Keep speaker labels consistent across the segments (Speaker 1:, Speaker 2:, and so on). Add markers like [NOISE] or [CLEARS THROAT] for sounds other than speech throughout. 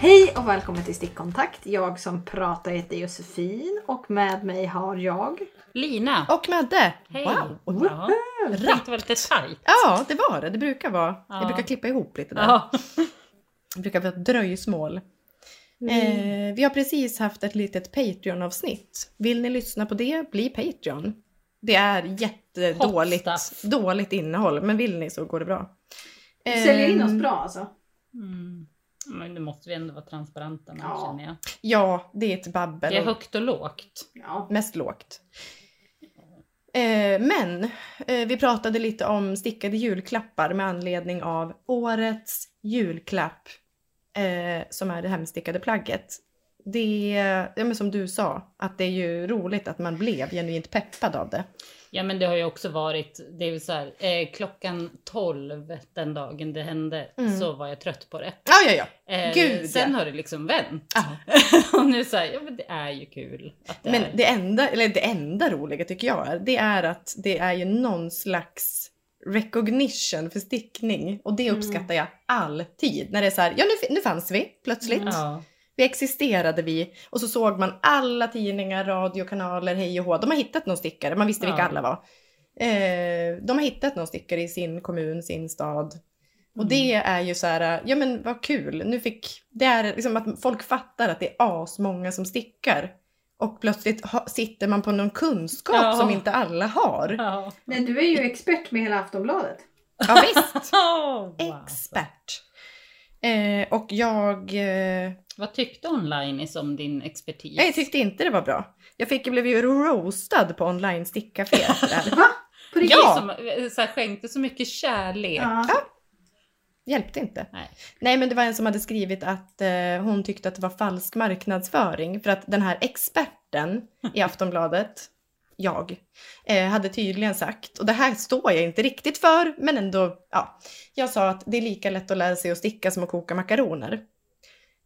Speaker 1: Hej och välkommen till Stickkontakt. Jag som pratar heter Josefin och med mig har jag...
Speaker 2: Lina!
Speaker 3: Och Madde!
Speaker 2: Hej!
Speaker 3: Oh, Wow!
Speaker 2: Ja. Det tänkte vara lite tajt.
Speaker 3: Ja, det var det. Det brukar vara.
Speaker 2: Ja.
Speaker 3: Jag brukar klippa ihop lite där.
Speaker 2: Ja.
Speaker 3: Det brukar vara ett dröjsmål.
Speaker 2: Mm.
Speaker 3: Eh, vi har precis haft ett litet Patreon-avsnitt. Vill ni lyssna på det, bli Patreon. Det är jättedåligt
Speaker 2: Hot stuff.
Speaker 3: dåligt innehåll, men vill ni så går det bra.
Speaker 1: Du säljer in oss
Speaker 3: Eh,
Speaker 1: bra alltså.
Speaker 2: [LAUGHS] Mm. Men nu måste vi ändå vara transparenta med
Speaker 1: Ja.
Speaker 2: känner jag.
Speaker 3: Ja, det är ett babbel.
Speaker 2: Det är
Speaker 3: och
Speaker 2: högt och lågt.
Speaker 1: Ja.
Speaker 3: Mest lågt. Eh, men eh, vi pratade lite om stickade julklappar med anledning av årets julklapp eh, som är det hemstickade plagget. Det är, ja, men som du sa, att det är ju roligt att man blev genuint peppad av det.
Speaker 2: Ja men det har ju också varit, det är ju så här, eh, klockan 12 den dagen det hände
Speaker 3: Mm.
Speaker 2: så var jag trött på det.
Speaker 3: Ja, ja, ja.
Speaker 2: Eh,
Speaker 3: Gud,
Speaker 2: sen
Speaker 3: ja.
Speaker 2: har det liksom vänt.
Speaker 3: Ah.
Speaker 2: [LAUGHS] och nu säger ja men det är ju kul att det är.
Speaker 3: Men det enda, eller det enda roliga tycker jag är, det är att det är ju någon slags recognition för stickning. Och det
Speaker 1: Mm.
Speaker 3: uppskattar jag alltid. När det är så här, ja nu, fi- nu fanns vi plötsligt.
Speaker 2: Ja.
Speaker 3: Vi existerade vi och så såg man alla tidningar, radiokanaler, hej och hå. De har hittat någon stickare, man visste vilka
Speaker 2: Ja.
Speaker 3: alla var. Eh, de har hittat någon stickare i sin kommun, sin stad. Och
Speaker 2: Mm.
Speaker 3: det är ju så här, ja men vad kul. Nu fick, det är liksom att folk fattar att det är asmånga som stickar. Och plötsligt ha, sitter man på någon kunskap
Speaker 2: Ja.
Speaker 3: som inte alla har.
Speaker 2: Ja.
Speaker 1: Men du är ju expert med hela Aftonbladet.
Speaker 3: Ja visst,
Speaker 2: Oh, [LAUGHS] wow.
Speaker 3: expert. Eh, och jag eh,
Speaker 2: Vad tyckte online om din expertis?
Speaker 3: Nej, jag tyckte inte det var bra. Jag fick, jag blev ju roastad på online stickcafé efter det här.
Speaker 1: Va? På riktigt?
Speaker 2: ja.
Speaker 3: Ja.
Speaker 2: som, eh, så här, skänkte så mycket kärlek.
Speaker 1: Ja.
Speaker 3: Hjälpte inte.
Speaker 2: Nej.
Speaker 3: Nej, men det var en som hade skrivit att eh, hon tyckte att det var falsk marknadsföring för att den här experten i Aftonbladet, jag, eh, hade tydligen sagt, och det här står jag inte riktigt för, men ändå, ja. Jag sa att det är lika lätt att lära sig att sticka som att koka makaroner.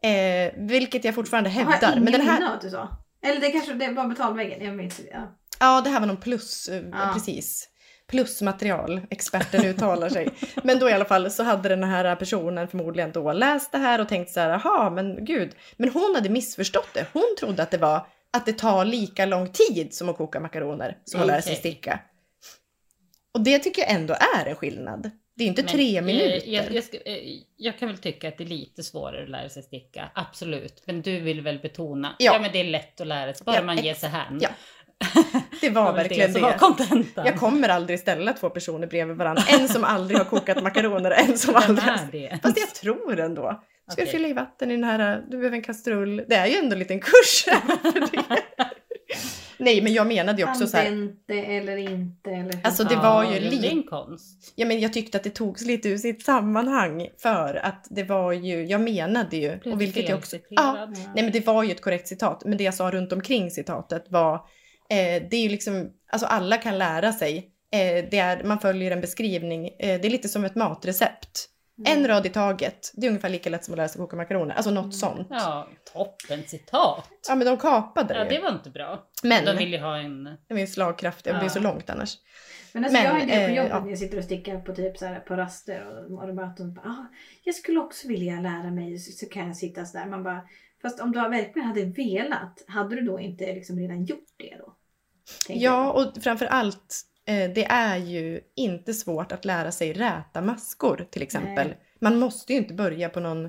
Speaker 3: Eh, vilket jag fortfarande
Speaker 1: Har
Speaker 3: hävdar.
Speaker 1: jag
Speaker 3: Men den här,
Speaker 1: minne av att du sa? Eller det kanske det var betalväggen, jag minns inte. Ja.
Speaker 3: Ja, det här var någon plus, eh,
Speaker 1: Ja.
Speaker 3: precis. Plusmaterial, experten uttalar sig. Men då i alla fall så hade den här personen förmodligen då läst det här och tänkt så här, jaha, men gud. Men hon hade missförstått det. Hon trodde att det var att det tar lika lång tid som att koka makaroner som att lära sig
Speaker 2: Okej.
Speaker 3: sticka. Och det tycker jag ändå är en skillnad. Det är inte
Speaker 2: Men,
Speaker 3: tre
Speaker 2: eh,
Speaker 3: minuter.
Speaker 2: Jag, jag, ska- eh, jag kan väl tycka att det är lite svårare att lära sig sticka, absolut. Men du vill väl betona, ja,
Speaker 3: Ja.
Speaker 2: men det är lätt att lära sig, bara
Speaker 3: Ja,
Speaker 2: man ger
Speaker 3: ex-
Speaker 2: sig hän. [LAUGHS]
Speaker 3: ja, det
Speaker 2: Det
Speaker 3: var
Speaker 2: väl
Speaker 3: verkligen det.
Speaker 2: som var kontentan.
Speaker 3: Jag kommer aldrig ställa två personer bredvid varandra. En som aldrig har kokat makaroner och en som
Speaker 2: Vem
Speaker 3: aldrig har
Speaker 2: är det?
Speaker 3: Fast jag tror ändå. Ska du
Speaker 2: Okej.
Speaker 3: fylla i vatten i den här, du behöver en kastrull. Det är ju ändå en liten
Speaker 2: [LAUGHS]
Speaker 3: kurs. [LAUGHS] för det. Nej men jag menade ju också så här.
Speaker 1: Antente eller inte eller hur?
Speaker 3: Alltså det
Speaker 2: Ja,
Speaker 3: var ju
Speaker 2: jo, Det är
Speaker 3: lite,
Speaker 2: en konst.
Speaker 3: ja men jag tyckte att det togs lite ur sitt sammanhang för att det var ju, jag menade ju,
Speaker 2: Blev
Speaker 3: och vilket jag också, ja,
Speaker 2: felciterad.
Speaker 1: Ja.
Speaker 3: nej men det var ju ett korrekt citat, men det jag sa runt omkring citatet var, eh, det är ju liksom, alltså alla kan lära sig, eh, det är, man följer en beskrivning, eh, det är lite som ett matrecept.
Speaker 2: Mm.
Speaker 1: Mm.
Speaker 3: En rad i taget, det är ungefär lika lätt som att lära sig koka makaroner, alltså något sånt.
Speaker 2: Ja, toppen citat.
Speaker 3: Ja men de kapade
Speaker 2: Ja,
Speaker 3: det
Speaker 2: det
Speaker 3: ju.
Speaker 2: var inte bra.
Speaker 3: Men
Speaker 2: De vill ju ha en...
Speaker 3: de är ju slagkraftiga, det blir
Speaker 2: Ja.
Speaker 3: så långt annars.
Speaker 1: Men alltså
Speaker 3: Men,
Speaker 1: jag har en del på
Speaker 3: eh,
Speaker 1: jobbet
Speaker 3: ja.
Speaker 1: när jag sitter och stickar på typ så här på raster och, och de bara, att de bara ah, jag skulle också vilja lära mig så, så kan jag sitta sådär. Man bara, fast om du verkligen hade velat, hade du då inte liksom redan gjort det då? Tänker
Speaker 3: Ja och framför allt, eh, det är ju inte svårt att lära sig räta maskor till exempel.
Speaker 1: Nej.
Speaker 3: Man måste ju inte börja på någon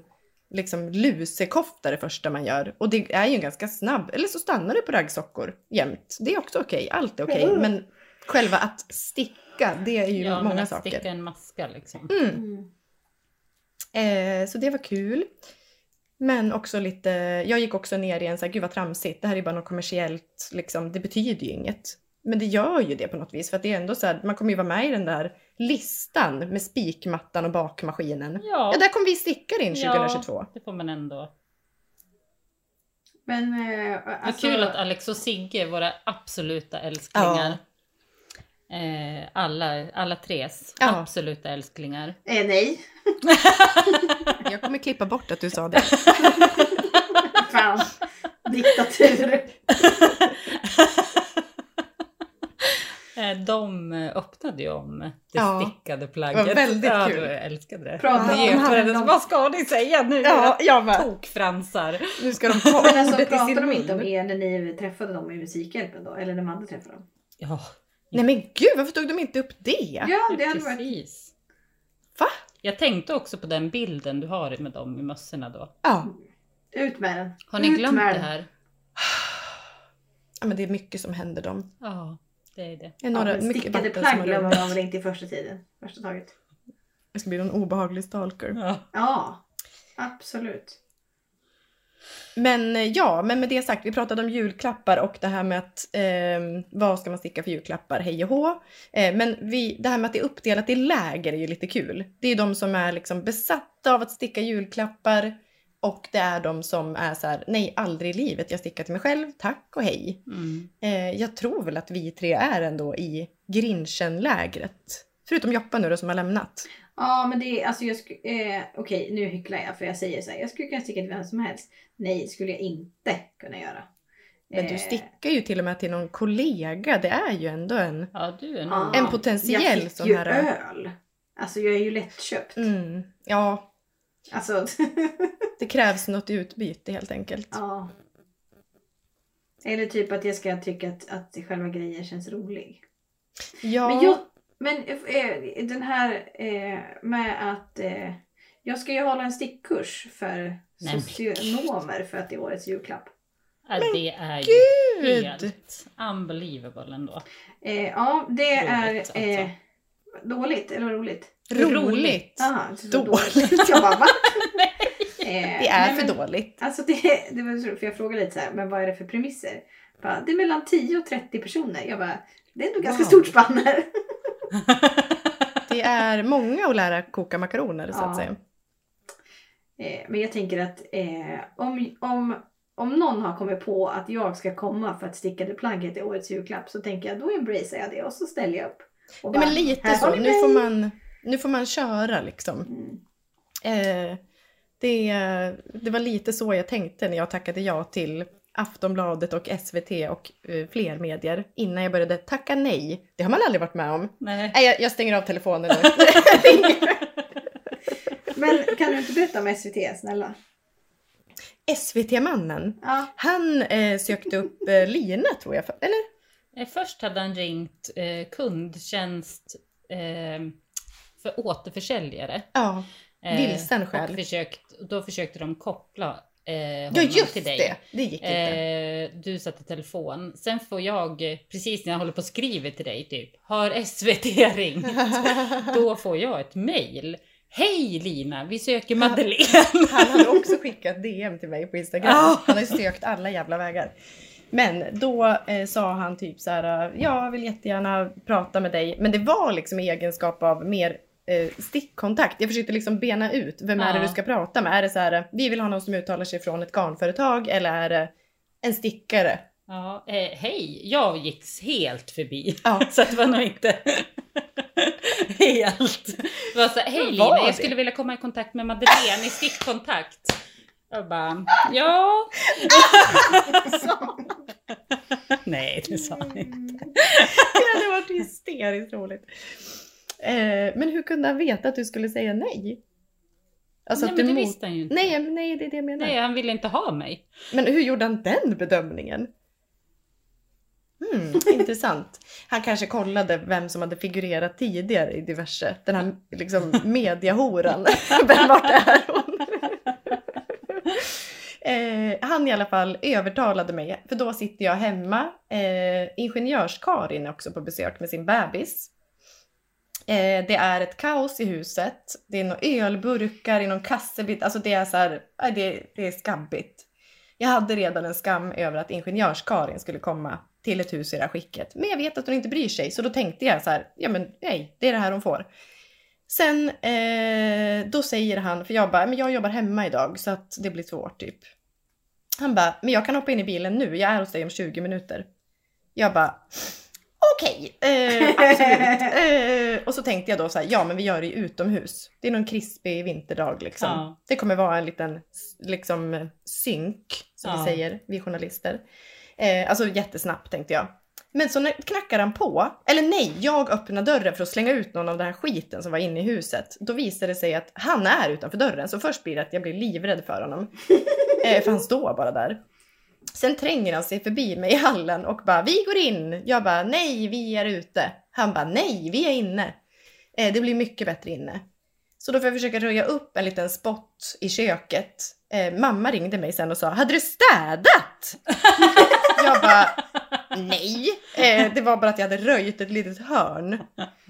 Speaker 3: liksom lusekofta det första man gör. Och det är ju en ganska snabb, eller så stannar du på raggsockor jämt. Det är också okej, allt är okej.
Speaker 1: Mm.
Speaker 3: Men själva att sticka, det är ju
Speaker 2: ja, men
Speaker 3: många
Speaker 2: att
Speaker 3: saker.
Speaker 2: sticka en maska liksom.
Speaker 3: Mm.
Speaker 1: jag. Mm.
Speaker 3: Eh, så det var kul. Men också lite, jag gick också ner i en så här, gud vad tramsigt, det här är bara något kommersiellt, liksom, det betyder ju inget. Men det gör ju det på något vis, för att det är ändå så här, man kommer ju vara med i den där listan med spikmattan och bakmaskinen. Ja,
Speaker 2: Ja,
Speaker 3: där kommer vi stickare in
Speaker 2: Ja.
Speaker 3: 2022.
Speaker 2: det får man ändå.
Speaker 1: Men eh,
Speaker 2: Vad
Speaker 1: alltså,
Speaker 2: kul att Alex och Sigge, våra absoluta älsklingar. Eh, alla, alla tres
Speaker 3: Ja.
Speaker 2: absoluta älsklingar.
Speaker 1: eh, nej.
Speaker 3: [LAUGHS] Jag kommer klippa bort att du sa det.
Speaker 1: [LAUGHS] Fan.
Speaker 2: [LAUGHS]
Speaker 1: Diktatur.
Speaker 2: Eh, de öppnade ju om det
Speaker 3: Ja.
Speaker 2: älskade plagget.
Speaker 3: Det var väldigt
Speaker 2: ja,
Speaker 3: kul.
Speaker 2: Du älskade det.
Speaker 1: Prata
Speaker 3: om-
Speaker 2: det är
Speaker 3: om
Speaker 2: för
Speaker 1: handen.
Speaker 2: att, vad ska ni säga nu?
Speaker 3: [LAUGHS] Ja,
Speaker 2: Era
Speaker 3: jag bara,
Speaker 2: Tokfransar.
Speaker 3: nu ska de ta ordet [LAUGHS]
Speaker 1: Men alltså
Speaker 3: i
Speaker 1: pratar
Speaker 3: sin
Speaker 1: de inte om
Speaker 3: mun.
Speaker 1: er när ni träffade dem i Musikhjälpen då? Eller när Madde träffade dem?
Speaker 2: Ja,
Speaker 3: Nej men gud, varför tog de inte upp det?
Speaker 1: Ja, det hade varit...
Speaker 2: precis.
Speaker 3: Va?
Speaker 2: Jag tänkte också på den bilden du har med dem i mössorna då.
Speaker 3: Ja.
Speaker 1: Ut med den.
Speaker 2: Har ni
Speaker 3: Mm,
Speaker 1: Ut
Speaker 2: glömt det
Speaker 1: med den.
Speaker 2: här?
Speaker 3: ja, men det är mycket som händer dem.
Speaker 2: Ja, det är det.
Speaker 3: Det är
Speaker 1: Ja,
Speaker 3: några,
Speaker 1: men
Speaker 3: mycket
Speaker 1: stickade
Speaker 3: vatten som
Speaker 1: plagg
Speaker 3: har
Speaker 1: glömmer
Speaker 3: rullat.
Speaker 1: man väl inte i första tiden? Första taget.
Speaker 3: Jag ska bli en obehaglig stalker.
Speaker 2: Ja.
Speaker 1: Ja, absolut.
Speaker 3: Men eh, ja, men med det sagt, vi pratade om julklappar och det här med att ehm, vad ska man sticka för julklappar, hej och hå. Eh, men vi, det här med att det är uppdelat i läger är ju lite kul. Det är de som är liksom besatta av att sticka julklappar och det är de som är så här, nej aldrig i livet, jag stickar till mig själv, tack och hej.
Speaker 2: Mm.
Speaker 3: Eh, jag tror väl att vi tre är ändå i Grinchen-lägret. Förutom Joppa nu då som har lämnat.
Speaker 1: Ja, men det är alltså jag sku, eh, Okej, nu hycklar jag för jag säger så här. Jag skulle kunna sticka till vem som helst. Nej, det skulle jag inte kunna göra.
Speaker 3: Men du
Speaker 1: Eh,
Speaker 3: stickar ju till och med till någon kollega, det är ju ändå en...
Speaker 2: Ja, du är nog...
Speaker 1: ja,
Speaker 3: en potentiell
Speaker 1: jag fick
Speaker 3: sån
Speaker 1: ju
Speaker 3: här-
Speaker 1: öl. Alltså jag är ju lättköpt.
Speaker 3: Mm, ja,
Speaker 1: Alltså, [LAUGHS]
Speaker 3: Det krävs något i utbyte helt enkelt.
Speaker 1: ja. Eller typ att jag ska tycka att, att själva grejen känns rolig.
Speaker 3: Ja,
Speaker 1: Men, jag, men eh, den här eh, med att eh, jag ska ju hålla en stickkurs för
Speaker 2: men
Speaker 1: socionomer för att det är årets julklapp.
Speaker 2: Ja, det är ju
Speaker 3: gud!
Speaker 2: helt unbelievable ändå.
Speaker 3: [LAUGHS]
Speaker 2: [LAUGHS]
Speaker 1: Eh, ja, det
Speaker 2: Roligt, alltså.
Speaker 1: är eh, dåligt eller roligt?
Speaker 3: roligt.
Speaker 1: Aha, så
Speaker 3: Dåligt.
Speaker 1: Jag bara va? Eh,
Speaker 3: [LAUGHS] Det är
Speaker 1: nej,
Speaker 3: för
Speaker 1: men,
Speaker 3: dåligt.
Speaker 1: Alltså det, det var så, för jag frågade lite så här, men vad är det för premisser? Bara, det är mellan 10 och 30 personer. Jag bara, det är ändå ganska
Speaker 2: Wow.
Speaker 1: stort spann här.
Speaker 3: Det är många att lära koka makaroner så
Speaker 1: Ja.
Speaker 3: att säga.
Speaker 1: Eh, men jag tänker att eh, om, om, om någon har kommit på att jag ska komma för att sticka det plagget i årets julklapp så tänker jag då embracear jag det och så ställer jag upp. Och
Speaker 3: Nej,
Speaker 1: bara,
Speaker 3: men lite
Speaker 1: "Här
Speaker 3: så.
Speaker 1: har ni
Speaker 3: Nu
Speaker 1: mig."
Speaker 3: får, man, nu får man köra liksom.
Speaker 1: Mm.
Speaker 3: Eh, det, det var lite så jag tänkte när jag tackade ja till Aftonbladet och SVT och eh, fler medier innan jag började tacka nej. Det har man aldrig varit med om.
Speaker 2: Nej.
Speaker 3: Nej, jag, jag stänger av telefonen
Speaker 1: [LAUGHS]
Speaker 3: nu. [LAUGHS]
Speaker 1: Men kan du inte berätta om SVT snälla?
Speaker 3: SVT-mannen,
Speaker 1: Ja.
Speaker 3: han eh, sökte upp eh, Lina tror jag, för- eller?
Speaker 2: Eh, Först hade han ringt eh, kundtjänst eh, för återförsäljare.
Speaker 3: Ja,
Speaker 2: Eh,
Speaker 3: vilsen själv.
Speaker 2: och försökt, då försökte de koppla eh, honom
Speaker 3: Ja just
Speaker 2: till dig.
Speaker 3: det, det gick inte.
Speaker 2: Eh, du satt i telefon. Sen får jag, eh, precis när jag håller på och skriver till dig typ, har SVT
Speaker 3: [LAUGHS]
Speaker 2: ringt? Då får jag ett mail. Hej Lina, vi söker Madeleine.
Speaker 3: Han hade också skickat DM till mig på Instagram.
Speaker 2: Ja.
Speaker 3: Han har ju sökt alla jävla vägar. Men då eh, sa han typ så här, jag vill jättegärna prata med dig. Men det var liksom i egenskap av mer eh, stickkontakt. Jag försökte liksom bena ut, vem är det
Speaker 2: Ja.
Speaker 3: du ska prata med? Är det så här, eh, vi vill ha någon som uttalar sig från ett garnföretag eller är det en stickare?
Speaker 2: [LAUGHS] Ja, eh, hej, jag gick helt förbi.
Speaker 3: Ja.
Speaker 2: [LAUGHS] Så att det var nog inte helt... Det var så här, hej
Speaker 3: Vad
Speaker 2: Lina,
Speaker 3: var
Speaker 2: jag
Speaker 3: det?"
Speaker 2: skulle vilja komma i kontakt med Madeleine i stickkontakt. Jag bara,
Speaker 3: [LAUGHS]
Speaker 2: ja. Nej, det sa han inte.
Speaker 3: Det hade varit hysteriskt roligt. Eh, men hur kunde han veta att du skulle säga nej? Alltså
Speaker 2: Nej,
Speaker 3: att
Speaker 2: men
Speaker 3: du
Speaker 2: det
Speaker 3: mot-
Speaker 2: visste han ju inte.
Speaker 3: Nej, men nej, det är det jag menar.
Speaker 2: Nej, han ville inte ha
Speaker 3: [LAUGHS]
Speaker 2: mig.
Speaker 3: Men hur gjorde han den bedömningen?
Speaker 2: [LAUGHS]
Speaker 3: Hmm, intressant. Han kanske kollade vem som hade figurerat tidigare i diverse, den här liksom
Speaker 2: [LAUGHS]
Speaker 3: mediahoran. vem vart är hon? Eh, han i alla fall övertalade mig, för då sitter jag hemma. Eh, Ingenjörs-Karin är också på besök med sin bebis. Eh, det är ett kaos i huset. Det är några ölburkar i någon kassebit. Alltså det är så här, ja, det, det är skabbigt. Jag hade redan en skam över att ingenjörs-Karin skulle komma till ett hus i det här skicket. Men jag vet att hon inte bryr sig, så då tänkte jag så här, ja men nej, det är det här hon får. Sen eh, då säger han, för jag bara, men jag jobbar hemma idag så att det blir svårt typ. Han bara, men jag kan hoppa in i bilen nu, jag är hos dig om 20 minuter. Jag bara, okej, eh, absolut. Eh, och så tänkte jag då så här, ja men vi gör det ju utomhus. Det är någon krispig vinterdag liksom. [LAUGHS]
Speaker 2: Ja.
Speaker 3: Det kommer vara en liten liksom synk som
Speaker 2: Ja.
Speaker 3: vi säger, vi journalister. Eh, alltså jättesnabbt tänkte jag. Men så när- knackar han på, eller nej, jag öppnar dörren för att slänga ut någon av den här skiten som var inne i huset. Då visar det sig att han är utanför dörren, så först blir det att jag blir livrädd för honom. Eh, för han står bara där. Sen tränger han sig förbi mig i hallen och bara vi går in. Jag bara nej, vi är ute. Han bara nej, vi är inne. Eh, det blir mycket bättre inne. Så då får jag försöka röja upp en liten spott i köket. Eh, mamma ringde mig sen och sa hade du städat? [LAUGHS] jag bara nej. [LAUGHS] Eh, det var bara att jag hade röjt ett litet hörn.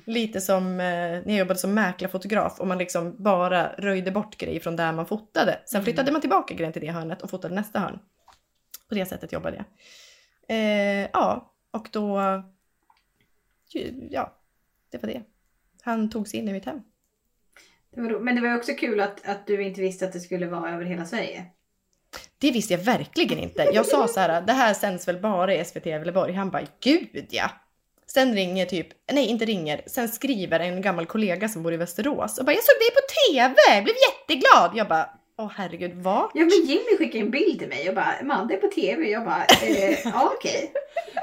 Speaker 3: Lite som eh, när jag jobbade som mäklarfotograf och man liksom bara röjde bort grejer från där man fotade. Sen
Speaker 2: Mm.
Speaker 3: flyttade man tillbaka grejen till det hörnet och fotade nästa hörn. På det sättet jobbade jag. Eh, ja, och då... Ja, det var det. Han tog sig in i mitt hem.
Speaker 1: Det var ro- Men det var ju också kul att, att du inte visste att det skulle vara över hela Sverige.
Speaker 3: Det visste jag verkligen inte. Jag sa så här, det här sänds väl bara i SVT Gävleborg? Han bara, gud ja. Sen ringer typ, nej inte ringer, sen skriver en gammal kollega som bor i Västerås och bara, jag såg dig på TV, blev jätteglad. Jag bara, åh herregud, vart?
Speaker 1: Ja men Jimmy skickade en bild till mig och bara Madde är på TV. Jag bara eh, ja okej.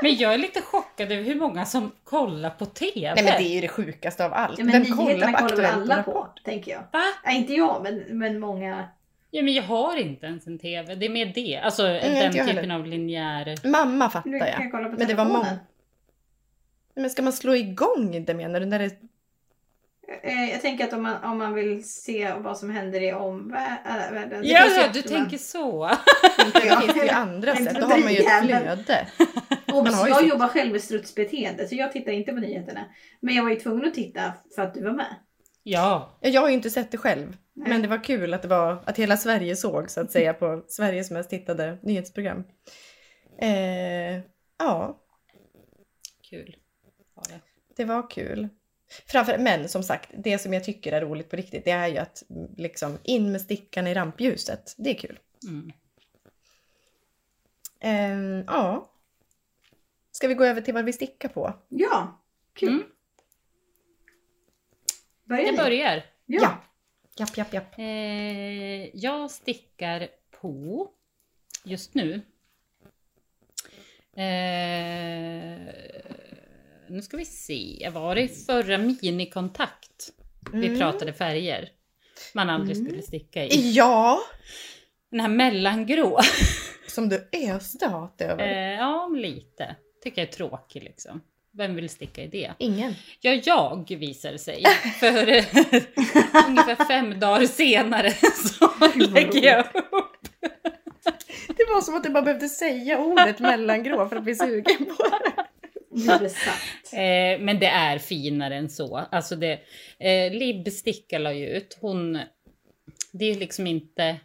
Speaker 2: Men jag är lite chockad över hur många som kollar på TV.
Speaker 3: [LAUGHS] Nej men det är ju det sjukaste av allt.
Speaker 1: Ja, men nyheterna kollar väl
Speaker 3: Aktuellt och
Speaker 1: alla
Speaker 3: Rapport?
Speaker 1: på tänker jag.
Speaker 2: Va?
Speaker 1: Nej inte jag men, men många.
Speaker 2: Ja, men jag har inte ens en TV. Det är mer det. Alltså
Speaker 3: inte
Speaker 2: den typen
Speaker 3: jag heller. Mm.
Speaker 2: av linjär...
Speaker 3: Mamma fattar
Speaker 1: Nu
Speaker 3: jag.
Speaker 1: kan jag kolla på
Speaker 3: Men det var
Speaker 1: telefonen.
Speaker 3: många. Men ska man slå igång det menar du? När det...
Speaker 1: Eh, jag tänker att om man, om man vill se vad som händer i äh, omvärlden.
Speaker 2: Ja, ja, du
Speaker 1: [LAUGHS]
Speaker 2: tänker så. [LAUGHS]
Speaker 3: det finns ju andra
Speaker 1: En
Speaker 3: sätt. Då har man ju ett
Speaker 1: drivjävel.
Speaker 3: flöde.
Speaker 1: Och
Speaker 3: Man har ju
Speaker 1: jag
Speaker 3: sitt.
Speaker 1: jobbar själv med strutsbeteende så jag tittar inte på nyheterna. Men jag var ju tvungen att titta för att du var med.
Speaker 2: Ja.
Speaker 3: Ja, Jag har ju inte sett det själv.
Speaker 1: Nej.
Speaker 3: Men det var kul att, det var, att hela Sverige såg så att säga på Sveriges mest tittade nyhetsprogram. Eh, ja,
Speaker 2: Kul. Ja, det.
Speaker 3: det var kul. Framför, men som sagt, det som jag tycker är roligt på riktigt det är ju att mm, liksom in med stickan i rampljuset. Det är kul.
Speaker 2: Mm.
Speaker 3: Eh, ja. Ska vi gå över till vad vi stickar på?
Speaker 1: Ja, kul.
Speaker 2: Mm.
Speaker 1: Börjar
Speaker 2: Det
Speaker 1: ni?
Speaker 2: börjar.
Speaker 1: Ja.
Speaker 3: Ja. Japp, japp, japp.
Speaker 2: Eh, jag stickar på just nu. Eh, nu ska vi se. Var det i förra minikontakt
Speaker 3: Mm.
Speaker 2: vi pratade färger? Man aldrig
Speaker 1: Mm.
Speaker 2: skulle sticka i.
Speaker 3: Ja,
Speaker 2: Den här mellangrå.
Speaker 3: som du öste hat över.
Speaker 2: [LAUGHS] Eh, ja, lite. Tycker jag är tråkig liksom. Vem vill sticka i det?
Speaker 3: Ingen.
Speaker 2: Ja, jag visar det sig. För eh,
Speaker 3: [LAUGHS]
Speaker 2: ungefär fem dagar senare [LAUGHS] så
Speaker 1: Gud, vad
Speaker 2: lägger jag upp
Speaker 3: Det var som att du bara behövde säga ordet mellangrå för att bli sugen på det.
Speaker 1: Nu är det sant.
Speaker 2: [LAUGHS] Eh, men det är finare än så. Alltså det, eh, Lib Sticka la ju ut, hon, det är liksom inte,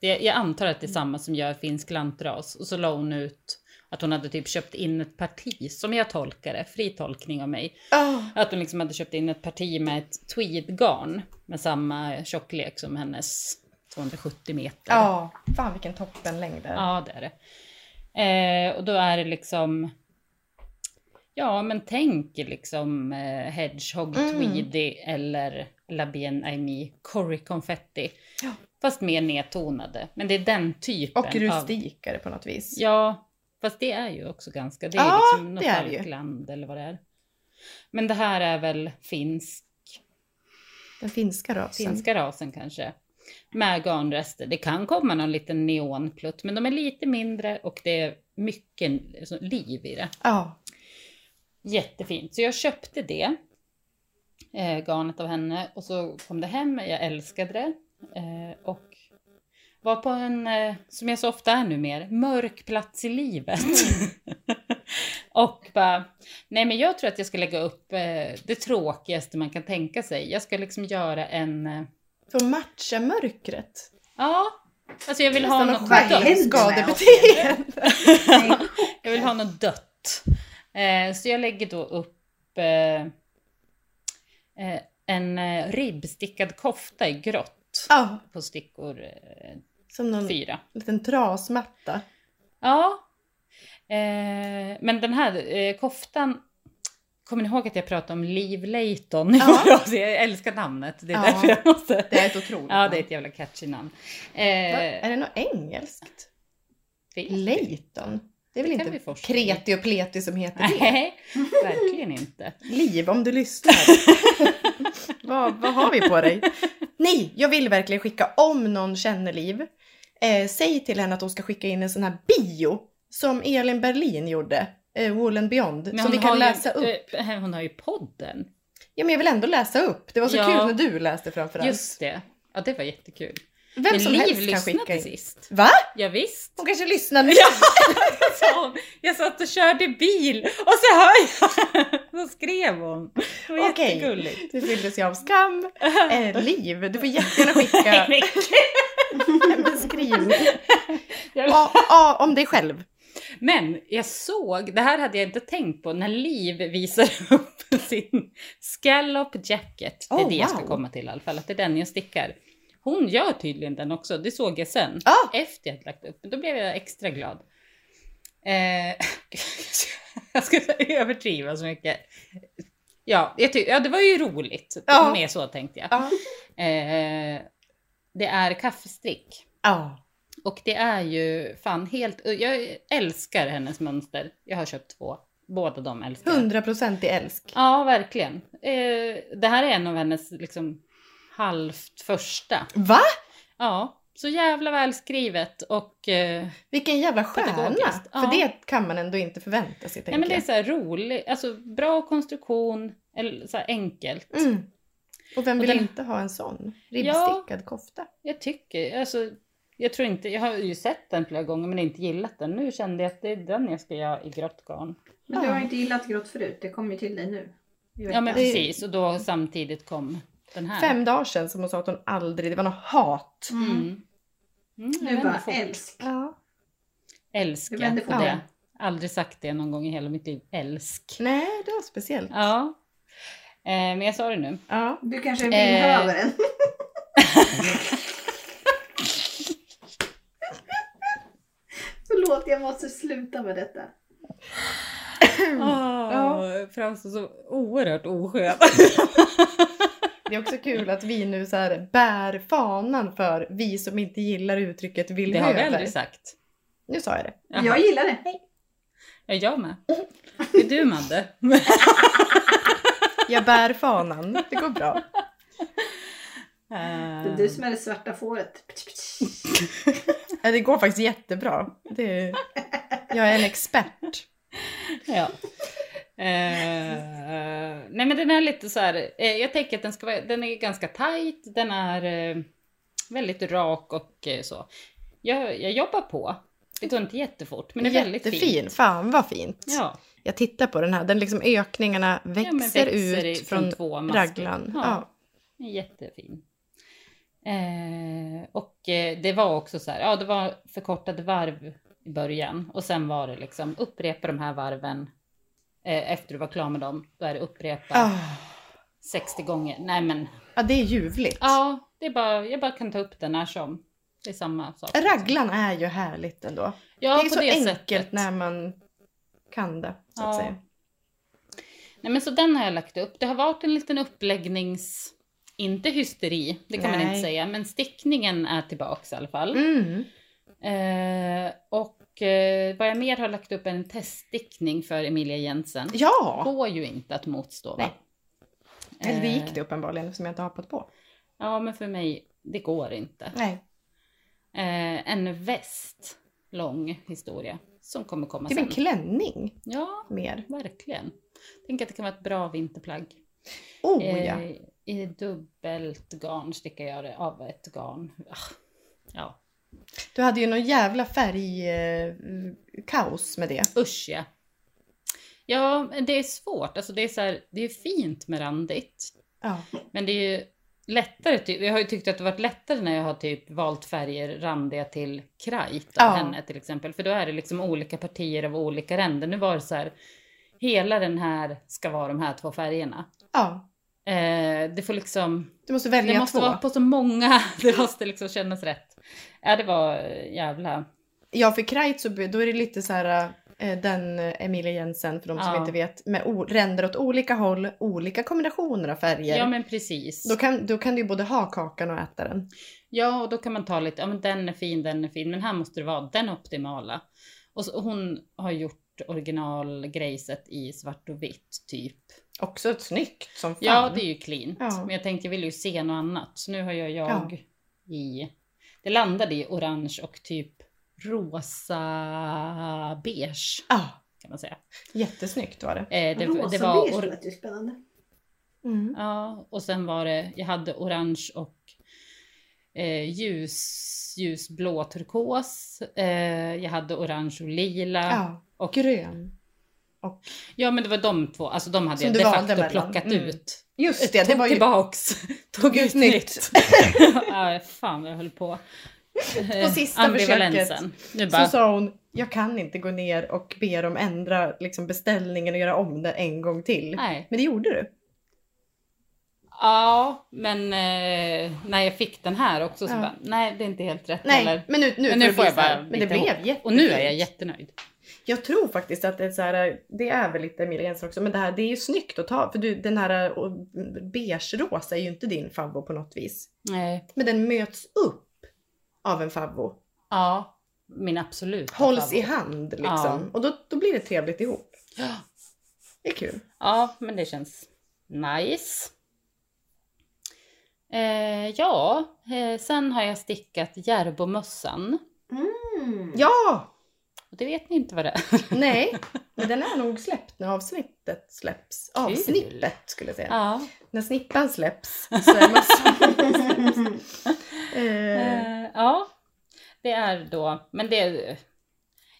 Speaker 2: det, jag antar att det är samma som gör finsk lantras och så la hon ut att hon hade typ köpt in ett parti, som jag tolkar det, fri tolkning av mig.
Speaker 3: Ah.
Speaker 2: Att hon liksom hade köpt in ett parti med ett tweedgarn med samma tjocklek som hennes 270 meter.
Speaker 3: Ja, fan vilken toppenlängd det är.
Speaker 2: Ja, det är det. Eh, och då är det liksom... Ja, men tänk liksom eh, Hedgehog
Speaker 3: Mm.
Speaker 2: Tweedy eller Labien Aimee Corrie Confetti.
Speaker 3: Ja.
Speaker 2: Fast mer nedtonade. Men det är den typen
Speaker 3: Och
Speaker 2: av...
Speaker 3: rustikare på något vis.
Speaker 2: Ja, fast det är ju också ganska... Det är
Speaker 3: Ja,
Speaker 2: liksom något
Speaker 3: det är det ju.
Speaker 2: Falkland eller vad det är. Men det här är väl finsk,
Speaker 3: Den finska rasen.
Speaker 2: finska rasen kanske. Med garnrester. Det kan komma någon liten neonplutt, men de är lite mindre och det är mycket liksom, liv i det.
Speaker 3: Ja.
Speaker 2: Jättefint. Så jag köpte det eh, garnet av henne och så kom det hem. Jag älskade det. Eh, och var på en, eh, som jag så ofta är numera, mörk plats i livet. [LAUGHS] och bara, nej men jag tror att jag ska lägga upp eh, det tråkigaste man kan tänka sig. Jag ska liksom göra en, eh,
Speaker 3: För matcha mörkret.
Speaker 2: ja, alltså jag vill ha
Speaker 3: Nästan
Speaker 2: något
Speaker 3: något
Speaker 1: dött.
Speaker 3: självskadebeteende.
Speaker 1: Nej,
Speaker 2: Jag vill ha något dött. Eh, så jag lägger då upp eh, eh, en eh, ribbstickad kofta i grått
Speaker 3: Ja,
Speaker 2: på stickor eh,
Speaker 3: som någon
Speaker 2: fyra.
Speaker 3: liten trasmatta.
Speaker 2: Ja. Eh, men den här eh, koftan, kommer ni ihåg att jag pratade om Liv Layton?
Speaker 3: Ja.
Speaker 2: Ja. [LAUGHS] jag älskar namnet, det är
Speaker 3: Ja.
Speaker 2: därför jag måste...
Speaker 3: Det är ett otroligt
Speaker 2: Ja, det är
Speaker 3: namn.
Speaker 2: ett jävla catchy namn.
Speaker 3: Va?
Speaker 2: Eh,
Speaker 3: Är det något engelskt?
Speaker 2: det-
Speaker 3: Leighton? Det är väl
Speaker 2: Det kan vi
Speaker 3: inte
Speaker 2: forska
Speaker 3: kreti och pleti
Speaker 2: [LAUGHS]
Speaker 3: som heter det?
Speaker 2: Nej, verkligen inte.
Speaker 3: Liv, om
Speaker 2: [LAUGHS]
Speaker 3: du lyssnar. vad, vad har vi på dig? Nej, jag vill verkligen skicka om någon känner Liv. Eh, säg till henne att hon ska skicka in en sån här bio som Elin Berlin gjorde. Eh, Wool and Beyond. som vi
Speaker 2: hon har
Speaker 3: kan
Speaker 2: ju-
Speaker 3: läsa upp.
Speaker 2: eh, Hon har ju podden.
Speaker 3: Ja, men jag vill ändå läsa upp. Det var så
Speaker 2: Ja.
Speaker 3: kul när du läste framförallt.
Speaker 2: Just det. Ja, det var jättekul.
Speaker 3: Vem
Speaker 2: Men
Speaker 3: som
Speaker 2: Liv
Speaker 3: helst kan skicka
Speaker 2: lyssnade
Speaker 3: in.
Speaker 2: sist.
Speaker 3: Va?
Speaker 2: Ja,
Speaker 3: [LAUGHS]
Speaker 2: visst.
Speaker 3: Hon kanske lyssnar nu.
Speaker 2: Ja, det sa hon. Jag satt och körde bil och så hör jag. [LAUGHS] Så skrev hon. Det var
Speaker 3: Okej.
Speaker 2: jättegulligt.
Speaker 3: Nu fylldes jag av skam.
Speaker 2: [LAUGHS]
Speaker 3: Eh, Liv, du får jättegärna skicka [LAUGHS] en beskrivning Ja, ja, om dig själv.
Speaker 2: Men jag såg, det här hade jag inte tänkt på, när Liv visar upp [LAUGHS] sin scallop jacket. Det är
Speaker 3: Oh,
Speaker 2: det jag ska
Speaker 3: wow.
Speaker 2: komma till i alla fall, att det är den jag stickar. Hon gör tydligen den också, det såg jag sen.
Speaker 3: Ja.
Speaker 2: Efter jag hade lagt upp, Men då blev jag extra glad. Eh, [LAUGHS] jag ska inte överdriva så mycket. Ja, jag tyck, ja, det var ju roligt.
Speaker 3: Ja.
Speaker 2: Mer så tänkte jag.
Speaker 3: Ja.
Speaker 2: Eh, det är kaffestrick.
Speaker 3: Ja.
Speaker 2: Och det är ju fan helt... Jag älskar hennes mönster. Jag har köpt två. Båda de älskar jag.
Speaker 3: 100% i älsk.
Speaker 2: Ja, verkligen. Eh, det här är en av hennes liksom halvt första.
Speaker 3: Va?
Speaker 2: Ja, så jävla välskrivet och... Eh,
Speaker 3: Vilken jävla stjärna!
Speaker 2: Pedagogiskt, ja.
Speaker 3: För det kan man ändå inte förvänta sig,
Speaker 2: nej
Speaker 3: tänker
Speaker 2: men det är så här roligt. Alltså bra konstruktion. Eller så här enkelt.
Speaker 3: jag. Mm. Och vem
Speaker 2: Och
Speaker 3: vill
Speaker 2: den-
Speaker 3: inte ha en sån ribbstickad kofta?
Speaker 2: Jag tycker... Alltså, jag tror inte... Jag har ju sett den flera gånger men inte gillat den. Nu kände jag att det är den jag ska göra i grått garn.
Speaker 1: Men du har
Speaker 3: Ja.
Speaker 1: inte gillat grått förut, det kommer ju till dig nu. i
Speaker 2: Ja
Speaker 1: veckan.
Speaker 2: men
Speaker 3: Det-
Speaker 2: precis. Och då samtidigt kom den här.
Speaker 3: Fem dagar sedan som hon sa att hon aldrig, det var något hat.
Speaker 1: Mm.
Speaker 2: Mm. Mm, jag
Speaker 1: Nu
Speaker 2: vänder
Speaker 1: bara
Speaker 2: fort.
Speaker 1: älsk.
Speaker 3: Ja.
Speaker 2: Älska.
Speaker 1: Du vänder fort.
Speaker 2: det.
Speaker 3: Ja.
Speaker 2: Aldrig sagt det någon gång i hela mitt liv. Älsk.
Speaker 3: Nej, det var speciellt.
Speaker 2: Ja. Eh, men jag sa det nu.
Speaker 3: Ja.
Speaker 1: Du kanske behöver den. Förlåt, jag måste sluta med detta.
Speaker 2: ja. Framstår Ah, så oerhört oskön.
Speaker 3: Det är också kul att vi nu så här bär fanan för vi som inte gillar uttrycket vill
Speaker 2: det har vi
Speaker 3: höver.
Speaker 2: aldrig sagt.
Speaker 3: Nu sa jag det.
Speaker 2: Jaha.
Speaker 1: Jag gillar det. Hej.
Speaker 2: Ja, jag
Speaker 3: [LAUGHS]
Speaker 2: med. Det är du Madde.
Speaker 3: Jag bär fanan, det går bra.
Speaker 1: Det är du
Speaker 2: Eh.
Speaker 1: som är det svarta fåret.
Speaker 3: Ja, det går faktiskt jättebra. Det är... Jag är en expert.
Speaker 2: Ja. Eh, nej men den är lite så här, eh, jag tänker att den ska vara, den är ganska tight, den är eh, väldigt rak och eh, så. Jag, jag jobbar på, det går inte jättefort men det är väldigt
Speaker 3: Jättefin.
Speaker 2: fint.
Speaker 3: Fan vad fint.
Speaker 2: Ja,
Speaker 3: Jag tittar på den här. Den liksom ökningarna växer,
Speaker 2: ja, men
Speaker 3: ut
Speaker 2: i-
Speaker 3: från,
Speaker 2: två maskor.
Speaker 3: raglan. Ja.
Speaker 2: Ja, den är jättefin. Eh, och eh, det var också så här, ja det var förkortade varv i början och sen var det liksom upprepa de här varven eh, efter du var klar med dem, då är det upprepa.
Speaker 3: Ah.
Speaker 2: 60 gånger. Nej men,
Speaker 3: ja, det är ljuvligt.
Speaker 2: ja, det är bara, jag bara kan ta upp den när som. Det är samma sak.
Speaker 3: Raglan är ju härligt ändå.
Speaker 2: Ja,
Speaker 3: det är
Speaker 2: på
Speaker 3: så
Speaker 2: det
Speaker 3: enkelt
Speaker 2: sättet.
Speaker 3: när man kan det, så att
Speaker 2: Ja.
Speaker 3: säga.
Speaker 2: Nej men så den har jag lagt upp. Det har varit en liten uppläggnings... Inte hysteri, det kan man
Speaker 3: Nej.
Speaker 2: inte säga, men stickningen är tillbaks i alla fall.
Speaker 3: Mm.
Speaker 2: Eh, och eh, vad jag mer har lagt upp är en teststickning för Emilia Jensen.
Speaker 3: Ja!
Speaker 2: Går ju inte att motstå va?
Speaker 3: Eller det gick
Speaker 2: Eh,
Speaker 3: det uppenbarligen eftersom jag inte har hoppat på.
Speaker 2: Ja men för mig, det går inte.
Speaker 3: Nej.
Speaker 2: Eh, en väst, lång historia, som kommer komma
Speaker 3: Det är
Speaker 2: sen.
Speaker 3: en klänning
Speaker 2: Ja,
Speaker 3: mer.
Speaker 2: verkligen. Tänk att det kan vara ett bra vinterplagg.
Speaker 3: Oh ja.
Speaker 2: eh, I dubbelt garn stickar jag det av ett garn. Ah, Ja,
Speaker 3: Du hade ju någon jävla färgkaos med det.
Speaker 2: usch ja. Ja, men det är svårt. Alltså det är så här, det är fint med randigt.
Speaker 3: Ja.
Speaker 2: Men det är ju lättare. Typ. Jag har ju tyckt att det varit lättare när jag har typ valt färger randiga till krajt av
Speaker 3: Ja.
Speaker 2: henne till exempel. För då är det liksom olika partier av olika ränder. Nu var det så här, hela den här ska vara de här två färgerna.
Speaker 3: ja.
Speaker 2: Eh, det får liksom,
Speaker 3: Du måste
Speaker 2: det
Speaker 3: välja
Speaker 2: måste
Speaker 3: två.
Speaker 2: vara på så många, [LAUGHS] det måste liksom kännas rätt. Ja det var eh, jävla,
Speaker 3: Ja, för krajt så be- då är det lite så här eh, den eh, Emilia Jensen för de som
Speaker 2: Ja.
Speaker 3: inte vet med o- ränder åt olika håll, olika kombinationer av färger.
Speaker 2: ja men precis.
Speaker 3: Då, kan, då kan du ju både ha kakan och äta den.
Speaker 2: Ja och då kan man ta lite, ja men den är fin, den är fin, men här måste det vara den optimala. Och Och så, hon har gjort originalgrejset i svart och vitt typ.
Speaker 3: Också ett snyggt som fan.
Speaker 2: Ja, det är ju cleant.
Speaker 3: Ja.
Speaker 2: Men jag tänkte jag vill ju se något annat. Så nu har jag, jag i... Det landade i orange och typ rosa beige
Speaker 3: Ja,
Speaker 2: kan man säga.
Speaker 3: jättesnyggt var det.
Speaker 2: Eh, det,
Speaker 1: Rosa
Speaker 2: det var
Speaker 1: beige
Speaker 2: or-
Speaker 1: lät ju spännande.
Speaker 3: Mm.
Speaker 2: Ja, och sen var det, jag hade orange och eh, ljus, ljusblå turkos. Eh, jag hade orange och lila. Ja.
Speaker 3: Ja,
Speaker 2: Och-
Speaker 3: grön.
Speaker 2: men det var de två, alltså de hade
Speaker 3: Som
Speaker 2: jag
Speaker 3: du
Speaker 2: de
Speaker 3: valde
Speaker 2: facto
Speaker 3: mellan.
Speaker 2: plockat
Speaker 3: Mm.
Speaker 2: ut.
Speaker 3: Just det, det
Speaker 2: Eh, Tog
Speaker 3: var ju
Speaker 2: tillbaks, [LAUGHS] tog ut nytt. ja, fan vad jag höll på. Eh,
Speaker 3: På sista
Speaker 2: Nu bara,
Speaker 3: Så sa hon, jag kan inte gå ner och be dem ändra liksom, beställningen och göra om den en gång till.
Speaker 2: nej.
Speaker 3: Men det gjorde du.
Speaker 2: Ja, men eh, när jag fick den här också så
Speaker 3: Ja.
Speaker 2: bara, nej det är inte helt rätt
Speaker 3: Nej,
Speaker 2: heller.
Speaker 3: men nu, nu,
Speaker 2: Men nu
Speaker 3: får det
Speaker 2: får
Speaker 3: bli
Speaker 2: jag
Speaker 3: så här.
Speaker 2: bara
Speaker 3: Men
Speaker 2: bita
Speaker 3: det blev
Speaker 2: ihop.
Speaker 3: jättefint.
Speaker 2: Och nu är jag jättenöjd.
Speaker 3: Jag tror faktiskt att det är så här, det är väl lite Emilia gränser också, men det här det är ju snyggt att ta. För du, den här och, beige rosa är ju inte din favvo på något vis.
Speaker 2: Nej.
Speaker 3: Men den möts upp av en favvo.
Speaker 2: Ja, min absoluta
Speaker 3: Hålls
Speaker 2: favorit.
Speaker 3: i hand liksom.
Speaker 2: Ja.
Speaker 3: Och då, då blir det trevligt ihop.
Speaker 2: Ja.
Speaker 3: Det är
Speaker 2: Mm.
Speaker 3: kul.
Speaker 2: Ja, men det känns nice. Eh, ja, eh, sen har jag stickat Järbomössan.
Speaker 1: Mm.
Speaker 3: Ja!
Speaker 2: Och det vet ni inte vad det är.
Speaker 3: Nej, men den är nog släppt när avsnittet släpps. Avsnippet skulle jag säga.
Speaker 2: Ja.
Speaker 3: När snippan släpps så är massor.
Speaker 2: [LAUGHS]
Speaker 3: eh,
Speaker 2: [LAUGHS] Eh, ja, det är då, men det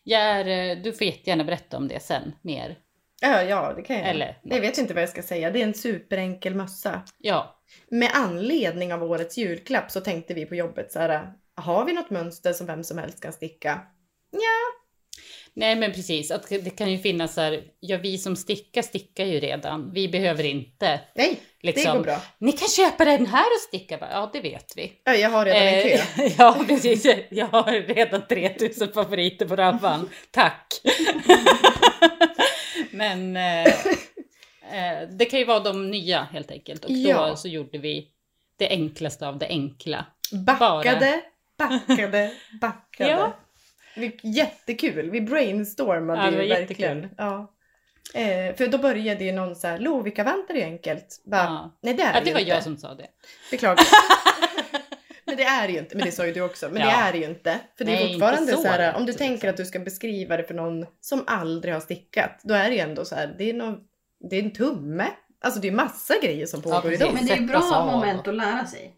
Speaker 2: Jär, du får jättegärna berätta om det sen mer.
Speaker 3: ja, ja, det kan jag.
Speaker 2: Eller något.
Speaker 3: Jag vet inte vad jag ska säga. Det är en superenkel mössa.
Speaker 2: Ja,
Speaker 3: Med anledning av årets julklapp så tänkte vi på jobbet så här. Har vi något mönster som vem som helst kan sticka?
Speaker 2: nej men precis. Att det kan ju finnas så här, ja vi som stickar stickar ju redan. Vi behöver inte
Speaker 3: Nej, det går
Speaker 2: liksom.
Speaker 3: bra.
Speaker 2: Ni kan köpa den här och sticka. Bara, Ja, det vet vi.
Speaker 3: Ja, Jag har redan en kö. [LAUGHS]
Speaker 2: Eh, [LAUGHS] ja, precis. Jag har redan 3000 favoriter på rabban. Tack! [LAUGHS] Men eh, eh, det kan ju vara de nya helt enkelt. Och då
Speaker 3: Ja.
Speaker 2: så gjorde vi det enklaste av det enkla.
Speaker 3: Backade, backade, backade.
Speaker 2: Ja.
Speaker 3: Vi, jättekul. Vi brainstormade
Speaker 2: Ja, det
Speaker 3: ju
Speaker 2: var
Speaker 3: verkligen.
Speaker 2: jättekul.
Speaker 3: Ja. Eh, för då började ju någon så här, Lovikkavantar är ju enkelt. Bara,
Speaker 2: Ja.
Speaker 3: Nej det är
Speaker 2: Ja, det
Speaker 3: ju
Speaker 2: var
Speaker 3: inte.
Speaker 2: jag som sa det. [LAUGHS]
Speaker 3: Beklagar. men det är ju inte, men det sa ju du också, men det
Speaker 2: Ja.
Speaker 3: är det ju inte. För det är
Speaker 2: Nej, inte
Speaker 3: fortfarande
Speaker 2: så
Speaker 3: så här,
Speaker 2: lätt,
Speaker 3: om du
Speaker 2: liksom.
Speaker 3: tänker att du ska beskriva det för någon som aldrig har stickat, då är det ju ändå så här, det är, någon, det är en tumme. Alltså det är massa grejer som
Speaker 2: Ja,
Speaker 3: pågår
Speaker 2: precis.
Speaker 3: idag.
Speaker 1: Men det är ju
Speaker 2: Sättas
Speaker 1: bra
Speaker 2: av.
Speaker 1: moment att lära sig.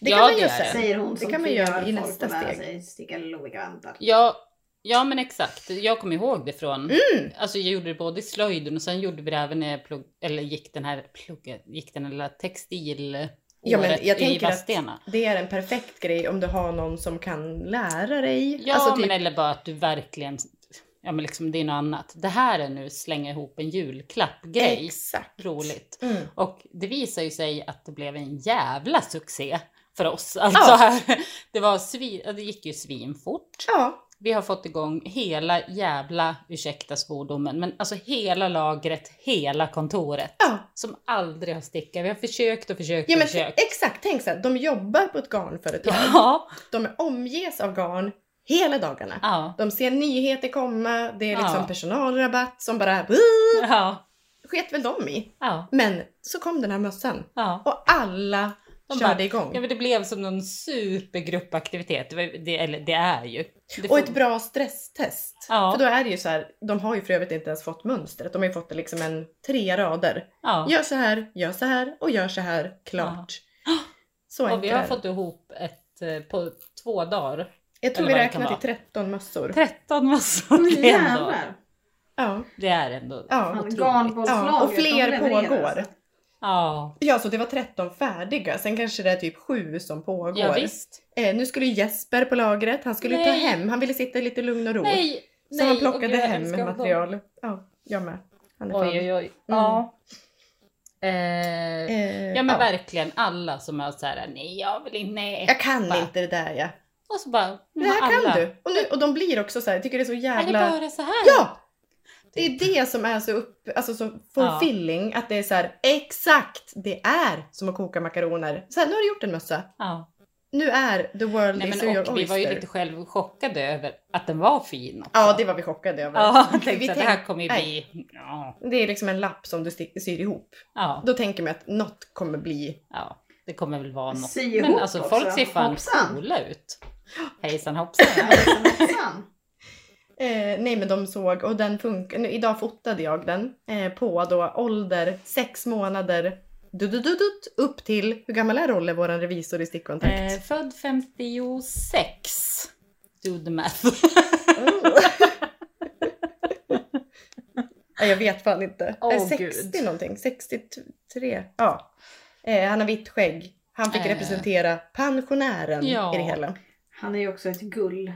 Speaker 3: Det
Speaker 2: Ja,
Speaker 3: kan man
Speaker 2: det
Speaker 3: ju
Speaker 2: är det.
Speaker 3: säga.
Speaker 1: Säger hon som
Speaker 3: Det kan man
Speaker 1: tvingar
Speaker 3: göra i
Speaker 1: folk
Speaker 3: nästa
Speaker 1: att lära
Speaker 3: steg.
Speaker 1: sig sticka loviga vantar.
Speaker 2: Ja, ja, men exakt. Jag kommer ihåg det från...
Speaker 3: Mm.
Speaker 2: Alltså jag gjorde det både i slöjden och sen gjorde vi det även när jag plugg, eller gick den här pluggen, gick den här lilla textil...
Speaker 3: Ja, men jag
Speaker 2: i
Speaker 3: tänker att
Speaker 2: Vadstena.
Speaker 3: det är en perfekt grej om du har någon som kan lära dig.
Speaker 2: Ja,
Speaker 3: alltså,
Speaker 2: men eller bara att du verkligen, ja men liksom det är något annat. Det här är nu slänga ihop en julklapp-grej.
Speaker 3: Exakt.
Speaker 2: Roligt.
Speaker 3: Mm.
Speaker 2: Och det visar ju sig att det blev en jävla succé för oss. Alltså [LAUGHS]
Speaker 3: Ja.
Speaker 2: här, det, var svin, ja, det gick ju svinfort.
Speaker 3: Ja,
Speaker 2: Vi har fått igång hela jävla, ursäkta svordomen, men alltså hela lagret, hela kontoret.
Speaker 3: ja.
Speaker 2: Som aldrig har stickat. Vi har försökt och försökt
Speaker 3: ja
Speaker 2: och
Speaker 3: men
Speaker 2: försökt.
Speaker 3: exakt. Tänk så här, de jobbar på ett garnföretag.
Speaker 2: Ja,
Speaker 3: De omges av garn hela dagarna.
Speaker 2: ja,
Speaker 3: De ser nyheter komma, det är liksom
Speaker 2: Ja.
Speaker 3: personalrabatt som bara "Buh!"
Speaker 2: ja,
Speaker 3: sket väl de i.
Speaker 2: ja,
Speaker 3: Men så kom den här mössan
Speaker 2: ja.
Speaker 3: och alla
Speaker 2: De
Speaker 3: körde
Speaker 2: bara,
Speaker 3: igång.
Speaker 2: Ja men det blev som någon supergruppaktivitet. Det, var, det, eller, det är ju. Det
Speaker 3: Och
Speaker 2: får-
Speaker 3: ett bra stresstest.
Speaker 2: Ja.
Speaker 3: För då är det ju så här, de har ju för övrigt inte ens fått mönstret. De har ju fått det liksom en tre rader.
Speaker 2: ja.
Speaker 3: Gör så här, gör så här och gör så här. Klart. Så
Speaker 2: Och vi har
Speaker 3: enkelt
Speaker 2: fått ihop ett eh, på två dagar.
Speaker 3: Jag tror
Speaker 2: eller
Speaker 3: vi
Speaker 2: vad det kan
Speaker 3: räknar till
Speaker 2: vara.
Speaker 3: 13 mössor.
Speaker 2: 13 massor.
Speaker 1: Åh,
Speaker 2: [LAUGHS] Det är, ändå,
Speaker 1: Jävlar!
Speaker 3: Ja.
Speaker 2: det är ändå
Speaker 3: Ja.
Speaker 1: Fan,
Speaker 2: otroligt.
Speaker 1: Garnbollslaget,
Speaker 3: ja. Och
Speaker 1: de
Speaker 3: fler
Speaker 1: levererar
Speaker 3: pågår.
Speaker 1: alltså.
Speaker 2: Ja,
Speaker 3: Ja, så det var 13 färdiga. Sen kanske det är typ sju som pågår.
Speaker 2: ja visst.
Speaker 3: Eh, nu skulle Jesper på lagret, han skulle ta
Speaker 2: Nej.
Speaker 3: hem, han ville sitta i lite lugn och ro.
Speaker 2: Nej,
Speaker 3: så
Speaker 2: nej.
Speaker 3: han
Speaker 2: och
Speaker 3: plockade
Speaker 2: jag
Speaker 3: hem
Speaker 2: älskar honom.
Speaker 3: material. Ja, jag med. Han är
Speaker 2: Oj,
Speaker 3: fan.
Speaker 2: oj, oj. Ja. Eh,
Speaker 3: Mm. Eh,
Speaker 2: ja men verkligen alla som är så här, nej jag vill inte, nej.
Speaker 3: Jag kan
Speaker 2: Va?
Speaker 3: inte det där ja.
Speaker 2: Och så bara, "Mm,
Speaker 3: Det här
Speaker 2: alla.
Speaker 3: kan du. Och, nu, och de blir också så här, jag tycker det är så
Speaker 2: Är det
Speaker 3: jävla...
Speaker 2: bara så här? Typ.
Speaker 3: Ja! Det är det som är så upp, alltså så fulfilling, att det är så här, exakt, det är som att koka makaroner. Så här, nu har du gjort en mössa.
Speaker 2: Ja.
Speaker 3: nu är the world
Speaker 2: Nej,
Speaker 3: is
Speaker 2: men,
Speaker 3: your
Speaker 2: och vi var ju
Speaker 3: oyster.
Speaker 2: lite själv chockade över att den var fin också.
Speaker 3: Ja, det var vi chockade över.
Speaker 2: Ja,
Speaker 3: Vi
Speaker 2: jag tänkte att det här kommer ju
Speaker 3: nej,
Speaker 2: bli... Ja,
Speaker 3: Det är liksom en lapp som du sti- syr ihop.
Speaker 2: ja,
Speaker 3: Då tänker man att något kommer bli...
Speaker 2: ja, det kommer väl vara något.
Speaker 1: Sy ihop
Speaker 2: Men alltså
Speaker 1: också.
Speaker 2: folk ser fan
Speaker 1: Hoppsan.
Speaker 2: coola ut. Hejsan hoppsan.
Speaker 1: Hoppsan.
Speaker 3: Eh, nej men de såg och den funkar. nu, Idag fotade jag den eh, på då ålder sex månader dudududut, upp till, hur gammal är Rolle, våran revisor i stickkontakt? [LAUGHS]
Speaker 2: Eh, född 56. Do the
Speaker 3: [LAUGHS]
Speaker 2: math.
Speaker 3: Nej, jag vet fan inte.
Speaker 2: Åh,
Speaker 3: Eh, 60
Speaker 2: gud.
Speaker 3: någonting, 63. Ja. Eh, han har vitt skägg. Han fick
Speaker 2: Eh.
Speaker 3: representera pensionären
Speaker 2: Ja.
Speaker 3: i det hela.
Speaker 1: Han är ju också ett gull.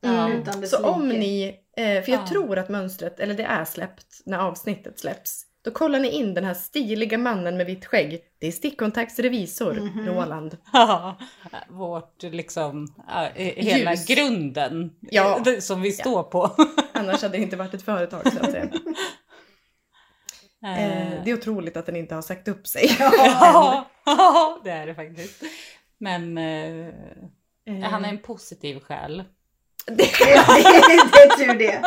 Speaker 2: Ja.
Speaker 3: Mm.
Speaker 1: Utan dess
Speaker 3: Så om
Speaker 1: like.
Speaker 3: ni, eh, för jag
Speaker 2: Ja.
Speaker 3: tror att mönstret, eller det är släppt när avsnittet släpps. Då kollar ni in den här stiliga mannen med vitt skägg. Det är stickkontakts revisor,
Speaker 1: Mhm.
Speaker 3: Roland.
Speaker 2: Ja, Vårt liksom, ja, eh, hela
Speaker 3: Ljus.
Speaker 2: grunden
Speaker 3: Ja.
Speaker 2: eh, som vi
Speaker 3: Ja.
Speaker 2: står på.
Speaker 3: Annars hade det inte varit ett företag så att säga. Eh,
Speaker 2: [LAUGHS] Eh,
Speaker 3: det är otroligt att den inte har sagt upp sig. [LAUGHS]
Speaker 2: [LAUGHS] Ja, ja, [LAUGHS] det är det faktiskt. Men eh,
Speaker 3: Eh,
Speaker 2: han är en positiv själ.
Speaker 1: [LAUGHS] Det är tur det.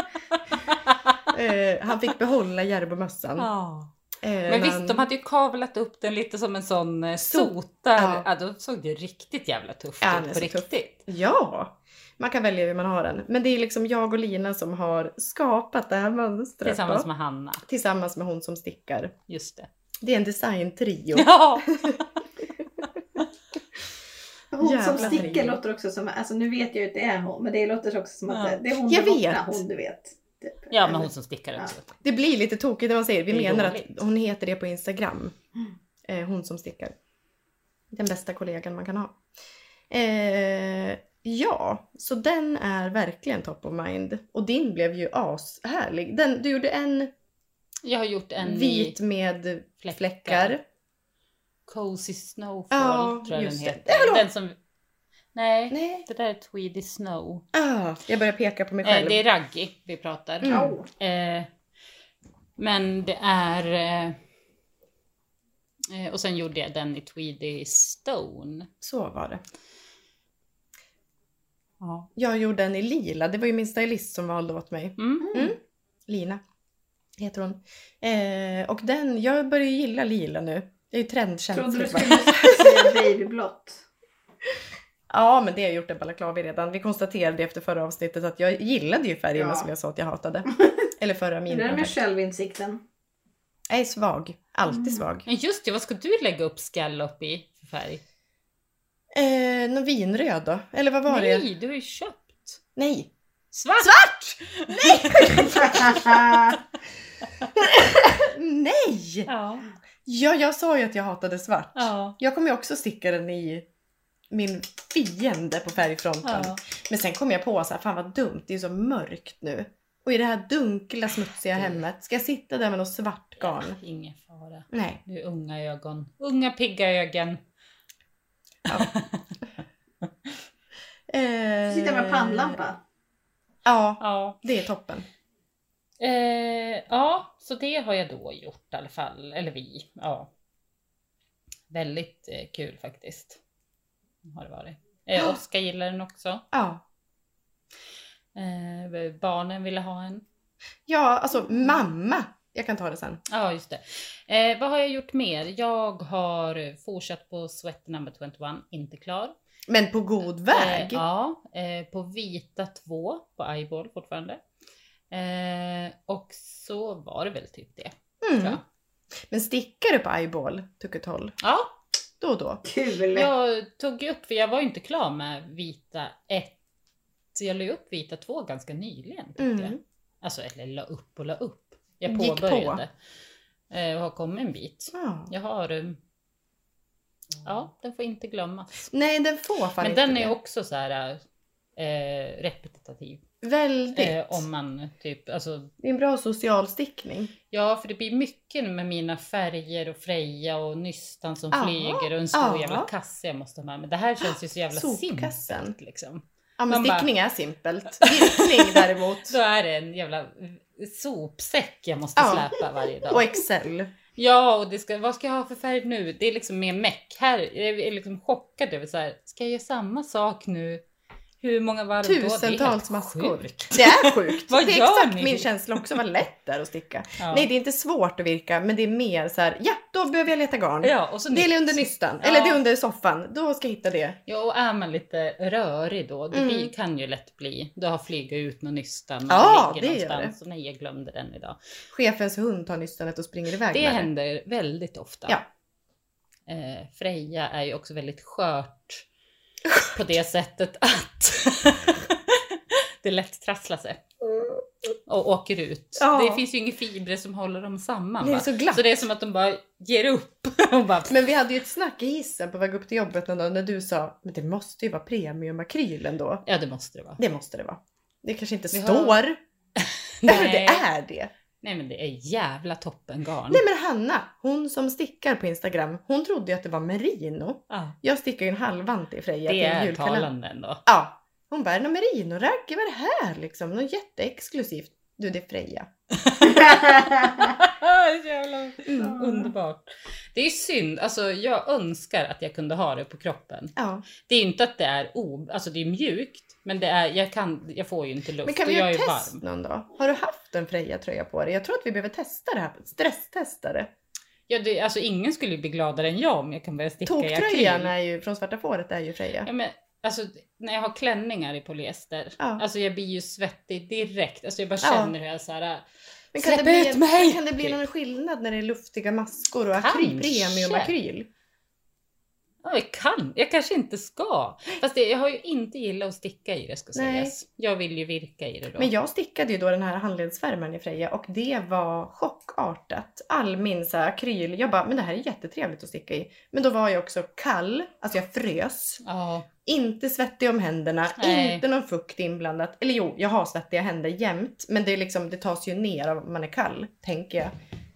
Speaker 3: eh, han fick behålla Järbomössan.
Speaker 2: Ja.
Speaker 3: Eh,
Speaker 2: Men visst,
Speaker 3: han-
Speaker 2: de hade ju kavlat upp den lite som en sån eh,
Speaker 3: Sot.
Speaker 2: sotar.
Speaker 3: Ja.
Speaker 2: Ja. då såg det riktigt jävla tufft
Speaker 3: Ja, han
Speaker 2: ut
Speaker 3: är
Speaker 2: på
Speaker 3: så tuff.
Speaker 2: riktigt.
Speaker 3: Ja! Man kan välja hur man har den. Men det är liksom jag och Lina som har skapat det här mönstret.
Speaker 2: Tillsammans
Speaker 3: då.
Speaker 2: med Hanna,
Speaker 3: Tillsammans med hon som stickar.
Speaker 2: just det.
Speaker 3: Det är en designtrio.
Speaker 2: [LAUGHS]
Speaker 3: [LAUGHS]
Speaker 2: Ja,
Speaker 1: Hon
Speaker 3: Jävla
Speaker 1: som sticker
Speaker 2: herregud.
Speaker 1: låter också som, alltså nu vet jag ju att det är hon, men det låter också som att
Speaker 2: Ja.
Speaker 1: det- det är hon
Speaker 3: Jag
Speaker 1: där
Speaker 3: vet.
Speaker 1: hon du vet. Typ.
Speaker 2: ja men hon som stickar också.
Speaker 3: Det blir lite tokigt när man säger Vi
Speaker 2: Det är
Speaker 3: menar
Speaker 2: dåligt.
Speaker 3: att hon heter det på Instagram.
Speaker 1: Mm.
Speaker 3: Eh, hon som stickar. Den bästa kollegan man kan ha. Eh, ja, så den är verkligen top of mind. Och din blev ju ashärlig. Den, du gjorde en,
Speaker 2: Jag har gjort en i
Speaker 3: vit med
Speaker 2: fläckar.
Speaker 3: fläckar.
Speaker 2: Cozy Snowfall
Speaker 3: Ja,
Speaker 2: tror jag den
Speaker 3: just det.
Speaker 2: heter.
Speaker 3: Ja, hallå!
Speaker 2: Den som... Nej,
Speaker 3: Nej.
Speaker 2: det där är Tweedy Snow.
Speaker 3: Ah, jag börjar peka på mig
Speaker 2: Eh,
Speaker 3: själv.
Speaker 2: det är Raggi vi pratar.
Speaker 3: Mm.
Speaker 1: Au.
Speaker 2: Eh, men det är... Eh, eh, och sen gjorde jag den i Tweedy Stone.
Speaker 3: Så var det.
Speaker 2: Ja.
Speaker 3: Jag gjorde en i lila. Det var ju min stylist som valde åt mig.
Speaker 2: Mm.
Speaker 3: Lina heter hon. Eh, och den, jag börjar ju gilla lila nu. Jag är ju Typ
Speaker 1: Trodde du
Speaker 3: trendkänslig.
Speaker 1: skulle säga babyblått.
Speaker 3: Ja, men det har jag gjort en balaklavi redan. Vi konstaterade efter förra avsnittet att jag gillade ju färgerna
Speaker 1: Ja.
Speaker 3: som jag sa att jag hatade. [LAUGHS] Eller förra
Speaker 1: Det där med
Speaker 3: minkontakt.
Speaker 1: självinsikten.
Speaker 3: [LAUGHS] Jag är svag. Alltid svag.
Speaker 2: Men just det, vad ska du lägga upp scallop i för färg?
Speaker 3: Eh, någon vinröd då? Eller vad var det?
Speaker 2: Nej, du har ju köpt.
Speaker 3: Nej! [LAUGHS]
Speaker 2: Svart!
Speaker 3: Nej!
Speaker 2: Ja.
Speaker 3: Ja, jag sa ju att jag hatade svart.
Speaker 2: Ja.
Speaker 3: Jag kommer ju också sticka den i min fiende på färgfronten.
Speaker 2: Ja.
Speaker 3: Men sen kom jag på så här, fan vad dumt, det är ju så mörkt nu. Och i det här dunkla smutsiga
Speaker 2: Mm.
Speaker 3: hemmet, ska jag sitta där med något svart garn?
Speaker 2: Ingen fara.
Speaker 3: Nej.
Speaker 2: Nu är unga ögon. Unga pigga ögon.
Speaker 3: Eh,
Speaker 1: Sitta med pannlampa.
Speaker 3: Ja,
Speaker 2: Ja.
Speaker 3: det är toppen.
Speaker 2: Eh, ja, så det har jag då gjort i alla fall. Eller vi. Ja. Väldigt eh, kul faktiskt. Har det varit. Eh, Oskar gillar den också.
Speaker 3: Ja.
Speaker 2: Eh, barnen ville ha en.
Speaker 3: Ja, alltså mamma. Jag kan ta det sen.
Speaker 2: Ja, just det. Eh, vad har jag gjort mer? Jag har fortsatt på Sweat number 21, inte klar.
Speaker 3: Men på god väg.
Speaker 2: Eh, ja, eh, på vita två på eyeball fortfarande. Eh, och så var det väl typ det. tror
Speaker 3: mm.
Speaker 2: jag.
Speaker 3: Men stickar du på eyeball, tucketull,
Speaker 2: Ja,
Speaker 3: då och då?
Speaker 1: Kul! [LAUGHS]
Speaker 2: Jag tog ju upp, för jag var ju inte klar med vita 1. Så jag la ju upp vita 2 ganska nyligen. tyckte
Speaker 3: Mm.
Speaker 2: Jag. Alltså, eller la upp och la upp. Jag
Speaker 3: Gick på.
Speaker 2: påbörjade. eh, Och har kommit en bit.
Speaker 3: Ja.
Speaker 2: Jag har... eh, Ja, den får inte glömmas.
Speaker 3: Nej, den får fan
Speaker 2: Men
Speaker 3: inte
Speaker 2: den
Speaker 3: det.
Speaker 2: är också så här eh, repetitiv.
Speaker 3: Väldigt.
Speaker 2: Eh, om man typ, alltså,
Speaker 3: Det är en bra social stickning.
Speaker 2: ja för det blir mycket med mina färger och Freja och nystan som
Speaker 3: Ja,
Speaker 2: flyger och en stor
Speaker 3: ja.
Speaker 2: jävla kasse jag måste ha med. Men det här känns ju så jävla
Speaker 3: Sopkassen.
Speaker 2: simpelt liksom.
Speaker 3: Ja, men
Speaker 2: Man bara-
Speaker 3: stickning är simpelt.
Speaker 2: [LAUGHS]
Speaker 3: Virkning däremot.
Speaker 2: Då är det en jävla sopsäck jag måste
Speaker 3: Ja.
Speaker 2: släpa varje dag.
Speaker 3: Och Excel.
Speaker 2: Ja, och det ska, vad ska jag ha för färg nu? Det är liksom mer meck. Här är vi liksom chockade över så här, ska jag göra samma sak nu? Hur många varv då? Det är helt
Speaker 3: Tusentals maskor.
Speaker 2: sjukt.
Speaker 3: Det är
Speaker 2: [LAUGHS]
Speaker 3: sjukt.
Speaker 2: Vad
Speaker 3: det är
Speaker 2: gör
Speaker 3: exakt
Speaker 2: ni?
Speaker 3: min känsla också, vad lätt det är att sticka.
Speaker 2: Ja.
Speaker 3: Nej, det är inte svårt att virka, men det är mer så här, ja, då behöver jag leta garn.
Speaker 2: ja, och så
Speaker 3: Det är
Speaker 2: nytt.
Speaker 3: under nystan,
Speaker 2: Ja.
Speaker 3: eller det är under soffan. Då ska jag hitta det.
Speaker 2: Ja, och är man lite rörig då, det
Speaker 3: Mm.
Speaker 2: blir, kan ju lätt bli. Du har flugit ut någon nysta, man
Speaker 3: Ja,
Speaker 2: ligger
Speaker 3: det gör
Speaker 2: någonstans. Och nej, jag glömde den idag.
Speaker 3: Chefens hund tar nystanet och springer iväg
Speaker 2: Det
Speaker 3: med det.
Speaker 2: händer väldigt ofta.
Speaker 3: Ja.
Speaker 2: Eh, Freja är ju också väldigt skört på det sättet att [LAUGHS] det lätt trasslar sig och åker ut.
Speaker 3: Ja.
Speaker 2: Det finns ju inga fibrer som håller dem samman.
Speaker 3: Det är
Speaker 2: va?
Speaker 3: så glatt.
Speaker 2: så det är som att de bara ger upp. [LAUGHS] och bara,
Speaker 3: Men vi hade ju ett snack i hissen på väg upp till jobbet någon dag när du sa, men det måste ju vara premiumakrylen då.
Speaker 2: ja, det måste det vara.
Speaker 3: Det måste det vara. Det kanske inte
Speaker 2: Vi har-
Speaker 3: står. [LAUGHS] Nej. men det
Speaker 2: Nej.
Speaker 3: är det.
Speaker 2: Nej, men det är jävla toppengarn.
Speaker 3: Nej men Hanna, hon som stickar på Instagram, hon trodde ju att det var merino.
Speaker 2: Ja,
Speaker 3: Jag stickar ju en halvant i Freja
Speaker 2: Ah, det
Speaker 3: till en
Speaker 2: är
Speaker 3: julkalender.
Speaker 2: talande ändå.
Speaker 3: Ja. Hon bara, någon merinoragge, vad är det här liksom? Något jätteexklusivt. Du, det är Freja. [LAUGHS]
Speaker 2: jävla
Speaker 1: Mm.
Speaker 2: underbart. Det är ju synd. Alltså, jag önskar att jag kunde ha det på kroppen.
Speaker 3: Ja.
Speaker 2: Det är ju inte att det är o... alltså det är mjukt, men det är, jag, kan, jag får ju inte luft
Speaker 3: Men kan
Speaker 2: och
Speaker 3: vi
Speaker 2: jag
Speaker 3: göra
Speaker 2: är ju
Speaker 3: ett test
Speaker 2: varm.
Speaker 3: någon dag? Har du haft en Freja-tröja på dig? Jag tror att vi behöver testa det här. Stresstesta det.
Speaker 2: Ja, det, alltså ingen skulle ju bli gladare än jag om jag kan börja sticka i
Speaker 3: Toktröjan
Speaker 2: akryl.
Speaker 3: är ju, från Svarta Fåret är ju
Speaker 2: Ja,
Speaker 3: Freja.
Speaker 2: men, alltså, när jag har klänningar i polyester,
Speaker 3: Ja.
Speaker 2: alltså jag blir ju svettig direkt. Alltså jag bara
Speaker 3: Ja.
Speaker 2: känner hur jag så här,
Speaker 3: Men
Speaker 2: Släpp
Speaker 3: det bli,
Speaker 2: ut mig!
Speaker 3: Kan det bli någon skillnad när det är luftiga maskor och akryl?
Speaker 2: Kanske.
Speaker 3: Premiumakryl?
Speaker 2: ja, jag kan, jag kanske inte ska. Fast det, jag har ju inte gillat att sticka i det ska
Speaker 3: Nej.
Speaker 2: sägas. Jag vill ju virka i det då.
Speaker 3: Men jag stickade ju då den här handledsvärmaren i Freja och det var chockartat. All min så här akryl, jag bara, men det här är jättetrevligt att sticka i. Men då var jag också kall, alltså jag frös.
Speaker 2: Ja,
Speaker 3: Inte svettig om händerna,
Speaker 2: Nej.
Speaker 3: inte någon fukt inblandat. Eller jo, jag har svettiga händer jämt. Men det, är liksom, det tas ju ner av att man är kall, tänker jag.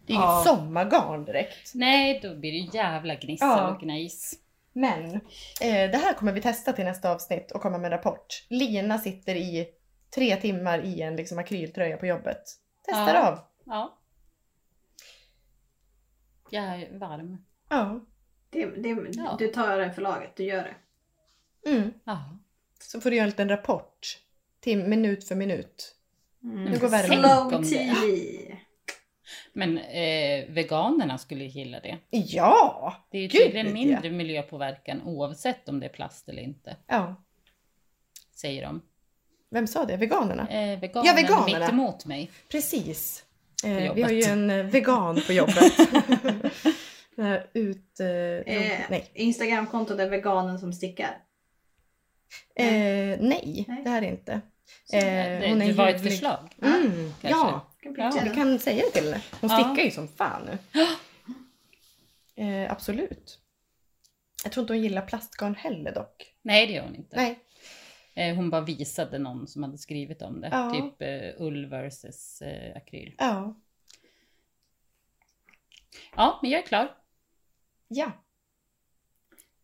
Speaker 3: Det är ju
Speaker 2: Ja.
Speaker 3: inget sommargarn direkt.
Speaker 2: nej då blir det jävla gnissel
Speaker 3: Ja.
Speaker 2: och gnejs.
Speaker 3: Men eh, det här kommer vi testa till nästa avsnitt och komma med en rapport. Lina sitter i tre timmar i en liksom, akryltröja på jobbet. Testar
Speaker 2: Ja.
Speaker 3: av.
Speaker 2: Ja. Jag är varm.
Speaker 3: Ja.
Speaker 1: Det, det,
Speaker 2: Ja.
Speaker 1: Du tar det för laget, du gör det.
Speaker 3: Mm.
Speaker 2: Ja.
Speaker 3: Så får du göra en liten rapport. Till minut för minut.
Speaker 1: Mm.
Speaker 3: Nu går värmen.
Speaker 2: Tänk om
Speaker 1: Slow
Speaker 2: det.
Speaker 1: TV.
Speaker 2: Men eh, veganerna skulle gilla det.
Speaker 3: Ja!
Speaker 2: Det är ju
Speaker 3: Gud,
Speaker 2: tydligen
Speaker 3: ja.
Speaker 2: mindre miljöpåverkan oavsett om det är plast eller inte,
Speaker 3: Ja.
Speaker 2: säger de.
Speaker 3: Vem sa det? Veganerna?
Speaker 2: Eh, veganerna,
Speaker 3: Ja,
Speaker 2: ja,
Speaker 3: veganerna.
Speaker 2: mitt emot mig.
Speaker 3: Precis.
Speaker 2: På
Speaker 3: Eh, vi
Speaker 2: jobbet.
Speaker 3: har ju en eh, vegan
Speaker 2: [LAUGHS]
Speaker 3: på jobbet. Den här ut... Eh,
Speaker 1: Eh,
Speaker 3: nej.
Speaker 1: Instagramkontot är veganen som stickar.
Speaker 3: Eh, nej,
Speaker 1: Nej.
Speaker 3: det här är inte.
Speaker 1: Så,
Speaker 3: Eh,
Speaker 2: det
Speaker 3: hon är
Speaker 2: det var ett
Speaker 3: ljuvlig.
Speaker 2: förslag.
Speaker 3: Mm,
Speaker 2: Ah, kanske.
Speaker 3: ja,
Speaker 1: Kan
Speaker 2: Ja,
Speaker 1: pitcha
Speaker 3: vi
Speaker 1: den.
Speaker 3: kan säga det till henne. Hon
Speaker 2: Ja.
Speaker 3: stickar ju som fan nu. Eh, absolut. Jag tror inte hon gillar plastgarn heller dock.
Speaker 2: Nej, det gör hon inte.
Speaker 3: Nej.
Speaker 2: Eh, hon bara visade någon som hade skrivit om det.
Speaker 3: Ja.
Speaker 2: Typ eh, ull versus eh, akryl.
Speaker 3: Ja.
Speaker 2: Ja, men jag är klar.
Speaker 3: ja.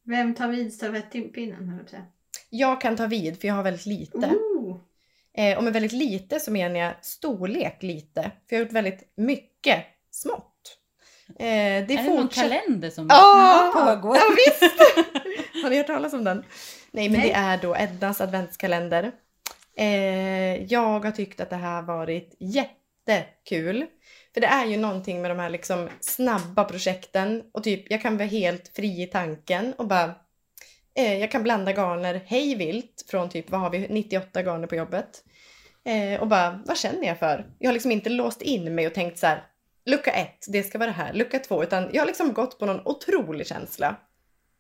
Speaker 1: Vem tar vid stafettpinnen höll jag på att säga.
Speaker 3: Jag kan ta vid för jag har väldigt lite.
Speaker 2: Mm.
Speaker 1: Oh,
Speaker 3: Eh, och med väldigt lite så menar jag storlek lite. För jag har gjort väldigt mycket smått. Eh, det
Speaker 2: är det någon kalender som
Speaker 3: Ja!
Speaker 2: pågår?
Speaker 3: Ja, visst! [LAUGHS] Har ni hört talas om den? Nej, men
Speaker 1: Nej.
Speaker 3: det är då Eddas adventskalender. Eh, jag har tyckt att det här varit jättekul. För det är ju någonting med de här liksom snabba projekten och typ jag kan vara helt fri i tanken och bara eh, jag kan blanda garner hej vilt från typ vad har vi 98 garner på jobbet. Eh, och bara vad känner jag för? Jag har liksom inte låst in mig och tänkt så här lucka ett, det ska vara det här, lucka två, utan jag har liksom gått på någon otrolig känsla.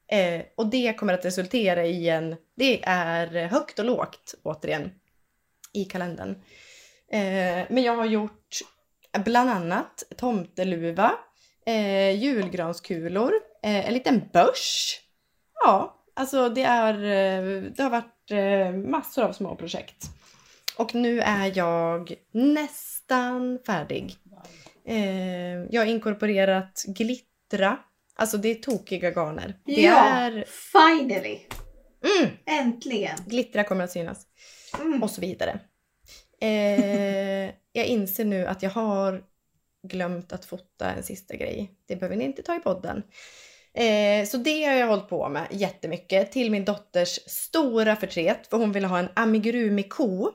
Speaker 3: Eh, och det kommer att resultera i en, det är högt och lågt återigen i kalendern. Eh, men jag har gjort bland annat tomteluva, eh, julgranskulor, eh, en liten börs. Ja, alltså det, är, eh, det har varit eh, massor av små projekt. Och nu är jag nästan färdig. Eh, jag har inkorporerat glittra. Alltså det är tokiga garner. Det
Speaker 1: ja,
Speaker 3: är...
Speaker 1: finally!
Speaker 3: Mm,
Speaker 1: Äntligen!
Speaker 3: glittra kommer att synas.
Speaker 1: Mm.
Speaker 3: Och så vidare. Eh, jag inser nu att jag har glömt att fota en sista grej. Det behöver ni inte ta i podden. Eh, så det har jag hållit på med jättemycket till min dotters stora förtret för hon ville ha en amigurumi-ko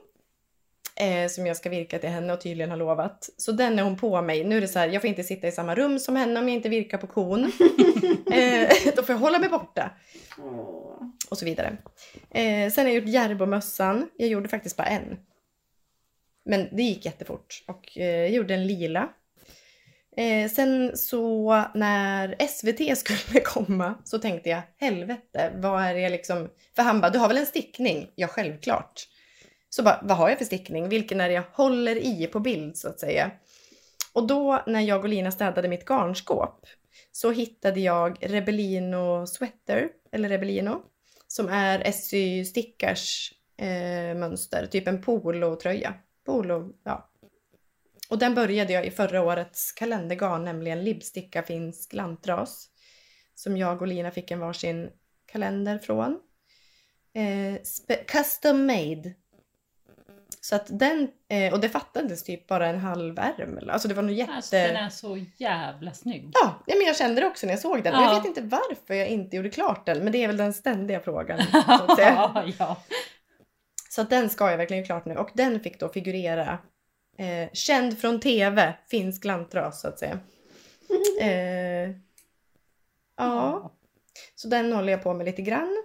Speaker 3: eh, som jag ska virka till henne och tydligen har lovat. Så den är hon på mig. Nu är det så här, jag får inte sitta i samma rum som henne om jag inte virkar på kon. eh, då får jag hålla mig borta
Speaker 1: Åh. [LAUGHS]
Speaker 3: och så vidare. Eh, sen har jag gjort Järbomössan. Jag gjorde faktiskt bara en. Men det gick jättefort och eh, jag gjorde en lila. Eh, sen så när SVT skulle [LAUGHS] komma så tänkte jag helvete, vad är det liksom? För han bara, du har väl en stickning? Ja, självklart. Så bara, vad har jag för stickning? Vilken är det jag håller i på bild så att säga? Och då när jag och Lina städade mitt garnskåp så hittade jag Rebellino Sweater, eller Rebellino, som är SY Stickars eh, mönster, typ en polotröja. Polo, ja. Och den började jag i förra årets kalendergarn, nämligen Libsticka finsk lantras. Som jag och Lina fick en varsin kalender från. Eh, spe- custom made. Så att den, eh, och det fattades typ bara en halv ärm. eller- Alltså det var nog jätte...
Speaker 2: Alltså, den är så jävla snygg.
Speaker 3: Ja, nej, men jag kände det också när jag såg den. Och
Speaker 2: Ja.
Speaker 3: Jag vet inte varför jag inte gjorde klart den, men det är väl den ständiga frågan. [LAUGHS] så,
Speaker 2: [LAUGHS]
Speaker 3: att säga.
Speaker 2: ja.
Speaker 3: så att den ska jag verkligen göra klart nu. Och den fick då figurera eh, känd från TV, finsk lantras så att säga. Eh, ja, så den håller jag på med lite grann.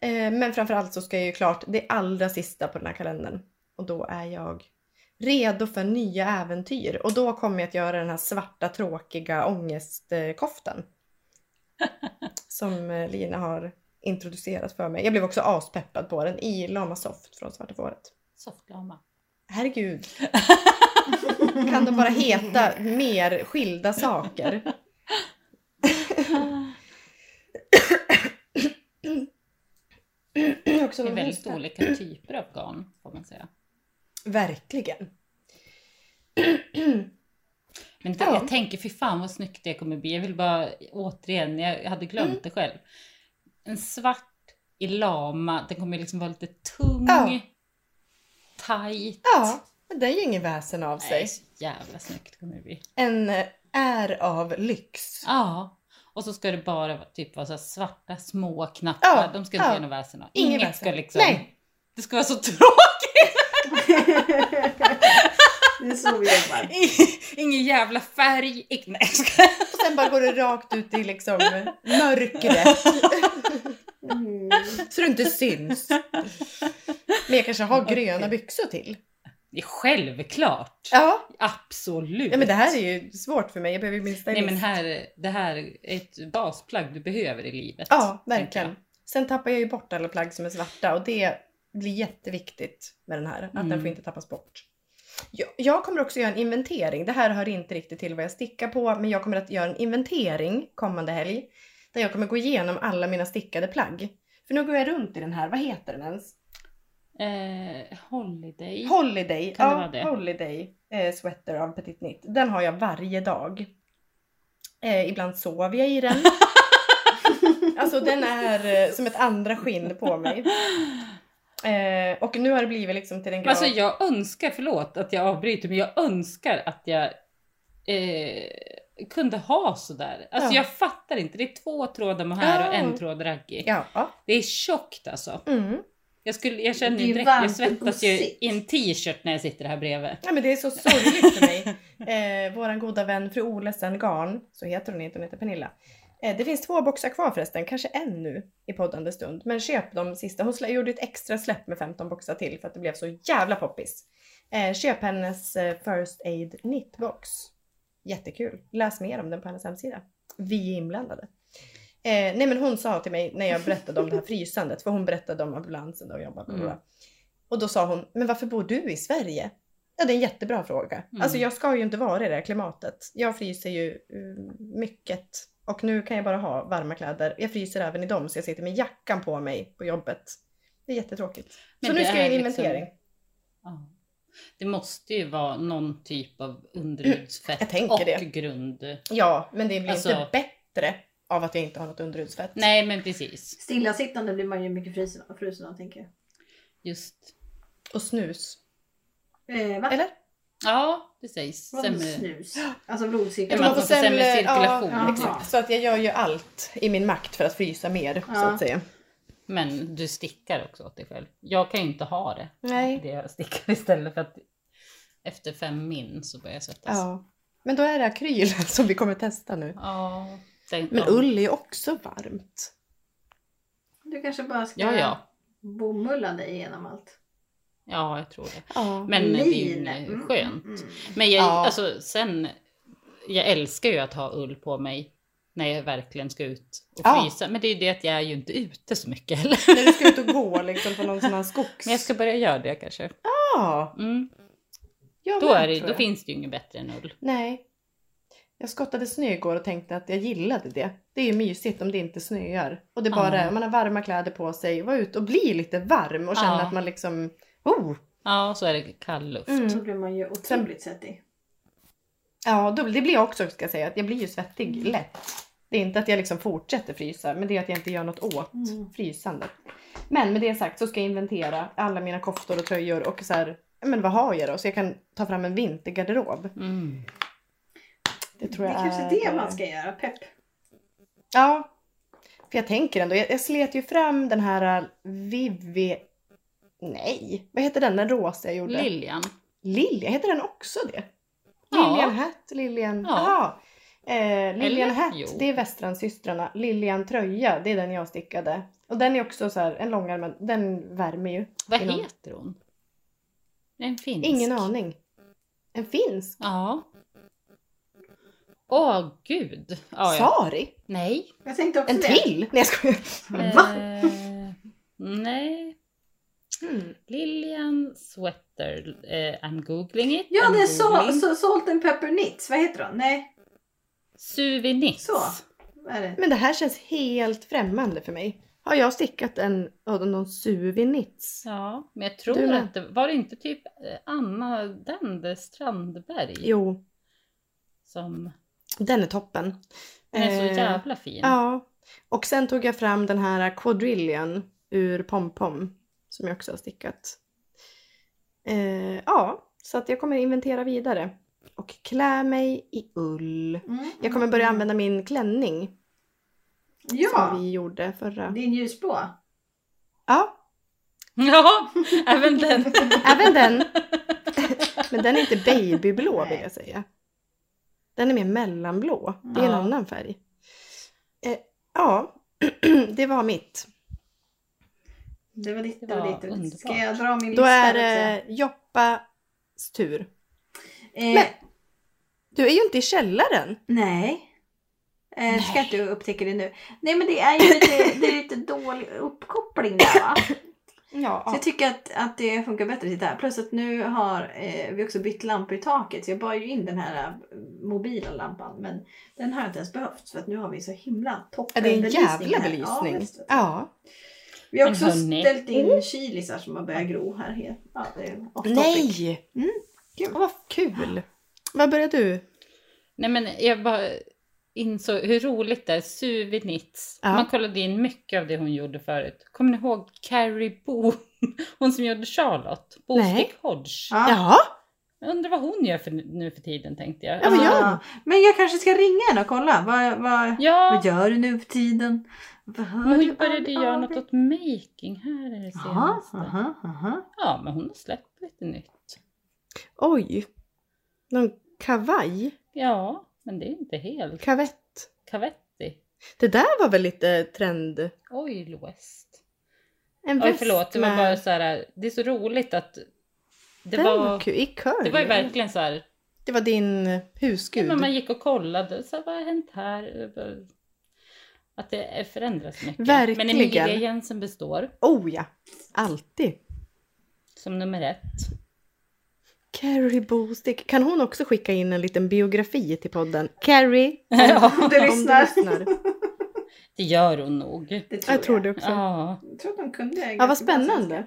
Speaker 3: Eh, men framförallt så ska jag ju klart det allra sista på den här kalendern. Och då är jag redo för nya äventyr. Och då kommer jag att göra den här svarta tråkiga ångestkoftan. som eh, Lina har introducerat för mig. Jag blev också aspeppad på den i Lama Soft från Svarta Fåret.
Speaker 2: Softlama.
Speaker 3: Herregud. Kan de bara heta mer skilda saker?
Speaker 2: Det
Speaker 3: också
Speaker 2: är
Speaker 3: någon
Speaker 2: väldigt
Speaker 3: hosta.
Speaker 2: olika typer av garn får man säga.
Speaker 3: Verkligen.
Speaker 2: Men det,
Speaker 3: Ja.
Speaker 2: jag tänker, fy fan vad snyggt det kommer bli. Jag vill bara återigen, jag hade glömt
Speaker 3: Mm.
Speaker 2: det själv. En svart i lama, den kommer liksom vara lite tung,
Speaker 3: Ja.
Speaker 2: tajt.
Speaker 3: Ja, men det är ju ingen väsen av sig.
Speaker 2: Nej, så jävla snyggt kommer det bli.
Speaker 3: En eh, är av lyx.
Speaker 2: Ja. Och så ska det bara vara- typ vara så här svarta små knappar.
Speaker 3: Ja,
Speaker 2: De ska inte
Speaker 3: ja.
Speaker 2: göra något väsen av.
Speaker 3: Ingen
Speaker 2: Inget
Speaker 3: väsen.
Speaker 2: ska liksom...
Speaker 3: Nej.
Speaker 2: Det ska vara så [LAUGHS] tråkigt!
Speaker 1: Det är så vi jobbar.
Speaker 2: Ingen jävla färg. Ing- Nej, jag skojar.
Speaker 3: Och sen bara går det rakt ut i liksom mörkret.
Speaker 1: Mm.
Speaker 3: Så det inte [LAUGHS] syns. Men jag kanske har gröna byxor till.
Speaker 2: Det är självklart.
Speaker 3: Ja,
Speaker 2: Absolut.
Speaker 3: ja men det här är ju svårt för mig. Jag behöver ju min
Speaker 2: Nej
Speaker 3: stylist.
Speaker 2: men här, det här är ett basplagg du behöver i livet.
Speaker 3: Ja,
Speaker 2: tänker
Speaker 3: verkligen.
Speaker 2: jag.
Speaker 3: Sen tappar jag ju bort alla plagg som är svarta och det blir jätteviktigt med den här. Att den
Speaker 2: Mm.
Speaker 3: får inte tappas bort. Jag, jag kommer också göra en inventering. Det här hör inte riktigt till vad jag stickar på men jag kommer att göra en inventering kommande helg. Där jag kommer gå igenom alla mina stickade plagg. För nu går jag runt i den här, vad heter den ens?
Speaker 2: Eh, holiday.
Speaker 3: Holiday.
Speaker 2: Kan det
Speaker 3: ja,
Speaker 2: vara det?
Speaker 3: Holiday eh, Sweater av Petit Knit. Den har jag varje dag. Eh, ibland sover jag
Speaker 2: [LAUGHS]
Speaker 3: i den. alltså den är eh, som ett andra skinn på mig. Eh, och nu har det blivit liksom till den
Speaker 2: [LAUGHS]
Speaker 3: grad...
Speaker 2: alltså jag önskar, förlåt att jag avbryter, men jag önskar att jag eh, kunde ha sådär. Alltså
Speaker 3: Ja.
Speaker 2: jag fattar inte. Det är två trådar mohair och
Speaker 3: Ja.
Speaker 2: en tråd raggi.
Speaker 3: Ja. ja.
Speaker 2: Det är tjockt alltså.
Speaker 3: Mm.
Speaker 2: Jag, skulle, jag känner
Speaker 1: Det är
Speaker 2: ju
Speaker 1: ju
Speaker 2: direkt, jag
Speaker 1: varmt och
Speaker 2: svettas ju
Speaker 1: gosigt.
Speaker 2: i en t-shirt när jag sitter här bredvid.
Speaker 3: ja men det är så sorgligt för mig. [LAUGHS] Eh, våran goda vän fru Olesen Garn, så heter hon inte, hon heter Pernilla. Eh, det finns två boxar kvar förresten, kanske en nu i poddande stund. Men köp de sista. Hon slä, gjorde ett extra släpp med 15 boxar till för att det blev så jävla poppis. Eh, köp hennes eh, First Aid Knitbox. Jättekul. Läs mer om den på hennes hemsida. Vi är inblandade. Eh, nej men hon sa till mig när jag berättade om det här frysandet, för hon berättade om ambulansen och jag bara,
Speaker 2: Mm.
Speaker 3: Och då sa hon, men varför bor du i Sverige? Ja, det är en jättebra fråga.
Speaker 2: Mm.
Speaker 3: Alltså jag ska ju inte vara i det här klimatet. Jag fryser ju eh, mycket. Och nu kan jag bara ha varma kläder. Jag fryser även i dem så jag sitter med jackan på mig på jobbet. Det är jättetråkigt.
Speaker 2: Men
Speaker 3: så nu
Speaker 2: det
Speaker 3: ska jag
Speaker 2: är
Speaker 3: göra en
Speaker 2: liksom-
Speaker 3: inventering.
Speaker 2: [LAUGHS] Ja. Det måste ju vara någon typ av underhudsfett
Speaker 3: Jag tänker
Speaker 2: och
Speaker 3: det.
Speaker 2: grund.
Speaker 3: Ja, men det blir inte
Speaker 2: Alltså-
Speaker 3: bättre av att jag inte har något underhudsfett.
Speaker 2: Nej men precis.
Speaker 1: Stillasittande blir man ju mycket frusen av, frusen av tänker jag.
Speaker 2: Just
Speaker 3: Och snus.
Speaker 1: Eh, va?
Speaker 3: Eller? Alltså,
Speaker 2: Ja, precis.
Speaker 1: Vadå
Speaker 2: Sämre.
Speaker 1: snus? Alltså
Speaker 2: Ja,
Speaker 1: blodcirkel?
Speaker 2: man får sämre cirkulation.
Speaker 1: Ja,
Speaker 2: liksom.
Speaker 1: exakt.
Speaker 3: Så att jag gör ju allt i min makt för att frysa mer, så
Speaker 1: Ja.
Speaker 3: att säga.
Speaker 2: Men du stickar också åt dig själv. Jag kan ju inte ha det.
Speaker 3: Nej.
Speaker 2: Det jag stickar istället för att efter fem min så börjar jag svettas.
Speaker 3: Ja. Men då är det akrylen [LAUGHS] som vi kommer testa nu.
Speaker 2: ja tänk
Speaker 3: Men
Speaker 2: om.
Speaker 3: ull är ju också varmt.
Speaker 1: Du kanske bara ska
Speaker 2: Ja, ja.
Speaker 1: bomulla dig igenom allt.
Speaker 2: Ja, jag tror det.
Speaker 3: Ja.
Speaker 2: Men det är ju
Speaker 1: Mm,
Speaker 2: eh, skönt.
Speaker 1: mm, mm.
Speaker 2: Men jag,
Speaker 3: Ja.
Speaker 2: alltså, sen, jag älskar ju att ha ull på mig när jag verkligen ska ut och
Speaker 3: Ja.
Speaker 2: frysa. Men det är ju det att jag är ju inte ute så mycket
Speaker 3: [LAUGHS]
Speaker 2: heller.
Speaker 3: När du ska ut och gå liksom på någon sån här skogs...
Speaker 2: Men jag ska börja göra det kanske.
Speaker 3: Ja,
Speaker 2: Mm.
Speaker 3: jag
Speaker 2: Då,
Speaker 3: med,
Speaker 2: är det,
Speaker 3: tror
Speaker 2: då
Speaker 3: jag.
Speaker 2: finns det ju inget bättre än ull.
Speaker 3: Nej. Jag skottade snö igår och tänkte att jag gillade det. Det är ju mysigt om det inte snöar. Och det bara
Speaker 2: Ja.
Speaker 3: är, man har varma kläder på sig, var ute och bli lite varm och känna
Speaker 2: Ja.
Speaker 3: att man liksom, oh!
Speaker 2: Ja, så är det kall luft.
Speaker 3: Mm.
Speaker 1: Så blir man ju otroligt svettig.
Speaker 3: Ja, då, det blir jag också ska jag säga, att jag blir ju svettig
Speaker 2: Mm.
Speaker 3: lätt. Det är inte att jag liksom fortsätter frysa, men det är att jag inte gör något åt
Speaker 1: Mm.
Speaker 3: frysandet. Men med det sagt så ska jag inventera alla mina koftor och tröjor och så här, ja, men vad har jag då? Så jag kan ta fram en vintergarderob.
Speaker 2: Mm.
Speaker 3: Det tror
Speaker 1: Det är
Speaker 3: jag
Speaker 1: kanske det man ska göra. Pepp.
Speaker 3: Ja. För jag tänker ändå, jag, jag slet ju fram den här äh, Vivi... Nej, vad heter den? Den rosa jag gjorde?
Speaker 2: Liljan.
Speaker 3: Lilja, heter den också det?
Speaker 2: Ja.
Speaker 3: Lilian Hatt, Lilian...
Speaker 2: Ja.
Speaker 3: Aha. Eh, Lilian
Speaker 2: Eller?
Speaker 3: Hatt,
Speaker 2: Jo.
Speaker 3: det är Västransystrarna. Lilian Tröja, det är den jag stickade. Och den är också så här, en långärmad, den värmer ju.
Speaker 2: Vad
Speaker 3: Inom-
Speaker 2: heter hon? En finsk.
Speaker 3: Ingen aning. En finsk?
Speaker 2: Ja. Åh gud. Ja, ja.
Speaker 3: Sari?
Speaker 2: Nej.
Speaker 1: Jag tänkte också
Speaker 3: En
Speaker 1: Alltså det.
Speaker 3: till? Nej jag skojar.
Speaker 1: Va?
Speaker 2: Eh, nej.
Speaker 3: Mm.
Speaker 2: Lilian Sweater. Eh, I'm googling it.
Speaker 1: Ja,
Speaker 2: I'm
Speaker 1: det är så,
Speaker 2: googling.
Speaker 1: så, Salt and Pepper Knits. Vad heter de? Nej,
Speaker 2: Suvinits.
Speaker 1: så. Vad är det?
Speaker 3: Men det här känns helt främmande för mig. Har jag stickat en, av någon suvinits?
Speaker 2: Ja, men jag tror
Speaker 3: Du med.
Speaker 2: att det var det inte typ eh, Anna Dende Strandberg
Speaker 3: Jo,
Speaker 2: som...
Speaker 3: den är toppen.
Speaker 2: Den är
Speaker 3: Eh,
Speaker 2: så jävla fin.
Speaker 3: Ja. Och sen tog jag fram den här quadrillion ur Pompom. Som jag också har stickat. Eh, ja, så att jag kommer inventera vidare. Och klä mig i ull.
Speaker 1: Mm.
Speaker 3: Jag kommer börja använda min klänning som
Speaker 1: Ja,
Speaker 3: vi gjorde förra.
Speaker 1: din ljusblå.
Speaker 3: Ja,
Speaker 2: [LAUGHS] Ja, även den.
Speaker 3: Även den. Men den är inte babyblå vill jag säga. Den är mer mellanblå. Det är en
Speaker 2: Ja.
Speaker 3: annan färg. Eh, ja, [CLEARS THROAT] det var mitt.
Speaker 1: Det var ditt, det
Speaker 2: Det
Speaker 1: var
Speaker 2: var
Speaker 1: ditt. och ditt. Ska
Speaker 2: underbart.
Speaker 1: jag dra min
Speaker 3: Då
Speaker 1: lista?
Speaker 3: är
Speaker 1: också?
Speaker 3: det Joppas tur.
Speaker 1: eh,
Speaker 3: Du är ju inte i källaren.
Speaker 1: Nej. Eh, ska inte jag upptäcka det nu. Nej men det är ju lite, det är lite dålig uppkoppling där va? Så
Speaker 3: Ja.
Speaker 1: jag tycker att, att det funkar bättre att sitta här. Plus att nu har eh, vi också bytt lampor i taket. Så jag bar ju in den här eh, mobila lampan. Men den har jag inte ens behövt. För att nu har vi så himla
Speaker 3: Ja,
Speaker 1: toppen
Speaker 3: det är en
Speaker 1: belysning
Speaker 3: jävla
Speaker 1: här.
Speaker 3: belysning.
Speaker 1: visst.
Speaker 3: Ja.
Speaker 1: Vi har
Speaker 2: Men
Speaker 1: också
Speaker 2: hörni.
Speaker 1: ställt in kylisar som har börjat gro här. Ja, det är off topic.
Speaker 3: Nej!
Speaker 1: Mm,
Speaker 3: Åh, vad kul! Vad börjar du?
Speaker 2: Nej men jag bara insåg hur roligt det är. Suvinits.
Speaker 3: Ja.
Speaker 2: Man kollade in mycket av det hon gjorde förut. Kommer ni ihåg Carrie Bo? [LAUGHS] Hon som gjorde Charlotte.
Speaker 3: Nej.
Speaker 2: Bostick Hodge.
Speaker 1: Ja.
Speaker 3: Jaha,
Speaker 2: Jag undrar vad hon gör för nu för tiden tänkte jag. Alltså,
Speaker 3: Ja, men jag-
Speaker 1: Ja. Ah. Men jag kanske ska ringa henne och kolla. Vad, vad,
Speaker 2: Ja,
Speaker 1: vad gör du nu för tiden? Vad hör
Speaker 2: men
Speaker 1: du
Speaker 2: hon
Speaker 1: av-
Speaker 2: började göra
Speaker 1: av
Speaker 2: något
Speaker 1: dig?
Speaker 2: åt making. Här är det
Speaker 1: Jaha,
Speaker 2: senaste.
Speaker 1: aha, aha.
Speaker 2: Ja, men hon har släppt lite nytt.
Speaker 3: oj. Någon kavaj?
Speaker 2: Ja, men det är inte helt.
Speaker 3: Kavett?
Speaker 2: Cavetti.
Speaker 3: Det där var väl lite trend...
Speaker 2: Oil West.
Speaker 3: En
Speaker 2: Oj
Speaker 3: väst
Speaker 2: förlåt, det var
Speaker 3: med...
Speaker 2: bara så här. Det är så roligt att det
Speaker 3: Den var
Speaker 2: var
Speaker 3: kul. I curl.
Speaker 2: Det var ju verkligen så här,
Speaker 3: Det var din eh, husgud.
Speaker 2: men man gick och kollade, så här, vad har hänt här? Att det är- förändras mycket.
Speaker 3: Verkligen.
Speaker 2: Men Emilia Jensen består
Speaker 3: Oh ja, alltid.
Speaker 2: som nummer ett.
Speaker 3: Carrie Bostick. Kan hon också skicka in en liten biografi till podden? Carrie,
Speaker 1: Om du lyssnar.
Speaker 2: [LAUGHS]
Speaker 3: [LAUGHS]
Speaker 2: Det gör hon nog.
Speaker 1: Det tror
Speaker 3: Jag tror det också.
Speaker 2: Ja,
Speaker 1: Jag tror att de kunde
Speaker 3: Ja,
Speaker 1: ganska
Speaker 3: vad
Speaker 1: bra
Speaker 3: spännande.
Speaker 1: svenska.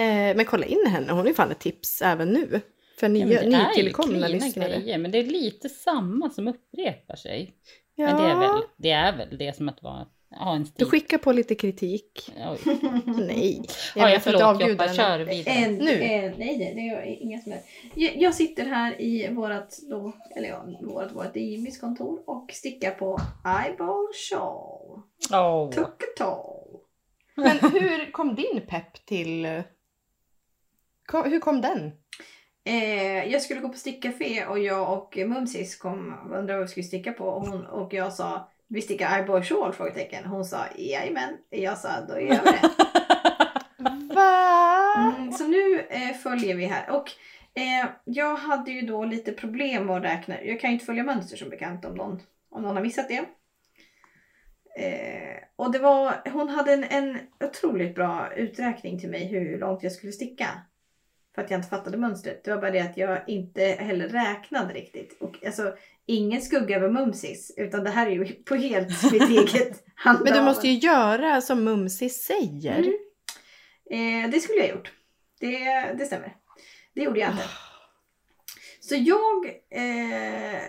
Speaker 3: Eh, men kolla in henne, hon är fan ett tips även nu. För
Speaker 2: Ja, men
Speaker 3: nya,
Speaker 2: det är ju
Speaker 3: nytillkomna
Speaker 2: klina
Speaker 3: lyssnare.
Speaker 2: grejer, men det är lite samma som upprepar sig.
Speaker 3: Ja,
Speaker 2: Men det är, väl, det är väl det som att vara ha en stil.
Speaker 3: Du skickar på lite kritik.
Speaker 2: Oj.
Speaker 3: Nej.
Speaker 2: Mm. Ja, jag
Speaker 3: vet att
Speaker 2: förlåt
Speaker 3: avgudar
Speaker 2: Joppa,
Speaker 3: henne.
Speaker 2: kör vidare.
Speaker 1: En,
Speaker 3: Nu.
Speaker 1: En, nej, nej, det är inga som helst. Jag, jag sitter här i vårat, då, eller ja, vårat, vårat, i Jimmys kontor och stickar på eyeball shawl.
Speaker 2: Åh.
Speaker 1: Tucketall.
Speaker 3: Men hur kom din pepp till... Kom, hur kom den?
Speaker 1: Eh, jag skulle gå på stickcafé och jag och Mumsis kom och undrade vad vi skulle sticka på och, hon, och jag sa vi stickar eyeball shawl? Frågetecken. Hon sa jajamän. Jag sa då gör vi det.
Speaker 3: Va?
Speaker 1: Mm, så nu eh, följer vi här. Och eh, jag hade ju då lite problem att räkna. Jag kan ju inte följa mönster som bekant om någon, om någon har missat det. Eh, och det var, hon hade en, en otroligt bra uträkning till mig hur långt jag skulle sticka. För att jag inte fattade mönstret. Det var bara det att jag inte heller räknade riktigt. Och alltså, ingen skugga över Mumsis. Utan det här är ju på helt mitt eget handlag.
Speaker 3: [LAUGHS] Men du måste ju göra som Mumsi säger.
Speaker 1: Mm. Eh, det skulle jag ha gjort. Det, det stämmer. Det gjorde jag inte. Så jag eh,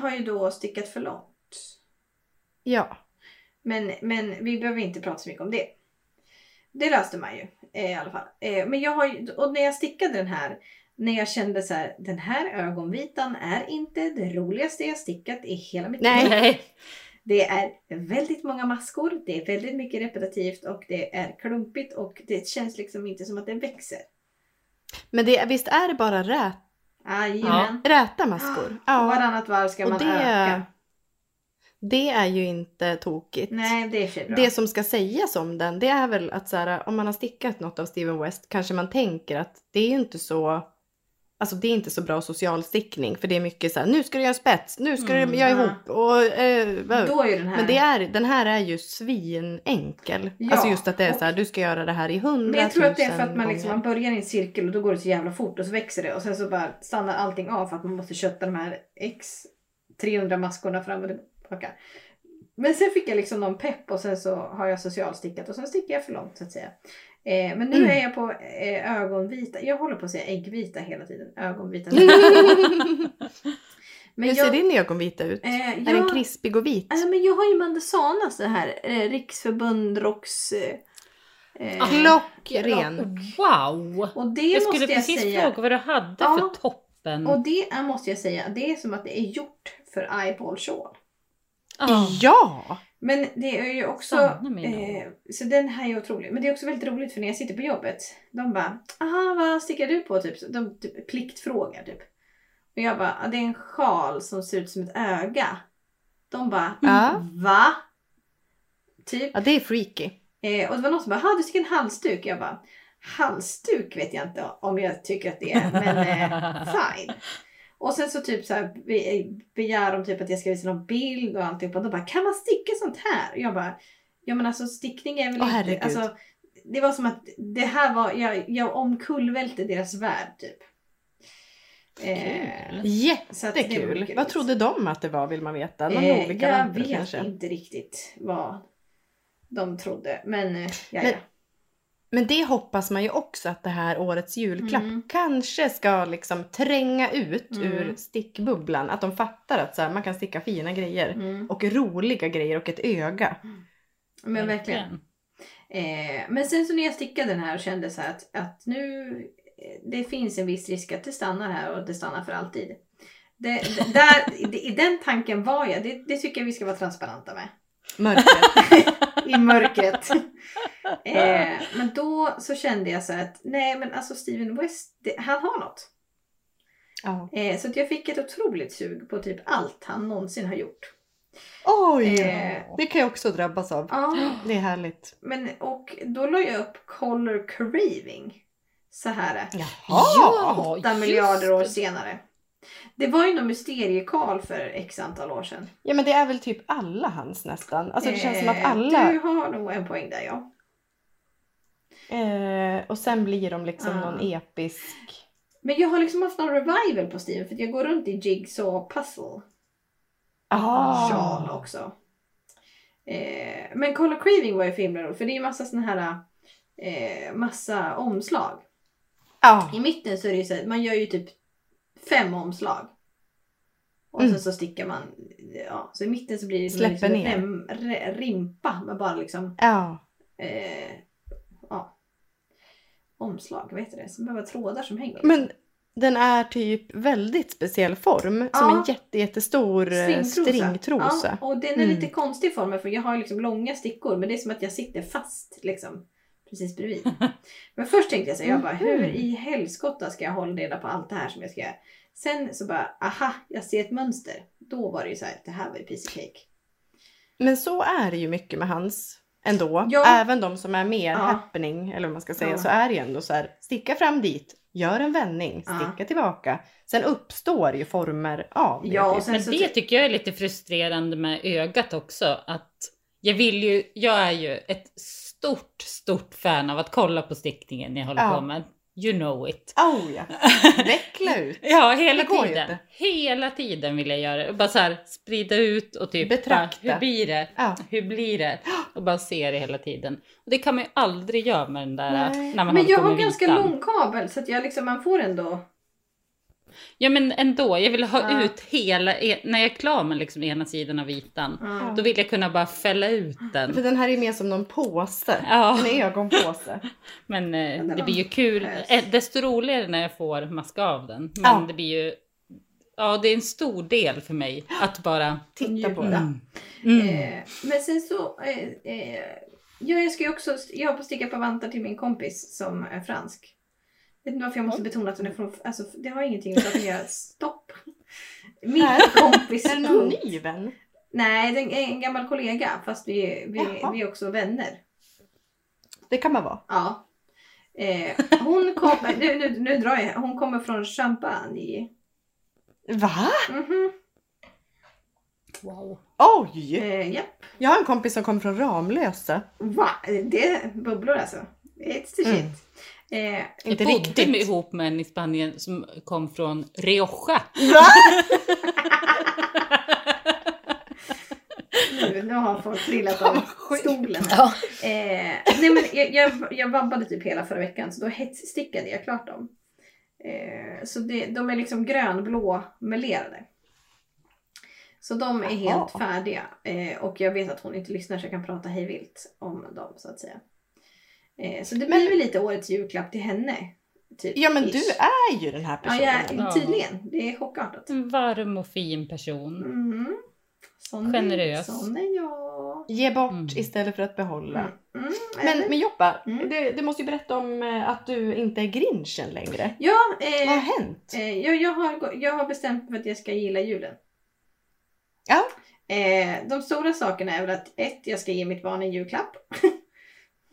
Speaker 1: har ju då stickat för långt.
Speaker 3: Ja.
Speaker 1: Men, men vi behöver inte prata så mycket om det. Det löste man ju eh, i alla fall. Eh, men jag har ju, och när jag stickade den här, när jag kände så här, den här ögonvitan är inte det roligaste jag stickat i hela mitt
Speaker 3: Nej.
Speaker 1: liv.
Speaker 2: Nej.
Speaker 1: Det är väldigt många maskor, det är väldigt mycket repetitivt och det är klumpigt och det känns liksom inte som att det växer.
Speaker 3: Men det, visst är det bara rät,
Speaker 1: Jajamän. [GASPS]
Speaker 3: räta maskor?
Speaker 1: Ja.
Speaker 3: Ja.
Speaker 1: Varannat varv ska
Speaker 3: Och
Speaker 1: man
Speaker 3: det-
Speaker 1: öka.
Speaker 3: Det är ju inte tokigt.
Speaker 1: Nej, det är för bra.
Speaker 3: Det som ska sägas om den, det är väl att så här, om man har stickat något av Steven West kanske man tänker att det är ju inte så, alltså det är inte så bra social stickning för det är mycket så här, nu ska du göra spets, nu ska
Speaker 2: Mm,
Speaker 3: du göra
Speaker 1: ja.
Speaker 3: ihop och eh, vad-
Speaker 1: Då är ju den här...
Speaker 3: men det är, den här är ju svinenkel.
Speaker 1: Ja,
Speaker 3: alltså just att det är
Speaker 1: och-
Speaker 3: så här, du ska göra det här i hundratusen
Speaker 1: Men jag tror att det är för att man, liksom, man [LAUGHS]
Speaker 3: [LAUGHS] gånger.
Speaker 1: börjar i en cirkel och då går det så jävla fort och så växer det och sen så bara stannar allting av för att man måste kötta de här x 300 maskorna fram och tillbaka. Men sen fick jag liksom någon pepp och sen så har jag socialstickat och sen stickar jag för långt så att säga. Eh, men nu
Speaker 3: Mm.
Speaker 1: är jag på eh, ögonvita, jag håller på att säga äggvita hela tiden,
Speaker 3: [LAUGHS]
Speaker 1: ögonvita. men
Speaker 3: Hur ser din ögonvita ut?
Speaker 1: eh,
Speaker 3: Är den
Speaker 1: jag-
Speaker 3: krispig och vit?
Speaker 1: Alltså, men jag har ju Mandesanas det här eh, riksförbund rocks... Eh, eh,
Speaker 3: Ah. Klockren.
Speaker 2: Wow!
Speaker 1: och det
Speaker 2: Ah, Jag
Speaker 1: måste
Speaker 2: skulle
Speaker 1: jag
Speaker 2: precis
Speaker 1: säga.
Speaker 2: fråga Mm. vad du hade
Speaker 1: Ja.
Speaker 2: för toppen.
Speaker 1: Och det är, måste jag säga, det är som att det är gjort för eyeball shawl.
Speaker 2: Ja.
Speaker 3: Ja!
Speaker 1: Men det är ju också...
Speaker 2: Sanna mina
Speaker 1: Eh, så den här är otrolig. Men det är också väldigt roligt för när jag sitter på jobbet. De bara “Aha, vad stickar du på?” typ. Så De typ, pliktfrågar typ. Och jag bara "Ah, “Det är en sjal som ser ut som ett öga”. De bara
Speaker 3: Ja.
Speaker 1: “Va?” Typ.
Speaker 3: ja, det är freaky.
Speaker 1: Eh, och det var någon som bara, "Ha, du sticker en halsduk. Jag bara, halsduk vet jag inte om jag tycker att det är, men
Speaker 2: [LAUGHS]
Speaker 3: [LAUGHS]
Speaker 1: eh, fine. Och sen så typ så här be- begär de typ att jag ska visa någon bild och alltihop. Och de bara, kan man sticka sånt här? Och jag bara, ja men alltså stickning är väl
Speaker 3: Åh,
Speaker 1: inte...
Speaker 3: herregud.
Speaker 1: Alltså, det var som att det här var, jag, jag omkullvälte deras värld typ. Eh, så att det var
Speaker 3: Jättekul!
Speaker 1: mycket
Speaker 3: Vad
Speaker 1: roligt.
Speaker 3: trodde de att det var vill man veta? Någon
Speaker 1: Eh,
Speaker 3: olika
Speaker 1: jag
Speaker 3: lampor
Speaker 1: vet
Speaker 3: kanske?
Speaker 1: inte riktigt vad de trodde. Men eh, ja, ja.
Speaker 3: Men- Men det hoppas man ju också att det här årets julklapp
Speaker 1: Mm.
Speaker 3: kanske ska liksom tränga ut
Speaker 1: Mm.
Speaker 3: ur stickbubblan. Att de fattar att så här, man kan sticka fina grejer
Speaker 1: Mm.
Speaker 3: och roliga grejer och ett öga.
Speaker 1: Men verkligen. Eh, men sen så när jag stickade den här och kände så här att, att nu eh, det finns en viss risk att det stannar här och det stannar för alltid. Det, det, där, i, det- I den tanken var jag. Det, det tycker jag vi ska vara transparenta med.
Speaker 3: [LAUGHS] Mörkret.
Speaker 1: I mörkret. eh, men då så kände jag så här att nej men alltså Steven West, det, han har något.
Speaker 3: ja.
Speaker 1: Eh, så att jag fick ett otroligt sug på typ allt han någonsin har gjort.
Speaker 3: Oj!
Speaker 1: Eh.
Speaker 3: Det kan jag också drabbas av.
Speaker 1: Ja,
Speaker 3: Det är härligt.
Speaker 1: men och då la jag upp Color Craving. Så här.
Speaker 3: Jaha!
Speaker 2: Ja,
Speaker 1: åtta
Speaker 2: just
Speaker 1: miljarder år
Speaker 2: det.
Speaker 1: senare. Det var ju någon mysteriekarl för x antal år sedan.
Speaker 3: Ja men det är väl typ alla hans nästan. Alltså det känns som att
Speaker 1: Eh,
Speaker 3: alla...
Speaker 1: Du har nog en poäng där ja.
Speaker 3: Eh, och sen blir de liksom
Speaker 1: Ah.
Speaker 3: någon episk...
Speaker 1: Men jag har liksom haft någon revival på Steven för att jag går runt i Jigsaw Puzzle
Speaker 3: Ah.
Speaker 1: sjal också. Eh, men Color Craving var ju för himla roligt för det är ju massa såna här eh, massa omslag.
Speaker 3: Ja.
Speaker 1: I mitten så är det ju så här, man gör ju typ fem omslag. Och
Speaker 3: Mm.
Speaker 1: sen så stickar man, ja, så i mitten så blir det som
Speaker 3: Släpper
Speaker 1: liksom
Speaker 3: ner.
Speaker 1: en rem, re, rimpa med bara liksom,
Speaker 3: Ja.
Speaker 1: eh, ja, omslag, vad heter det? Som behöver trådar som hänger.
Speaker 3: Men den är typ väldigt speciell form. Som
Speaker 1: Ja.
Speaker 3: en jätte, jättestor eh, stringtrosa.
Speaker 1: Ja, och den är
Speaker 3: Mm.
Speaker 1: lite konstig i formen för jag har ju liksom långa stickor men det är som att jag sitter fast liksom precis
Speaker 3: [LAUGHS]
Speaker 1: bredvid. men först tänkte jag så här, jag bara hur
Speaker 3: Mhm.
Speaker 1: i helskotta ska jag hålla reda på allt det här som jag ska göra? Sen så bara aha, jag ser ett mönster. Då var det ju så här, det här var ju piece of cake.
Speaker 3: Men så är det ju mycket med hans ändå.
Speaker 1: Ja.
Speaker 3: Även de som är mer
Speaker 1: Ja.
Speaker 3: happening eller vad man ska säga
Speaker 1: Ja.
Speaker 3: så är det ju ändå så här. Sticka fram dit, gör en vändning,
Speaker 1: Ja.
Speaker 3: sticka tillbaka. Sen uppstår ju former av det. Typ,
Speaker 1: Ja, och sen
Speaker 2: Men
Speaker 1: så
Speaker 2: det tycker jag är lite frustrerande med ögat också. Att jag vill ju, jag är ju ett stort, stort fan av att kolla på stickningen jag håller
Speaker 3: Ja.
Speaker 2: på med. You know it. [LAUGHS]
Speaker 3: Oh, ja. Veckla ut.
Speaker 2: Ja, hela
Speaker 3: Det går ju
Speaker 2: tiden.
Speaker 3: inte.
Speaker 2: Hela tiden vill jag göra det. Och Bara så här, sprida ut och typ
Speaker 3: Betrakta.
Speaker 2: Bara, hur blir det?
Speaker 3: Ja.
Speaker 2: Hur
Speaker 1: [GASPS]
Speaker 2: blir det? Och bara se det hela tiden. Och det kan man ju aldrig göra med den där
Speaker 3: Nej.
Speaker 2: när man
Speaker 1: Men
Speaker 2: håller
Speaker 1: jag
Speaker 2: på med
Speaker 1: har ganska
Speaker 2: vitan.
Speaker 1: lång kabel så att jag liksom, man får ändå.
Speaker 2: Ja men ändå, jag vill ha
Speaker 1: Ja.
Speaker 2: ut hela, e- när jag är klar med liksom ena sidan av vitan.
Speaker 1: Ja.
Speaker 2: Då vill jag kunna bara fälla ut
Speaker 3: För
Speaker 2: den.
Speaker 3: den här är mer som någon påse.
Speaker 2: Ja,
Speaker 1: [LAUGHS]
Speaker 3: En ögonpåse.
Speaker 2: men eh,
Speaker 1: den
Speaker 2: det
Speaker 1: var
Speaker 2: blir ju kul.
Speaker 1: schysst.
Speaker 2: Eh, Desto roligare när jag får maska av den. Men
Speaker 3: Ja.
Speaker 2: det blir ju, ja det är en stor del för mig att bara
Speaker 3: Titta på den.
Speaker 2: Mm. Mm.
Speaker 1: Eh, men sen så, eh, eh, ja, jag ska ju också, jag har på att sticka på vantar till min kompis som är fransk. Vet inte varför jag måste betona att hon är från, alltså det har ingenting med saken att göra. Stopp! Min
Speaker 3: Nej.
Speaker 1: kompis.
Speaker 3: Är det någon ny vän?
Speaker 1: Nej, det är en gammal kollega fast vi, vi,
Speaker 3: Jaha.
Speaker 1: vi är också vänner.
Speaker 3: Det kan man vara.
Speaker 1: Ja. Eh, hon kommer, nu, nu, nu drar jag, hon kommer från Champagne.
Speaker 3: Va?
Speaker 1: Mhm.
Speaker 2: Wow.
Speaker 3: Oj!
Speaker 1: Eh, ja.
Speaker 3: Jag har en kompis som kommer från Ramlösa.
Speaker 1: Va? Det är bubblor alltså. It's the shit.
Speaker 3: Mm.
Speaker 1: Eh,
Speaker 3: Inte
Speaker 2: jag bodde
Speaker 3: riktigt.
Speaker 2: med- ihop med en i Spanien som kom från Rioja.
Speaker 3: Va?
Speaker 1: Nu, nu har folk
Speaker 3: [LAUGHS]
Speaker 1: trillat
Speaker 3: Fan,
Speaker 1: av
Speaker 3: vad sjukt.
Speaker 1: stolen.
Speaker 2: Ja.
Speaker 1: Eh, nej men jag, jag, jag vabbade typ hela förra veckan så då hetsstickade jag klart dem. Eh, så det, de är liksom grönblå melerade. Så de är
Speaker 3: Jaha.
Speaker 1: helt färdiga eh, och jag vet att hon inte lyssnar så jag kan prata hejvilt om dem så att säga. Eh, så det
Speaker 3: Men-
Speaker 1: blir väl lite årets julklapp till henne. Typ,
Speaker 3: Ja men
Speaker 1: ish.
Speaker 3: du är ju den här
Speaker 1: Ja,
Speaker 3: personen.
Speaker 1: jag,
Speaker 2: Ja.
Speaker 1: tydligen. Det är chockartat.
Speaker 2: En varm och fin
Speaker 3: [LAUGHS]
Speaker 2: person.
Speaker 1: Mm. Sån
Speaker 2: Generös.
Speaker 1: Är, sån är jag.
Speaker 3: Ge bort
Speaker 2: Mm.
Speaker 3: istället för att behålla.
Speaker 1: Mm. Mm,
Speaker 3: Men,
Speaker 1: eller-
Speaker 3: men Joppa,
Speaker 1: Mm.
Speaker 3: du, du måste ju berätta om eh, att du inte är grinchen längre.
Speaker 1: ja,
Speaker 3: Vad har
Speaker 1: eh,
Speaker 3: hänt?
Speaker 1: eh, jag, jag, har, gå- jag har bestämt mig för att jag ska gilla julen.
Speaker 3: Ja.
Speaker 1: Eh, de stora sakerna är väl att ett, jag ska ge mitt barn en julklapp. [LAUGHS]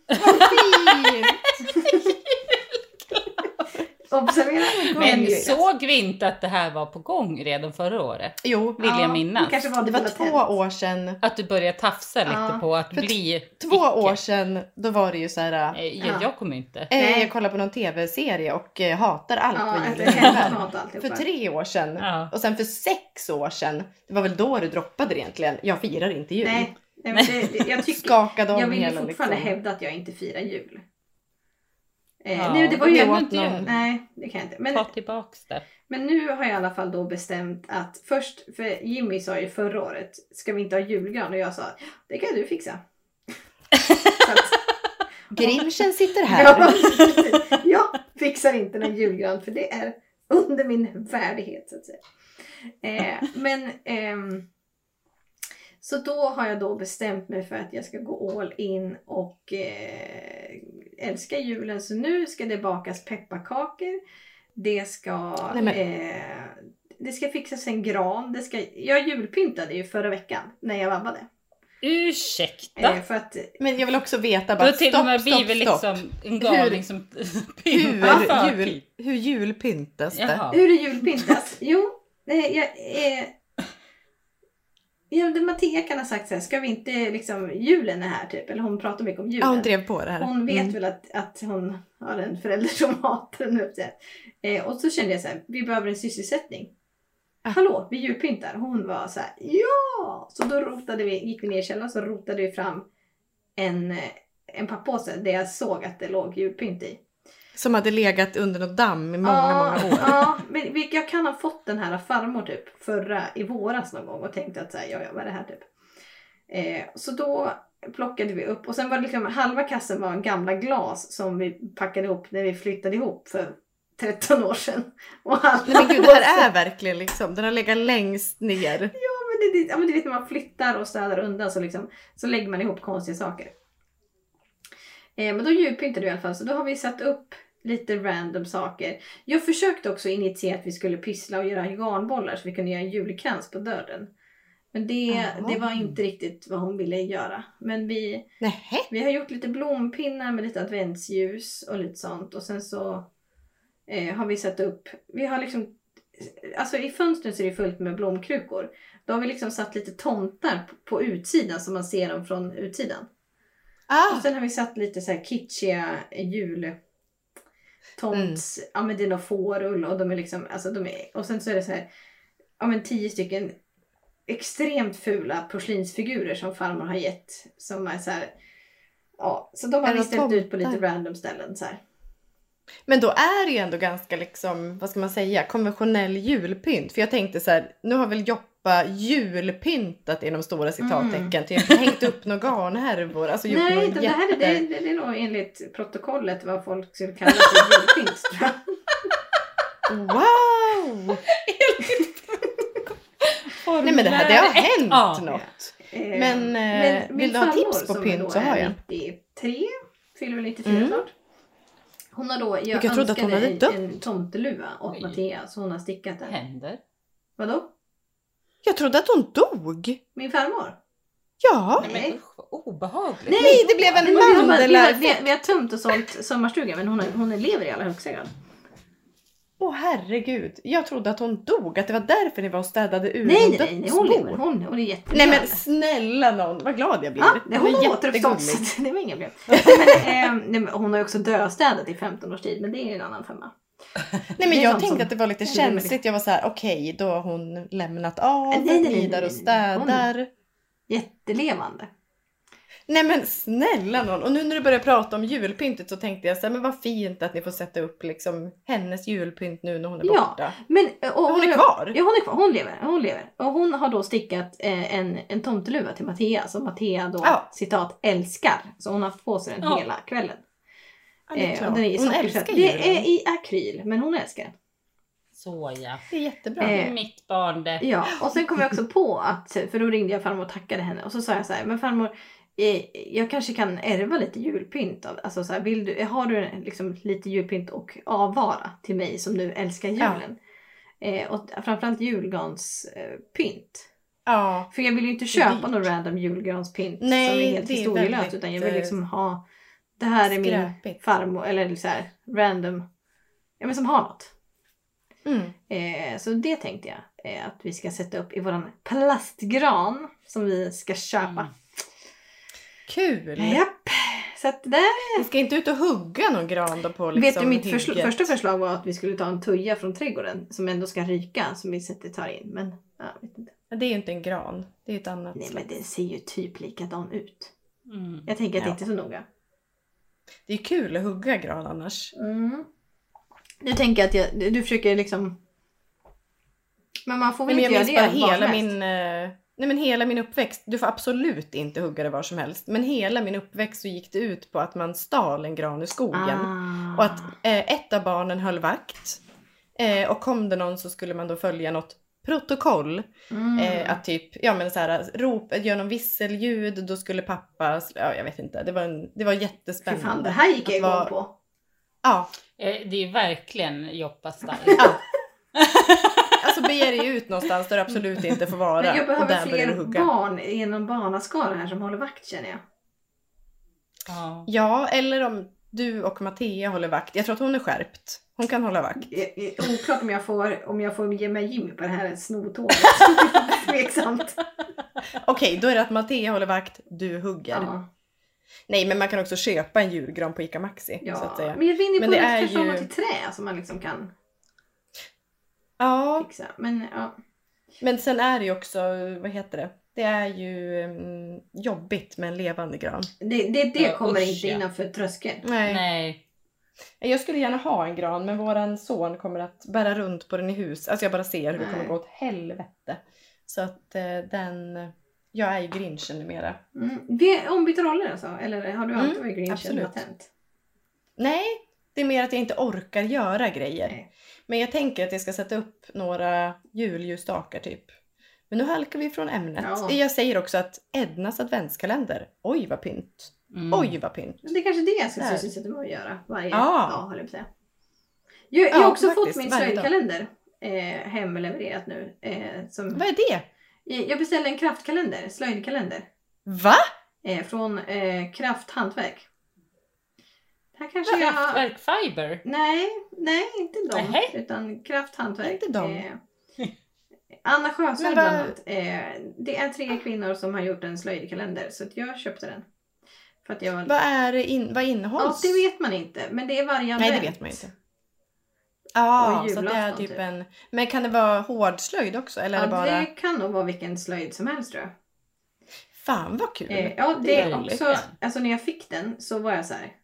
Speaker 3: Vad fint!
Speaker 1: Observera!
Speaker 3: Men
Speaker 2: Men
Speaker 1: julklapp.
Speaker 2: såg vi inte att det här var på gång redan förra året?
Speaker 3: [LAUGHS] Jo,
Speaker 2: vill jag
Speaker 1: Ja,
Speaker 2: minnas.
Speaker 1: Det kanske var,
Speaker 3: det var två år sedan.
Speaker 2: Att du började tafsa lite
Speaker 1: Ja,
Speaker 2: på att
Speaker 3: för
Speaker 2: bli...
Speaker 3: Två
Speaker 2: icke.
Speaker 3: år sedan, då var det ju så här.
Speaker 2: Eh, Jag,
Speaker 1: Ja.
Speaker 2: jag kommer inte.
Speaker 3: Eh,
Speaker 1: Nej.
Speaker 3: jag kollar på någon tv-serie och eh, hatar allt
Speaker 1: Ja,
Speaker 3: vad
Speaker 1: att det
Speaker 3: julen
Speaker 1: är hemskt
Speaker 3: [LAUGHS] innebär.
Speaker 1: mat och alltihopa.
Speaker 3: För tre år sedan.
Speaker 2: Ja.
Speaker 3: Och sen för sex år sedan. Det var väl då du droppade det egentligen. Jag firar inte jul.
Speaker 1: Nej, nej, men det, det, jag tycker
Speaker 3: Skakade om
Speaker 1: Jag vill ju
Speaker 3: hela
Speaker 1: fortfarande
Speaker 3: liksom.
Speaker 1: hävda att jag inte firar jul. Eh,
Speaker 2: Ja,
Speaker 1: nej, det var ju
Speaker 3: det
Speaker 2: kan
Speaker 3: var-
Speaker 2: du inte
Speaker 3: någon-
Speaker 2: göra.
Speaker 1: Nej, det kan jag inte. Men,
Speaker 2: Ta tillbaks
Speaker 3: [LAUGHS]
Speaker 2: det.
Speaker 1: men nu har jag i alla fall då bestämt att först, för Jimmy sa ju förra året, ska vi inte ha julgran? Och jag sa, det kan du fixa. Så att,
Speaker 3: Grinchen
Speaker 1: [LAUGHS]
Speaker 3: sitter här.
Speaker 1: ja, jag fixar inte någon julgran för det är under min värdighet så att säga. Eh, men ehm, så då har jag då bestämt mig för att jag ska gå all in och eh, älska julen. Så nu ska det bakas pepparkakor. Det ska,
Speaker 3: Nej, men-
Speaker 1: eh, det ska fixas en gran. Det ska, jag julpyntade ju förra veckan när jag vabbade.
Speaker 2: Ursäkta!
Speaker 1: Eh, för att
Speaker 3: Men jag vill också veta
Speaker 2: Du
Speaker 3: bara.
Speaker 2: har till
Speaker 3: Stopp,
Speaker 2: och med
Speaker 3: stopp,
Speaker 2: blivit
Speaker 3: stopp.
Speaker 2: liksom en galning som [LAUGHS] pyntar
Speaker 3: Hur,
Speaker 2: för
Speaker 3: jul, hur julpyntas det?
Speaker 2: Jaha.
Speaker 1: Hur är julpyntas? Jo, eh, jag... Eh, ja, det Mattia kan ha sagt så här, ska vi inte liksom, julen är här typ, eller hon pratar mycket om
Speaker 3: Ja,
Speaker 1: julen.
Speaker 3: hon drev på det här.
Speaker 1: Hon vet
Speaker 3: Mm.
Speaker 1: väl att, att hon har en förälder som [LAUGHS] hatar henne. höll jag på att säga. Eh, och så kände jag så här, vi behöver en sysselsättning.
Speaker 3: Ah.
Speaker 1: Hallå, vi julpyntar. Hon var så här, ja! Så då rotade vi, gick vi ner i källaren så rotade vi fram en, eh, en pappåse där jag såg att det låg julpynt i.
Speaker 3: Som hade legat under något damm i många,
Speaker 1: ja, [LAUGHS]
Speaker 3: många år.
Speaker 1: ja, men vi- jag kan ha fått den här av farmor typ förra i våras någon gång och tänkte att så här, ja, ja, vad är det här typ. Eh, så då plockade vi upp och sen var det liksom halva kassen var gamla glas som vi packade ihop när vi flyttade ihop för 13 år sedan. Och halva
Speaker 3: Nej, Men gud, det här är verkligen liksom, den har legat längst ner.
Speaker 1: men det, det, ja, men du vet när man flyttar och städar undan så, liksom, så lägger man ihop konstiga saker. Eh, men då djupyntade du i alla fall så då har vi satt upp lite random saker. Jag försökte också initiera att vi skulle pyssla och göra garnbollar så vi kunde göra en julkrans på dörren. Men det,
Speaker 3: Jaha.
Speaker 1: det var inte riktigt vad hon ville göra. Men vi,
Speaker 3: Nähä?
Speaker 1: vi har gjort lite blompinnar med lite adventsljus och lite sånt. Och sen så eh, har vi satt upp, vi har liksom, alltså i fönstren så är det fullt med blomkrukor. Då har vi liksom satt lite tomtar på, på utsidan så man ser dem från utsidan.
Speaker 3: Ah,
Speaker 1: Och sen har vi satt lite så här kitschiga jul... Tomts,
Speaker 3: Mm.
Speaker 1: ja men det är någon fårull och de är liksom, alltså de är, och sen så är det så här, ja men tio stycken extremt fula porslinsfigurer som farmor har gett. Som är så här, ja, så de har
Speaker 3: Är
Speaker 1: vi
Speaker 3: de
Speaker 1: ställt ut på lite
Speaker 3: tomtar?
Speaker 1: random ställen så här.
Speaker 3: men då är det ju ändå ganska liksom, vad ska man säga, konventionell julpynt. För jag tänkte så här, nu har väl Joppa julpyntat inom stora citattecken. Typ hängt upp några garnhärvor. Alltså gjort
Speaker 1: Mm. Nej,
Speaker 3: någon
Speaker 1: utan det här är,
Speaker 3: jätte-
Speaker 1: det, det, det är nog enligt protokollet vad folk skulle kalla för julpynt [LAUGHS] tror
Speaker 3: [LAUGHS]
Speaker 1: jag.
Speaker 3: Wow! Nej men det här, det har hänt
Speaker 2: Ja.
Speaker 3: något.
Speaker 1: Eh,
Speaker 3: Men, eh,
Speaker 1: min
Speaker 3: vill du ha
Speaker 1: farmor
Speaker 3: tips på
Speaker 1: som
Speaker 3: pynt
Speaker 1: då
Speaker 3: så har jag.
Speaker 1: är 93, fyller väl 94
Speaker 3: Mm.
Speaker 1: snart. Hon har då, jag,
Speaker 3: jag trodde att hon
Speaker 1: önskade
Speaker 3: hade dött.
Speaker 1: en tomteluva åt
Speaker 2: Oj.
Speaker 1: Mattias så hon har stickat den.
Speaker 2: händer.
Speaker 1: Vadå?
Speaker 3: Jag trodde att hon dog.
Speaker 1: Min farmor?
Speaker 3: Ja.
Speaker 2: Nej,
Speaker 1: Nej.
Speaker 2: men usch vad obehagligt.
Speaker 3: Nej, det blev en
Speaker 1: Men vi, har, bara- vi, har, vi,
Speaker 3: mandelärfot.
Speaker 1: har, vi har tömt och sålt sommarstugan men hon, är, hon är lever i allra högsta grad.
Speaker 3: Åh herregud, jag trodde att hon dog, att det var därför ni var och städade ur
Speaker 1: Nej,
Speaker 3: någon
Speaker 1: nej, nej, nej
Speaker 3: dödsbo.
Speaker 1: hon lever. Hon, hon är jättelevande.
Speaker 3: Nej men snälla någon, vad glad jag blir.
Speaker 1: Ja, det hon
Speaker 3: var
Speaker 1: har återuppstått. [LAUGHS]
Speaker 3: jättegulligt.
Speaker 1: så Det var inga problem. Men, eh, nej, men hon har ju också döstädat i 15 års tid men det är ju en annan femma.
Speaker 3: Nej men
Speaker 1: Det är
Speaker 3: jag
Speaker 1: någon
Speaker 3: tänkte
Speaker 1: som-
Speaker 3: att det var lite
Speaker 1: Ja, det är väl-
Speaker 3: känsligt. Jag var så här: okej då har hon lämnat av,
Speaker 1: Nej, nej, nej, nej,
Speaker 3: vidare och
Speaker 1: nej, nej. Hon-
Speaker 3: städar.
Speaker 1: Jättelevande.
Speaker 3: Nej men snälla någon. Och nu när du började prata om julpyntet så tänkte jag så här, men vad fint att ni får sätta upp liksom hennes julpynt nu när hon är
Speaker 1: Ja.
Speaker 3: borta.
Speaker 1: Men, eh, och
Speaker 3: Men hon är
Speaker 1: har-
Speaker 3: kvar.
Speaker 1: Ja, hon är kvar. Hon lever. Hon lever. Och hon har då stickat eh, en, en tomteluva till Mattea som Mattea då
Speaker 3: Ja.
Speaker 1: citat älskar. Så hon har haft på sig den
Speaker 2: Ja.
Speaker 1: hela kvällen.
Speaker 3: Ja, det är
Speaker 1: Eh,
Speaker 3: klart.
Speaker 1: och den är i
Speaker 3: hon
Speaker 1: sockerfett.
Speaker 3: älskar julen.
Speaker 1: Det är i akryl, men hon älskar den.
Speaker 2: Så ja.
Speaker 3: Det är jättebra.
Speaker 2: Det
Speaker 1: Eh.
Speaker 2: är mitt barn det.
Speaker 1: Ja, och sen kom jag också på att, för då ringde jag farmor och tackade henne och så sa jag så här, men farmor, eh, jag kanske kan ärva lite julpynt. Av, alltså så här, vill du, har du en- liksom lite julpynt och avvara till mig som nu älskar
Speaker 3: Ja.
Speaker 1: julen? Eh, och framförallt julgranspynt. Eh, pynt.
Speaker 3: Ja.
Speaker 1: För jag vill ju inte
Speaker 3: Det
Speaker 1: köpa
Speaker 3: är dyrt.
Speaker 1: någon random julgranspynt
Speaker 3: Nej,
Speaker 1: som är helt
Speaker 3: det är
Speaker 1: historielös
Speaker 3: väldigt,
Speaker 1: utan jag vill
Speaker 3: eh,
Speaker 1: liksom ha det här är min
Speaker 3: skräpigt.
Speaker 1: farmor eller så här random, ja men som har något.
Speaker 3: Mm.
Speaker 1: Eh, så det tänkte jag eh, att vi ska sätta upp i våran plastgran som vi ska köpa.
Speaker 3: Kul!
Speaker 1: Japp! Så att där,
Speaker 3: Vi ska inte ut och hugga någon gran då på liksom
Speaker 1: vet du mitt försl-
Speaker 3: hygget?
Speaker 1: första förslag var att vi skulle ta en tuja från trädgården som ändå ska ryka som vi sätter tar in. Men ja, jag vet inte.
Speaker 3: Men Det är ju inte en gran, det är ett annat
Speaker 1: Nej
Speaker 3: slags.
Speaker 1: men den ser ju typ likadan ut.
Speaker 2: Mm.
Speaker 1: Jag tänker att det
Speaker 3: Ja.
Speaker 1: inte är så noga.
Speaker 3: Det är kul att hugga gran annars.
Speaker 1: Mm. Nu tänker jag att jag, du- du försöker liksom... Men man får väl
Speaker 3: Men jag
Speaker 1: inte
Speaker 3: minns
Speaker 1: göra
Speaker 3: bara
Speaker 1: det var
Speaker 3: hela
Speaker 1: som
Speaker 3: min,
Speaker 1: helst.
Speaker 3: eh, nej men hela min uppväxt. Du får absolut inte hugga det var som helst. Men hela min uppväxt så gick det ut på att man stal en gran ur skogen.
Speaker 1: Ah.
Speaker 3: Och att eh, ett av barnen höll vakt. Eh, och kom det någon så skulle man då följa något protokoll.
Speaker 1: Mm.
Speaker 3: Eh, att typ, ja men så här, rop, gör någon visselljud, då skulle pappa, ja jag vet inte, det var, en, det var
Speaker 1: Fy
Speaker 3: jättespännande.
Speaker 1: fan, det här gick jag
Speaker 3: Att
Speaker 1: igång
Speaker 3: vara-
Speaker 1: på.
Speaker 3: Ja,
Speaker 2: Eh, Det är verkligen Joppa-style.
Speaker 3: ja. Alltså beger dig ut någonstans där du absolut inte får vara.
Speaker 1: Men jag
Speaker 3: och
Speaker 1: behöver
Speaker 3: där börjar du
Speaker 1: fler
Speaker 3: hugga.
Speaker 1: barn inom barnaskalan här som håller vakt känner jag.
Speaker 2: Ja.
Speaker 3: Ja, eller om du och Mattea håller vakt. Jag tror att hon är skärpt. Hon kan hålla vakt.
Speaker 1: Eh, eh, Oklart om jag får, om jag får ge mig Jimmy på det här snotåget. [LAUGHS] Tveksamt.
Speaker 3: Okej, då är det att Mattea håller vakt, du hugger.
Speaker 1: Ja,
Speaker 3: Nej, men man kan också köpa en julgran på Ica Maxi. Så att
Speaker 1: ja.
Speaker 3: säga.
Speaker 1: Men jag vinner
Speaker 3: Men
Speaker 1: på
Speaker 3: det
Speaker 1: att
Speaker 3: är
Speaker 1: kanske ha
Speaker 3: ju-
Speaker 1: något i trä som man liksom kan
Speaker 3: Ja,
Speaker 1: fixa. Men ja.
Speaker 3: men sen är det ju också, vad heter det? Det är ju mm, jobbigt med en levande gran.
Speaker 1: Det, det, det
Speaker 2: Ja,
Speaker 1: kommer
Speaker 2: usch,
Speaker 1: inte
Speaker 2: ja.
Speaker 1: innanför tröskeln.
Speaker 3: Nej.
Speaker 2: Nej.
Speaker 3: Jag skulle gärna ha en gran men våran son kommer att bära runt på den i hus. Alltså jag bara ser hur det kommer
Speaker 1: Nej.
Speaker 3: gå åt helvete. Så att eh, den... Jag är ju grinchen numera.
Speaker 1: Mm. Det är ombytta roller alltså? Eller har du alltid
Speaker 3: Mm,
Speaker 1: varit Grinchen
Speaker 3: absolut.
Speaker 1: latent?
Speaker 3: Nej, det är mer att jag inte orkar göra grejer.
Speaker 1: Nej.
Speaker 3: Men jag tänker att jag ska sätta upp några julljusstakar typ. Men nu halkar vi från ämnet.
Speaker 1: Ja.
Speaker 3: Jag säger också att Ednas adventskalender, oj vad pynt.
Speaker 2: Mm.
Speaker 3: Oj vad pynt.
Speaker 1: Men Det är kanske det jag ska
Speaker 3: Där.
Speaker 1: sysselsätta mig med att göra varje
Speaker 3: Ja.
Speaker 1: dag, höll jag på att säga. Jag, jag
Speaker 3: Ja,
Speaker 1: har också
Speaker 3: faktiskt,
Speaker 1: fått min
Speaker 3: varje dag.
Speaker 1: slöjdkalender eh, hemlevererat nu. Eh, som, Eh,
Speaker 3: Vad är det?
Speaker 1: jag beställde en kraftkalender, slöjdkalender,
Speaker 3: Va?
Speaker 1: eh, från eh, Kraft Hantverk. Det här kanske jag...
Speaker 2: Kraftwerk Fiber.
Speaker 1: Nej, nej inte de.
Speaker 2: Nähä.
Speaker 1: Utan Kraft Hantverk.
Speaker 3: Inte de.
Speaker 1: Eh, Anna Sjösvärd
Speaker 3: Men vad-
Speaker 1: bland annat. Eh, det är tre kvinnor som har gjort en slöjdkalender så att jag köpte den. För att jag var...
Speaker 3: Vad, är det in, vad
Speaker 1: Ja,
Speaker 3: innehålls?
Speaker 1: det vet man inte. Men det är varje
Speaker 3: Nej, det
Speaker 1: advent.
Speaker 3: vet man ju inte. Ja,
Speaker 1: Och
Speaker 3: så att det är
Speaker 1: julafton,
Speaker 3: typ
Speaker 1: typ.
Speaker 3: en... Men kan det vara hårdslöjd också? Eller är
Speaker 1: Ja,
Speaker 3: det bara...
Speaker 1: det kan nog vara vilken slöjd som helst tror jag.
Speaker 3: Fan vad kul!
Speaker 1: Eh, ja, det
Speaker 2: Det
Speaker 1: är
Speaker 2: är
Speaker 1: också,
Speaker 2: roligt.
Speaker 1: alltså när jag fick den så var jag så här.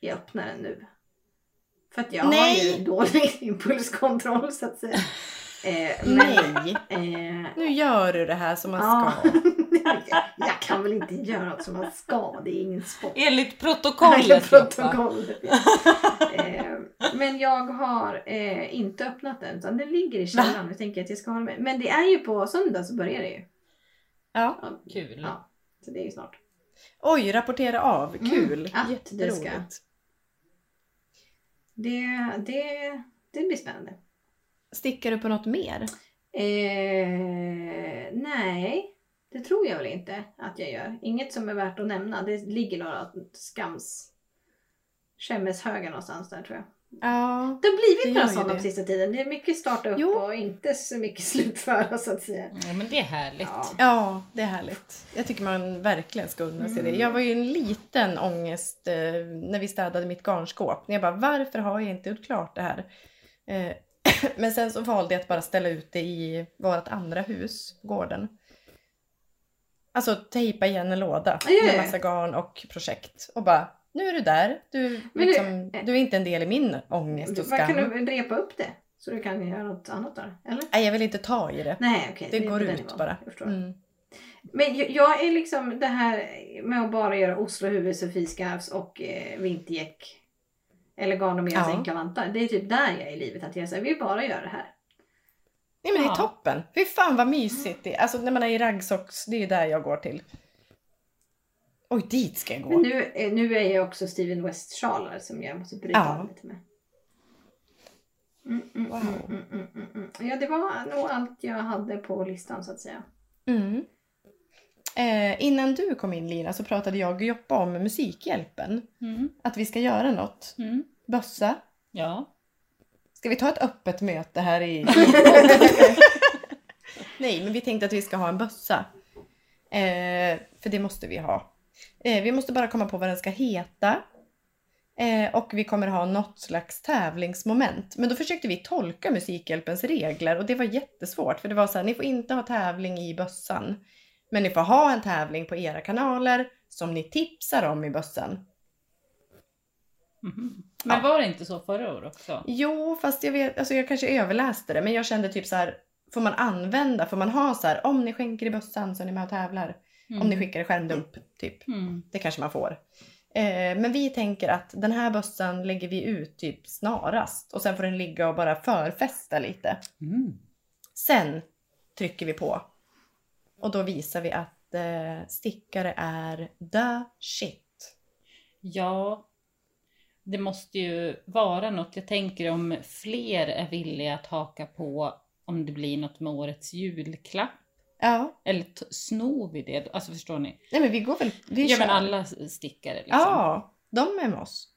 Speaker 1: jag öppnar den nu. För att jag har
Speaker 3: Nej.
Speaker 1: ju dålig [LAUGHS] impulskontroll så att
Speaker 3: [LAUGHS]
Speaker 1: säga. Eh, men,
Speaker 3: Nej!
Speaker 1: [LAUGHS] eh,
Speaker 3: Nu gör du det här som man
Speaker 1: ja,
Speaker 3: ska.
Speaker 1: [LAUGHS] jag kan väl inte göra något som man ska, det är ingen sport.
Speaker 2: Enligt
Speaker 3: [LAUGHS]
Speaker 1: Eller
Speaker 2: protokollet. Lotta.
Speaker 1: protokollet. eh, men jag har eh, inte öppnat den utan den ligger i källaren. Jag tänker att jag ska ha den med. Men det är ju på söndag så börjar det ju.
Speaker 3: Ja.
Speaker 1: Ja,
Speaker 2: Kul.
Speaker 1: Ja. så det är ju snart.
Speaker 3: Oj, rapportera av.
Speaker 1: Mm,
Speaker 3: Kul!
Speaker 1: att det ska.
Speaker 3: Jätteroligt.
Speaker 1: Det, det, det blir spännande.
Speaker 3: Stickar du på något mer?
Speaker 1: Eh, nej, det tror jag väl inte att jag gör. Inget som är värt att nämna. Det ligger några skams... Skämmeshögar någonstans där tror jag.
Speaker 3: Ja.
Speaker 1: Det har blivit
Speaker 3: Det gör
Speaker 1: några
Speaker 3: ju
Speaker 1: sådana
Speaker 3: det.
Speaker 1: på sista tiden. Det är mycket starta upp
Speaker 3: Jo.
Speaker 1: och inte så mycket [LAUGHS] slutföra så att säga.
Speaker 2: Ja, men det är härligt.
Speaker 1: Ja.
Speaker 3: Ja, det är härligt. Jag tycker man verkligen ska unna sig
Speaker 1: Mm.
Speaker 3: det. Jag var ju en liten ångest eh, när vi städade mitt garnskåp. När jag bara, varför har jag inte gjort klart det här? Eh, [CLEARS THROAT] men sen så valde jag att bara ställa ut det i vårt andra hus, gården. Alltså tejpa igen en låda
Speaker 1: Ja, ja, ja.
Speaker 3: med massa garn och projekt. Och bara, nu är du där. Du,
Speaker 1: du-
Speaker 3: liksom, du är inte en del i min ångest och
Speaker 1: Vad
Speaker 3: skam.
Speaker 1: kan du repa upp det? Så du kan göra något annat där? Eller?
Speaker 3: Nej, jag vill inte ta i det.
Speaker 1: Nej, okej.
Speaker 3: Det
Speaker 1: är
Speaker 3: går
Speaker 1: på den
Speaker 3: ut
Speaker 1: nivån.
Speaker 3: bara.
Speaker 1: Jag förstår.
Speaker 3: Mm.
Speaker 1: Men jag, jag är liksom det här med att bara göra Oslohuvud, Sofieskarvs och eh, vintergäck. Eller garn och meras
Speaker 3: Ja.
Speaker 1: enkla vantar. Det är typ där jag är i livet. Att jag säger, vi bara gör det här.
Speaker 3: Nej men
Speaker 2: Ja.
Speaker 3: det är toppen. Fy fan vad mysigt det är. Alltså när man är i raggsocks, det är ju där jag går till. Oj, dit ska jag gå.
Speaker 1: Men nu, eh, nu är jag också Steven West-sjalar som jag måste bryta
Speaker 3: Ja.
Speaker 1: av lite med. Mm, mm,
Speaker 3: Wow.
Speaker 1: mm, mm, mm, mm, mm. Ja, det var nog allt jag hade på listan så att säga.
Speaker 3: Mm. Eh, innan du kom in Lina så pratade jag och Joppa om Musikhjälpen.
Speaker 2: Mm,
Speaker 3: Att vi ska göra något.
Speaker 2: mm.
Speaker 3: Bössa.
Speaker 2: Ja.
Speaker 3: Ska vi ta ett öppet möte här i... [LAUGHS] Nej, men vi tänkte att vi ska ha en bössa. Eh, för det måste vi ha. Eh, vi måste bara komma på vad den ska heta. Eh, och vi kommer ha något slags tävlingsmoment. Men då försökte vi tolka Musikhjälpens regler och det var jättesvårt. För det var så här, ni får inte ha tävling i bössan. Men ni får ha en tävling på era kanaler som ni tipsar om i bössan.
Speaker 2: Mhm. Men
Speaker 3: Ja.
Speaker 2: var det inte så förra året också?
Speaker 3: Jo, fast jag vet, alltså jag kanske överläste det, men jag kände typ så här. Får man använda, får man ha så här, om ni skänker i bössan så är ni med och tävlar.
Speaker 2: Mm.
Speaker 3: Om ni skickar i skärmdump, typ.
Speaker 2: Mm.
Speaker 3: Det kanske man får. Eh, men vi tänker att den här bössan lägger vi ut typ snarast och sen får den ligga och bara förfästa lite.
Speaker 2: Mm.
Speaker 3: Sen trycker vi på och då visar vi att eh, stickare är the shit.
Speaker 2: Ja, det måste ju vara något. Jag tänker om fler är villiga att haka på om det blir något med årets julklapp.
Speaker 3: Ja,
Speaker 2: Eller t- snor vi det? Alltså förstår ni?
Speaker 3: nej men vi går väl. Vi
Speaker 2: ja men
Speaker 3: kör.
Speaker 2: alla s- stickare liksom.
Speaker 3: Ja, de är med oss.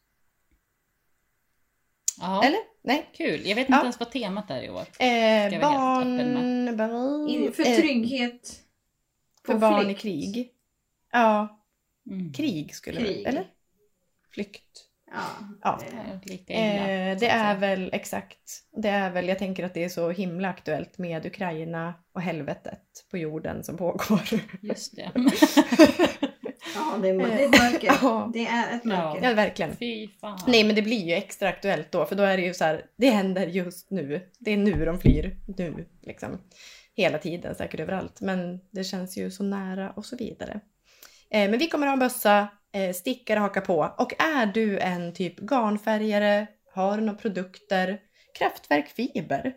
Speaker 2: Ja,
Speaker 3: Eller? Nej,
Speaker 2: Kul. Jag vet
Speaker 3: Ja.
Speaker 2: inte ens vad temat är i år.
Speaker 3: Eh,
Speaker 2: Ska jag vara helt öppen
Speaker 3: barn...
Speaker 1: In,
Speaker 3: barn-
Speaker 1: för
Speaker 3: eh,
Speaker 1: trygghet.
Speaker 3: för
Speaker 1: på
Speaker 3: barn i
Speaker 1: flykt.
Speaker 3: krig. Ja,
Speaker 2: Mm.
Speaker 3: krig skulle
Speaker 1: Krig.
Speaker 3: det Eller? Flykt.
Speaker 1: Ja.
Speaker 3: Ja.
Speaker 2: Det
Speaker 1: Eh,
Speaker 2: är alltså. Lika illa.
Speaker 3: Eh,
Speaker 2: så
Speaker 3: det
Speaker 2: att
Speaker 3: är
Speaker 2: säga.
Speaker 3: väl exakt. Det är väl, jag tänker att det är så himla aktuellt
Speaker 1: [LAUGHS]
Speaker 3: med [LAUGHS] Ukraina och helvetet på jorden som pågår.
Speaker 2: Just det.
Speaker 1: Ja, det är, det är ett mörker.
Speaker 3: [LAUGHS] Ja.
Speaker 1: Det är ett mörker.
Speaker 3: ja, verkligen.
Speaker 2: Fy fan.
Speaker 3: Nej men det blir ju extra aktuellt då för då är det ju så här, det händer just nu. Det är nu de flyr, nu liksom. Hela tiden, säkert överallt. Men det känns ju så nära och så vidare. Eh, men vi kommer ha en bössa, eh, stickare haka på. Och är du en typ garnfärgare, har några produkter, kraftverk fiber.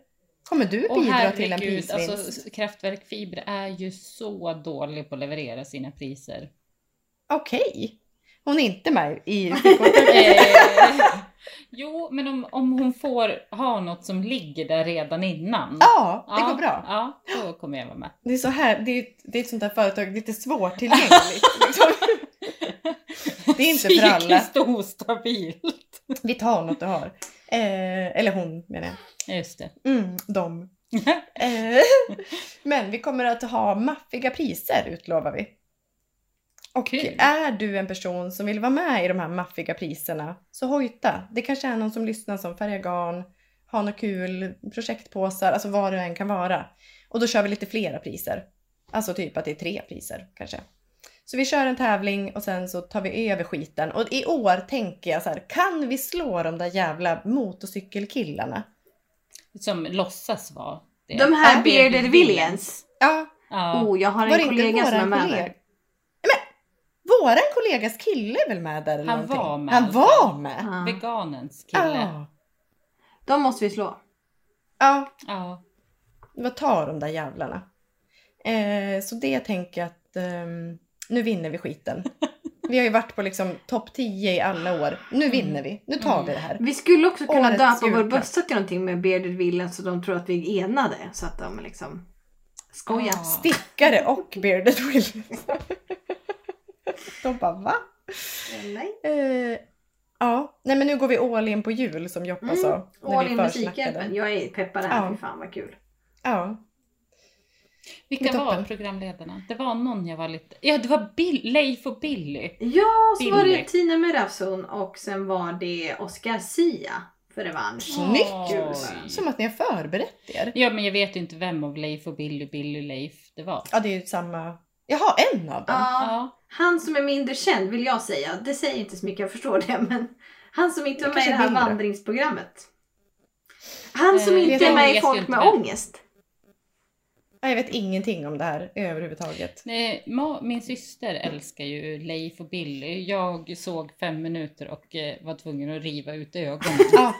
Speaker 3: Kommer du
Speaker 2: Och
Speaker 3: bidra till en prisvinst?
Speaker 2: alltså Kraftwerk Fiber är ju så dålig på att leverera sina priser.
Speaker 3: [LAUGHS] Okej. Hon är inte med i stickkortet.
Speaker 2: Eh, jo, men om, om hon får ha något som ligger där redan innan.
Speaker 3: Ja, det går bra.
Speaker 2: Ja, då kommer jag vara med.
Speaker 3: Det är så här, det är, det är ett sånt där företag, det är lite [LAUGHS] svårtillgängligt. Liksom. [LAUGHS] Det är inte för alla.
Speaker 2: Psykiskt ostabilt.
Speaker 3: Vi tar något du har. Eh, eller hon menar jag.
Speaker 2: Just det.
Speaker 3: Mm, de. Eh, men vi kommer att ha maffiga priser utlovar vi. Och
Speaker 2: Kul.
Speaker 3: är du en person som vill vara med i de här maffiga priserna så hojta. Det kanske är någon som lyssnar som färgar garn, har något kul, projektpåsar, alltså vad det än kan vara. Och då kör vi lite flera priser. Alltså typ att det är tre priser kanske. Så vi kör en tävling och sen så tar vi över skiten. Och i år tänker jag så här, kan vi slå de där jävla motorcykelkillarna?
Speaker 2: [LAUGHS] Som låtsas vara det.
Speaker 1: De här
Speaker 3: Ja.
Speaker 1: bearded villains.
Speaker 3: Ja,
Speaker 2: Ja.
Speaker 1: Oh, jag har
Speaker 3: Var
Speaker 1: en
Speaker 3: det inte
Speaker 1: kollega som är
Speaker 3: våran
Speaker 1: med
Speaker 3: kollega?
Speaker 1: där.
Speaker 3: Men, våran kollegas kille är väl med där eller
Speaker 2: Han
Speaker 3: någonting?
Speaker 2: var med
Speaker 3: Han
Speaker 2: alltså.
Speaker 3: var med?
Speaker 1: Ja.
Speaker 2: Veganens kille.
Speaker 3: Ja.
Speaker 1: De måste vi slå.
Speaker 3: ja.
Speaker 2: Ja.
Speaker 3: Vad tar de där jävlarna? Eh, så det tänker jag att ehm, nu vinner
Speaker 2: [LAUGHS]
Speaker 3: vi skiten. Vi har ju varit på liksom topp 10 i alla år. Nu vinner vi. Nu tar vi det här.
Speaker 1: Mm. Vi skulle också kunna
Speaker 3: Årets
Speaker 1: döpa vår
Speaker 3: julklapp.
Speaker 1: bössa till någonting med bearded villains så de tror att vi är enade. Så att de liksom skojar.
Speaker 2: Ah.
Speaker 3: Stickare och bearded Williams. De bara va?
Speaker 1: Nej.
Speaker 3: Eh, ja, nej men nu går vi all in på jul som Joppa
Speaker 1: Mm,
Speaker 3: sa. Alltså, när
Speaker 1: All
Speaker 3: vi
Speaker 1: in
Speaker 3: försnackade.
Speaker 1: Musikhjälpen. Jag är peppad här.
Speaker 3: Ja.
Speaker 1: Fy fan vad kul.
Speaker 3: Ja.
Speaker 2: Vilka
Speaker 3: Med toppen.
Speaker 2: var programledarna? Det var någon jag var lite... Ja, det var Bill, Leif och Billy.
Speaker 1: Ja, så var det
Speaker 2: Billy.
Speaker 1: Tina Merafzon och sen var det Oscar Sia för revansch.
Speaker 3: Snyggt!
Speaker 2: Oj.
Speaker 3: Som att ni har förberett er.
Speaker 2: Ja, men jag vet ju inte vem av Leif och Billy, Billy Leif det var.
Speaker 3: Ja, det är ju samma... Jaha, en av dem?
Speaker 1: Ja,
Speaker 2: Ja.
Speaker 1: han som är mindre känd vill jag säga. Det säger inte så mycket, jag förstår det. Men han som inte
Speaker 3: Det
Speaker 1: var med i det
Speaker 3: kanske
Speaker 1: här
Speaker 3: vill det.
Speaker 1: vandringsprogrammet. Han som
Speaker 2: Eh,
Speaker 1: inte
Speaker 3: jag
Speaker 1: är med i
Speaker 2: vet
Speaker 1: Folk
Speaker 2: inte
Speaker 1: med
Speaker 2: vem.
Speaker 1: ångest.
Speaker 3: Ja. Jag vet ingenting om det här överhuvudtaget.
Speaker 2: Eh, ma- Min syster älskar ju Leif och Billy. Jag såg fem minuter och eh, var tvungen att riva ut
Speaker 3: [LAUGHS]
Speaker 2: ögonen.
Speaker 3: Ja,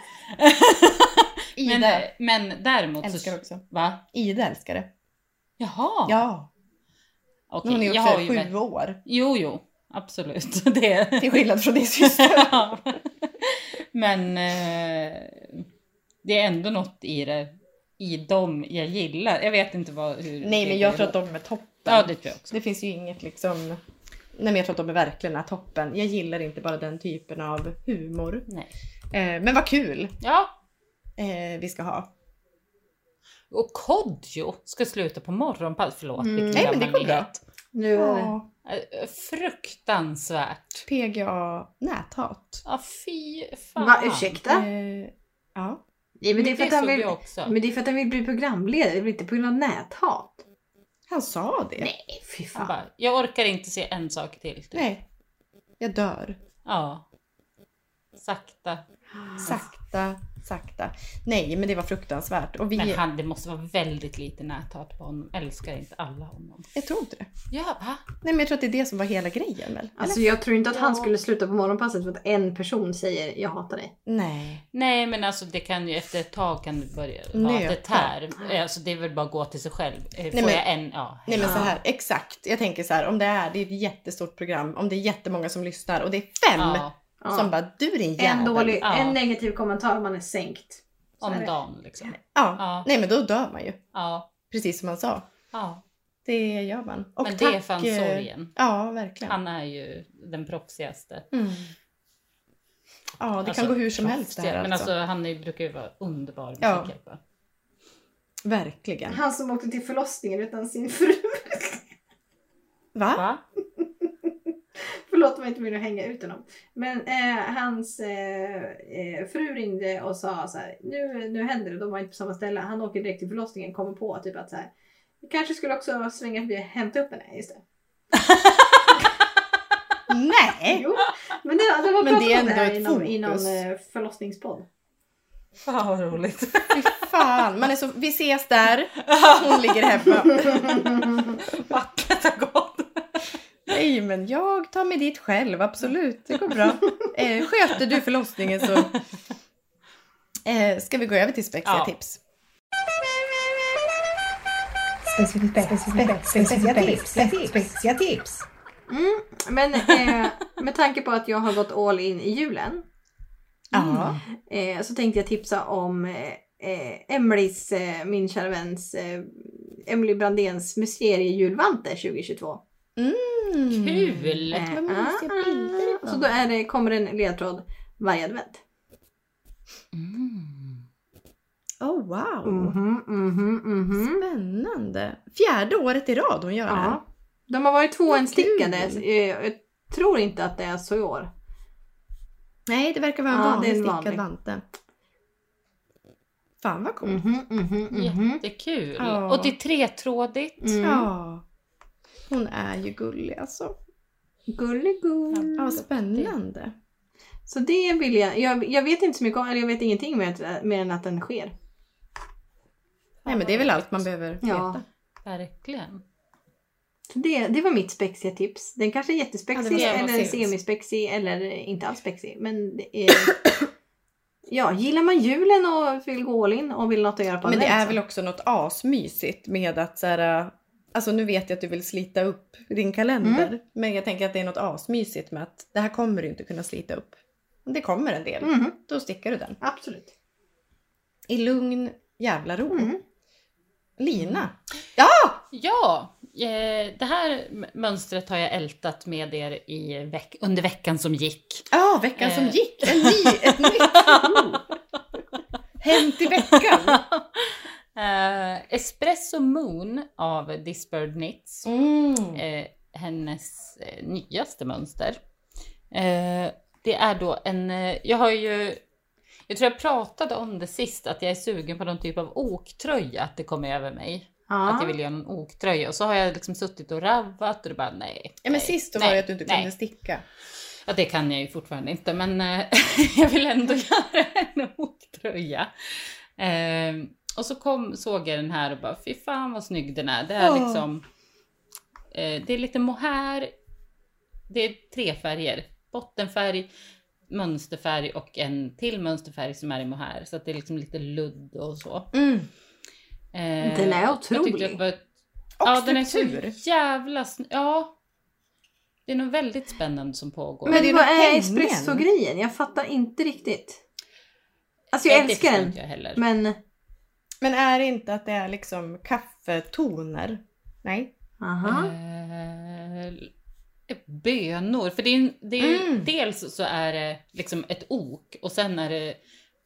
Speaker 3: Ida
Speaker 2: men, eh, men däremot
Speaker 3: älskar
Speaker 2: så...
Speaker 3: också.
Speaker 2: Va?
Speaker 3: Ida älskar det.
Speaker 2: Jaha!
Speaker 3: Ja,
Speaker 2: Okej,
Speaker 3: hon har gjort
Speaker 2: jag har
Speaker 3: det
Speaker 2: ju
Speaker 3: sju
Speaker 2: vet-
Speaker 3: år.
Speaker 2: Jo, jo. Absolut. [LAUGHS] Det...
Speaker 3: Till skillnad från
Speaker 2: [LAUGHS]
Speaker 3: din syster.
Speaker 2: Ja. Men eh, det är ändå något i det, i dem jag gillar. Jag vet inte vad, hur...
Speaker 3: Nej,
Speaker 2: det
Speaker 3: men
Speaker 2: går
Speaker 3: jag tror att
Speaker 2: ihop.
Speaker 3: de är toppen.
Speaker 2: Ja, det tror jag också.
Speaker 3: Det finns ju inget liksom... Nej, men jag tror att de är verkligen är toppen. Jag gillar inte bara den typen av humor.
Speaker 2: Nej.
Speaker 3: Eh, men vad kul
Speaker 2: Ja,
Speaker 3: eh, vi ska ha.
Speaker 2: och Kodjo ska sluta på morgonpass. Förlåt,
Speaker 1: Mm.
Speaker 2: vilken
Speaker 3: Nej, men det
Speaker 2: gammal
Speaker 3: går bra.
Speaker 2: nyhet.
Speaker 1: Nu
Speaker 3: Ja,
Speaker 2: Eh, Fruktansvärt.
Speaker 3: PGA näthat.
Speaker 2: Ja, fy fan.
Speaker 1: Va, ursäkta?
Speaker 3: Eh, ja.
Speaker 1: Nej, men, det är för att han
Speaker 2: såg
Speaker 1: vill,
Speaker 2: jag också.
Speaker 1: men det är för att han vill bli programledare, det är väl inte på grund av näthat?
Speaker 3: Han sa det.
Speaker 1: Nej, fy fan.
Speaker 2: Han bara, jag orkar inte se en sak till. typ.
Speaker 3: Nej. Jag dör.
Speaker 2: Ja. Sakta.
Speaker 3: Sakta, sakta. Nej, men det var fruktansvärt. Och vi,
Speaker 2: Men han, det måste vara väldigt lite näthat på honom. Älskar inte alla honom.
Speaker 3: jag tror inte det.
Speaker 2: Ja, va?
Speaker 3: Nej, men jag tror att det är det som var hela grejen väl?
Speaker 1: Alltså jag tror inte att han
Speaker 2: Ja.
Speaker 1: skulle sluta på morgonpasset för att en person säger jag hatar dig.
Speaker 3: Eller? Nej.
Speaker 2: Nej, men alltså det kan ju efter ett tag kan det börja vara
Speaker 3: Nöta.
Speaker 2: det här. Alltså det är väl bara att gå till sig själv. Eh, Får
Speaker 3: Nej, men-
Speaker 2: jag en? Ja.
Speaker 3: Nej men
Speaker 1: Ja.
Speaker 3: så här, exakt. Jag tänker så här, om det är, det är ett jättestort program, om det är jättemånga som lyssnar och det är fem
Speaker 2: ja.
Speaker 1: Ja.
Speaker 3: som bara du din jävel.
Speaker 1: en dålig,
Speaker 2: Ja.
Speaker 1: en negativ kommentar man är sänkt. Så är
Speaker 2: Om
Speaker 1: det.
Speaker 2: dagen liksom.
Speaker 3: Ja.
Speaker 2: Ja.
Speaker 3: nej men då dör man ju.
Speaker 2: Ja.
Speaker 3: Precis som han sa.
Speaker 2: ja.
Speaker 3: Det gör man. Och
Speaker 2: men det är
Speaker 3: tack,
Speaker 2: fan
Speaker 3: eh,
Speaker 2: sorgen.
Speaker 3: Ja, verkligen.
Speaker 2: Han är ju den proffsigaste.
Speaker 3: Mm. Ja, det
Speaker 2: Alltså,
Speaker 3: kan gå hur som helst det här
Speaker 2: proffsiga.
Speaker 3: alltså.
Speaker 2: Men alltså han är, brukar ju vara underbar
Speaker 3: Ja.
Speaker 2: musikhjälpare.
Speaker 3: Verkligen.
Speaker 1: Han som åkte till förlossningen utan sin fru. [LAUGHS]
Speaker 3: Va? [LAUGHS]
Speaker 2: Va?
Speaker 1: [LAUGHS] Förlåt om jag inte vill hänga ut honom. Men eh, hans eh, eh, fru ringde och sa så här, nu, nu händer det, de var inte på samma ställe. Han åker direkt till förlossningen, kommer på typ att så här, vi kanske skulle också svänga förbi och hämta upp henne. Just det.
Speaker 3: Nej!
Speaker 1: Jo, men det, det var
Speaker 3: Eh. Men
Speaker 1: pratat
Speaker 3: det är
Speaker 1: om det
Speaker 3: ändå
Speaker 1: här
Speaker 3: ett
Speaker 1: i någon, i någon
Speaker 3: fokus.
Speaker 1: eh,
Speaker 3: [LAUGHS]
Speaker 1: förlossningspodd.
Speaker 2: Fan vad roligt.
Speaker 3: Fy fan, man är så, vi ses där. Hon ligger hemma.
Speaker 2: Vattnet har gått.
Speaker 3: Nej men jag tar mig dit själv, absolut. Det går bra. Eh, sköter du förlossningen så eh, ska vi gå över till spexiga
Speaker 2: Ja.
Speaker 3: tips.
Speaker 4: Speziga tips, speziga tips.
Speaker 1: Mm, men eh, med tanke på att jag har gått all in i julen
Speaker 3: Ja.
Speaker 1: eh, så tänkte jag tipsa om eh, eh, Emelies, eh, min kära väns, eh, Emily Brandéns mysteriejulvanter 2022.
Speaker 3: Mm.
Speaker 2: Kul!
Speaker 1: Eh,
Speaker 3: Vad mysiga
Speaker 1: ah,
Speaker 3: bilder det
Speaker 1: Så då
Speaker 3: var.
Speaker 1: är det, kommer en ledtråd varje advent.
Speaker 2: Mm.
Speaker 3: Oh wow.
Speaker 1: Mhm, mhm, mhm.
Speaker 3: mm-hmm. Spännande. Fjärde året i rad hon gör det här.
Speaker 1: Ja. De har varit tvåenstickade.
Speaker 3: kul.
Speaker 1: Eh, Jag tror inte att det är så i år.
Speaker 3: Nej, det verkar vara en
Speaker 1: Ja, det är
Speaker 3: vanlig
Speaker 1: en
Speaker 3: stickad
Speaker 1: vanlig.
Speaker 3: vante. Fan vad coolt.
Speaker 1: Mhm, mhm,
Speaker 2: mm-hmm.
Speaker 1: mhm.
Speaker 2: Jättekul!
Speaker 3: Ja.
Speaker 2: Och det är tretrådigt.
Speaker 1: Mm.
Speaker 3: Ja. Hon är ju gullig alltså.
Speaker 1: Mm. Gulligull.
Speaker 3: Ja, spännande.
Speaker 1: Så det vill jag. jag. Jag vet inte så mycket om, eller jag vet ingenting mer, mer än att den sker.
Speaker 3: Nej men det är väl allt man behöver veta.
Speaker 1: Ja.
Speaker 2: Verkligen.
Speaker 1: Så det, det var mitt spexiga tips. Den kanske är jättespexig
Speaker 3: Ja, det var
Speaker 1: eller
Speaker 3: trevligt.
Speaker 1: semispexig eller inte alls spexig. Men det är... [COUGHS] ja, gillar man julen och vill gå all in och vill något att göra på
Speaker 3: Men det
Speaker 1: advent
Speaker 3: är
Speaker 1: så-
Speaker 3: väl också något asmysigt med att så här, alltså nu vet jag att du vill slita upp din kalender.
Speaker 1: Mm.
Speaker 3: Men jag tänker att det är något asmysigt med att det här kommer du inte kunna slita upp. Men Det kommer en del,
Speaker 1: Mhm,
Speaker 3: då stickar du den.
Speaker 1: absolut.
Speaker 3: I lugn jävla ro. [LAUGHS]
Speaker 1: Mm.
Speaker 3: Lina!
Speaker 2: Ja, eh, det här m- mönstret har jag ältat med er i veck- under veckan som gick. [LAUGHS]
Speaker 3: Ja, veckan som
Speaker 2: Eh.
Speaker 3: gick! En ny,
Speaker 1: [LAUGHS]
Speaker 3: ett nytt ord! Hänt i veckan!
Speaker 2: Eh, Espresso Moon av Disbird Knits.
Speaker 3: Mm.
Speaker 2: eh, hennes eh, nyaste mönster. Eh, det är då en, eh, jag har ju, jag tror jag pratade om det sist, att jag är sugen på någon typ av oktröja, att det kommer över mig. Att jag
Speaker 1: Ja.
Speaker 2: vill göra en oktröja och så har jag liksom suttit och ravvat och det bara nej.
Speaker 3: Ja, men
Speaker 2: nej,
Speaker 3: sist då
Speaker 2: nej,
Speaker 3: var det att du inte
Speaker 2: nej.
Speaker 3: kunde sticka.
Speaker 2: Ja det kan jag ju fortfarande inte men eh, [LAUGHS] jag vill ändå göra en oktröja. Eh, och så kom, såg jag den här och bara fy fan vad snygg den är. Det är
Speaker 3: Åh.
Speaker 2: liksom, eh, det är lite mohair, det är tre färger. Bottenfärg, mönsterfärg och en till mönsterfärg som är i mohair. Så att det är liksom lite ludd och så.
Speaker 3: Mm.
Speaker 2: Eh,
Speaker 1: Den är
Speaker 2: jag tyckte
Speaker 1: otrolig.
Speaker 2: att det var ett-
Speaker 3: Och
Speaker 2: ja, den är så
Speaker 3: struktur!
Speaker 2: jävla sn- Ja. Det är nog väldigt spännande som pågår.
Speaker 3: Men det är
Speaker 1: Men vad
Speaker 3: den
Speaker 1: är
Speaker 3: pengen.
Speaker 1: espresso-grejen? Jag fattar inte riktigt. Alltså jag
Speaker 2: Nej, det
Speaker 1: älskar
Speaker 2: förstår
Speaker 1: den.
Speaker 2: inte Jag heller.
Speaker 1: Men...
Speaker 3: Men är det inte att det är liksom kaffetoner? Nej.
Speaker 2: Mm.
Speaker 1: Aha.
Speaker 2: Eh, bönor. För det är, en- det är ju-
Speaker 3: Mm.
Speaker 2: dels så är det liksom ett ok och sen är det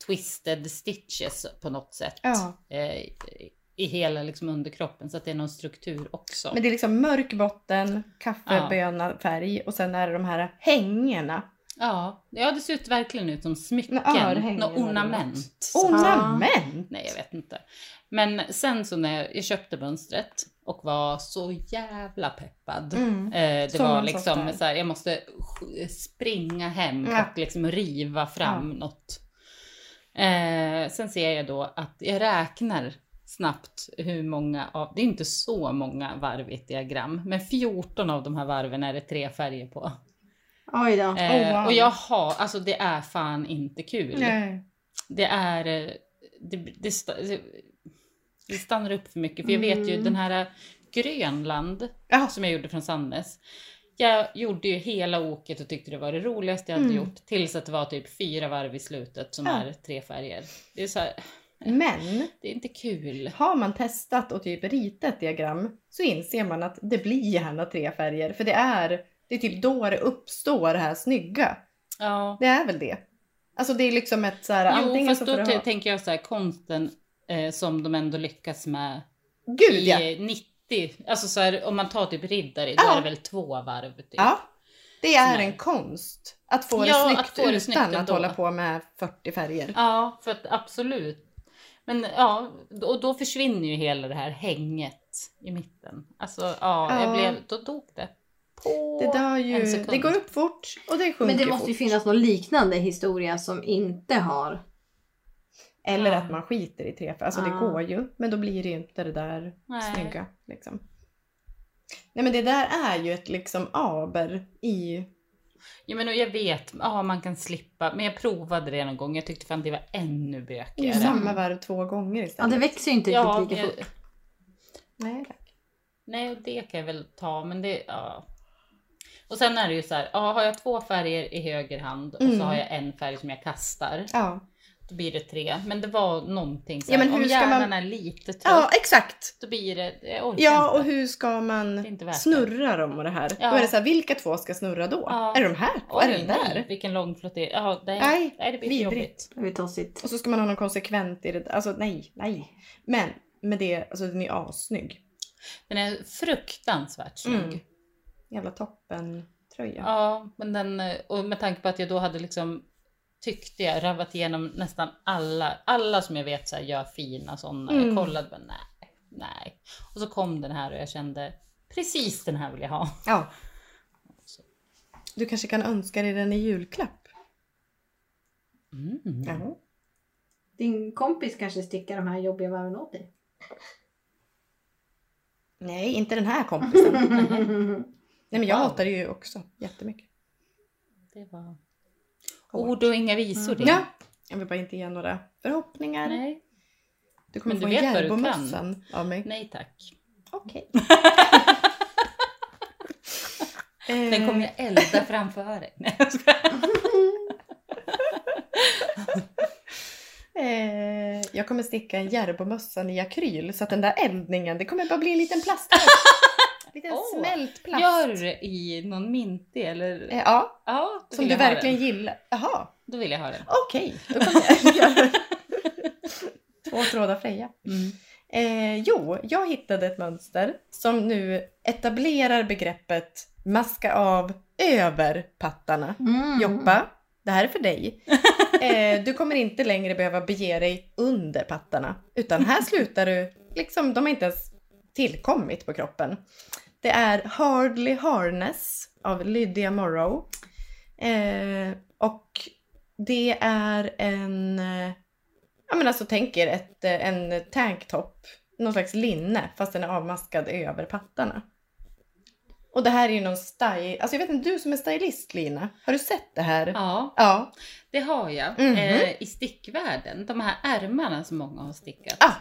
Speaker 2: twisted stitches på något sätt.
Speaker 3: Ja.
Speaker 2: eh, i- I hela liksom underkroppen så att det är någon struktur också.
Speaker 3: Men det är liksom mörk botten, kaffeböna färg och sen är det de här hängena.
Speaker 2: ja. ja, det ser ut verkligen ut som smycken.
Speaker 3: Nå- örhängen
Speaker 2: Något
Speaker 3: eller något.
Speaker 2: ornament.
Speaker 3: Ah. Ornament!
Speaker 2: Nej, jag vet inte. Men sen så när jag, jag köpte mönstret och var så jävla peppad.
Speaker 3: Mm.
Speaker 2: Eh, det
Speaker 3: Som
Speaker 2: var
Speaker 3: man så ofta
Speaker 2: liksom
Speaker 3: är.
Speaker 2: så här, jag måste sj- springa hem
Speaker 3: Ja.
Speaker 2: och liksom riva fram något. Eh, sen ser jag då att jag räknar snabbt hur många av, det är inte så många varv i ett diagram, men 14 av de här varven är det tre färger på.
Speaker 1: Oj då.
Speaker 2: Eh,
Speaker 3: Oh, wow.
Speaker 2: Och jag har, alltså det är fan inte kul
Speaker 3: Nej.
Speaker 2: det är, eh, det, det, sta- det- det stannar upp för mycket. För jag vet ju
Speaker 1: Mm.
Speaker 2: den här eh, Grönland
Speaker 3: Ja.
Speaker 2: som jag gjorde från Sandnes. Jag gjorde ju hela oket och tyckte det var det roligaste jag hade
Speaker 3: Mm.
Speaker 2: gjort. Tills att det var typ fyra varv i slutet som
Speaker 3: Ja.
Speaker 2: är tre färger. Det är så här,
Speaker 3: Men
Speaker 2: det är inte kul.
Speaker 3: har man testat och typ ritat ett diagram så inser man att det blir gärna tre färger. För det är, det är typ då det uppstår det här snygga.
Speaker 2: Ja.
Speaker 3: Det är väl det. Alltså det är liksom ett så här,
Speaker 2: Jo,
Speaker 3: antingen så
Speaker 2: fast då
Speaker 3: får
Speaker 2: typ
Speaker 3: du ha...
Speaker 2: tänker jag så här konsten eh, som de ändå lyckas med
Speaker 3: Gud
Speaker 2: i
Speaker 3: ja!
Speaker 2: eh, 90. Alltså så här, om man tar typ riddare, då
Speaker 3: Ja.
Speaker 2: är det väl två varv. Typ.
Speaker 3: Ja, det är
Speaker 2: Som är-
Speaker 3: en konst. Att få det
Speaker 2: Ja,
Speaker 3: snyggt
Speaker 2: att få det
Speaker 3: utan
Speaker 2: snyggt
Speaker 3: att
Speaker 2: ändå.
Speaker 3: hålla på med 40 färger.
Speaker 2: Ja, för att absolut. Men ja, och då försvinner ju hela det här hänget i mitten. Alltså ja,
Speaker 3: Ja.
Speaker 2: jag blev, då dog det. på.
Speaker 3: Det dör
Speaker 2: en
Speaker 3: ju.
Speaker 2: sekund.
Speaker 3: Det går upp fort och det sjunker
Speaker 1: Men det måste ju
Speaker 3: fort.
Speaker 1: finnas någon liknande historia som inte har...
Speaker 3: Eller
Speaker 2: Ja.
Speaker 3: att man skiter i tre, alltså
Speaker 1: Ja.
Speaker 3: det går ju. Men då blir det ju inte det där
Speaker 2: Nej.
Speaker 3: snygga. Liksom. Nej men det där är ju ett liksom aber i...
Speaker 2: Ja, men och jag vet, ja man kan slippa. Men jag provade det någon gång. Jag tyckte fan det var ännu
Speaker 3: i
Speaker 2: bökigare.
Speaker 3: samma varv två gånger
Speaker 1: Ja,
Speaker 3: istället.
Speaker 1: det växer ju inte
Speaker 2: Ja,
Speaker 1: riktigt lika
Speaker 2: men-
Speaker 1: fort.
Speaker 3: Nej, tack.
Speaker 2: Nej, och det kan jag väl ta, men det, ja. Och sen är det ju så här, ja, har jag två färger i höger hand och
Speaker 3: Mm.
Speaker 2: så har jag en färg som jag kastar,
Speaker 3: Ja.
Speaker 2: då blir det tre. Men det var någonting så
Speaker 3: Ja,
Speaker 2: här,
Speaker 3: men
Speaker 2: om
Speaker 3: hur ska man-
Speaker 2: hjärnan är lite trött,
Speaker 3: ja, exakt.
Speaker 2: då blir det, jag orkar
Speaker 3: Ja, och
Speaker 2: inte.
Speaker 3: hur ska
Speaker 2: Det är
Speaker 3: man
Speaker 2: inte värt det.
Speaker 3: snurra dem och det här?
Speaker 2: Ja.
Speaker 3: Då är det så här, vilka två ska snurra då?
Speaker 2: Ja.
Speaker 3: Är det de här två?
Speaker 2: Oj,
Speaker 3: är det den där?
Speaker 2: Nej, vilken lång flottering. Ja, nej,
Speaker 3: Nej,
Speaker 2: nej, det blir för
Speaker 3: vidrigt.
Speaker 2: jobbigt.
Speaker 1: Det blir tossigt.
Speaker 3: Och så ska man ha någon konsekvent i det. Alltså nej, nej. Men med det, alltså den är assnygg.
Speaker 2: Den är fruktansvärt snygg.
Speaker 3: Mm. Jävla toppen tröja.
Speaker 2: Ja, men den, och med tanke på att jag då hade liksom tyckte jag ravat igenom nästan alla, alla som jag vet så här, gör fina sådana.
Speaker 3: Mm.
Speaker 2: Jag kollade men nej, nej. Och så kom den här och jag kände precis den här vill jag ha.
Speaker 3: Ja. Du kanske kan önska dig den i julklapp?
Speaker 2: Mm.
Speaker 3: Ja.
Speaker 1: Din kompis kanske stickar de här jobbiga varven åt dig.
Speaker 3: Nej, inte den
Speaker 2: [LAUGHS]
Speaker 3: här kompisen. nej, men jag
Speaker 2: Wow.
Speaker 3: hatar det ju också jättemycket.
Speaker 2: Det var ord och inga visor. det.
Speaker 3: Mm. Ja. Jag vill bara inte ge några förhoppningar.
Speaker 2: Nej.
Speaker 3: Du kommer
Speaker 2: Men
Speaker 3: få
Speaker 2: du vet vad du
Speaker 3: en
Speaker 2: kan.
Speaker 3: järnbomössan av mig.
Speaker 2: nej tack.
Speaker 3: Okej.
Speaker 2: Den kommer jag elda framför dig. Nej, jag skojar.
Speaker 3: Eh, jag kommer sticka en Järbomössan i akryl så att den där eldningen, det kommer bara bli en
Speaker 2: [LAUGHS]
Speaker 3: liten plast. liten
Speaker 2: Åh,
Speaker 3: smält plast.
Speaker 2: Gör du det i någon minty eller?
Speaker 3: Eh, ja,
Speaker 2: Ja, då
Speaker 3: som
Speaker 2: vill
Speaker 3: du
Speaker 2: jag ha
Speaker 3: verkligen
Speaker 2: den.
Speaker 3: gillar. Jaha,
Speaker 2: Då vill jag ha den.
Speaker 3: okej.
Speaker 2: [LAUGHS]
Speaker 3: Då kommer jag göra Två trådar Freja.
Speaker 2: Mm.
Speaker 3: Eh, jo, jag hittade ett mönster som nu etablerar begreppet maska av över pattarna.
Speaker 1: Mm.
Speaker 3: Joppa, det här är för dig. Eh, du kommer inte längre behöva bege dig under pattarna. Utan här slutar du, liksom de har inte ens tillkommit på kroppen. Det är Hardly Harness av Lydia Morrow. Eh, och det är en, eh, ja men alltså tänk er ett, eh, en tanktop, någon slags linne fast den är avmaskad över pattarna. Och det här är ju någon style, alltså jag vet inte, du som är stylist Lina, har du sett det här?
Speaker 2: Ja,
Speaker 3: Ja,
Speaker 2: Det har jag.
Speaker 3: Mhm.
Speaker 2: Eh, I stickvärlden. De här ärmarna som många har stickat.
Speaker 3: Ah.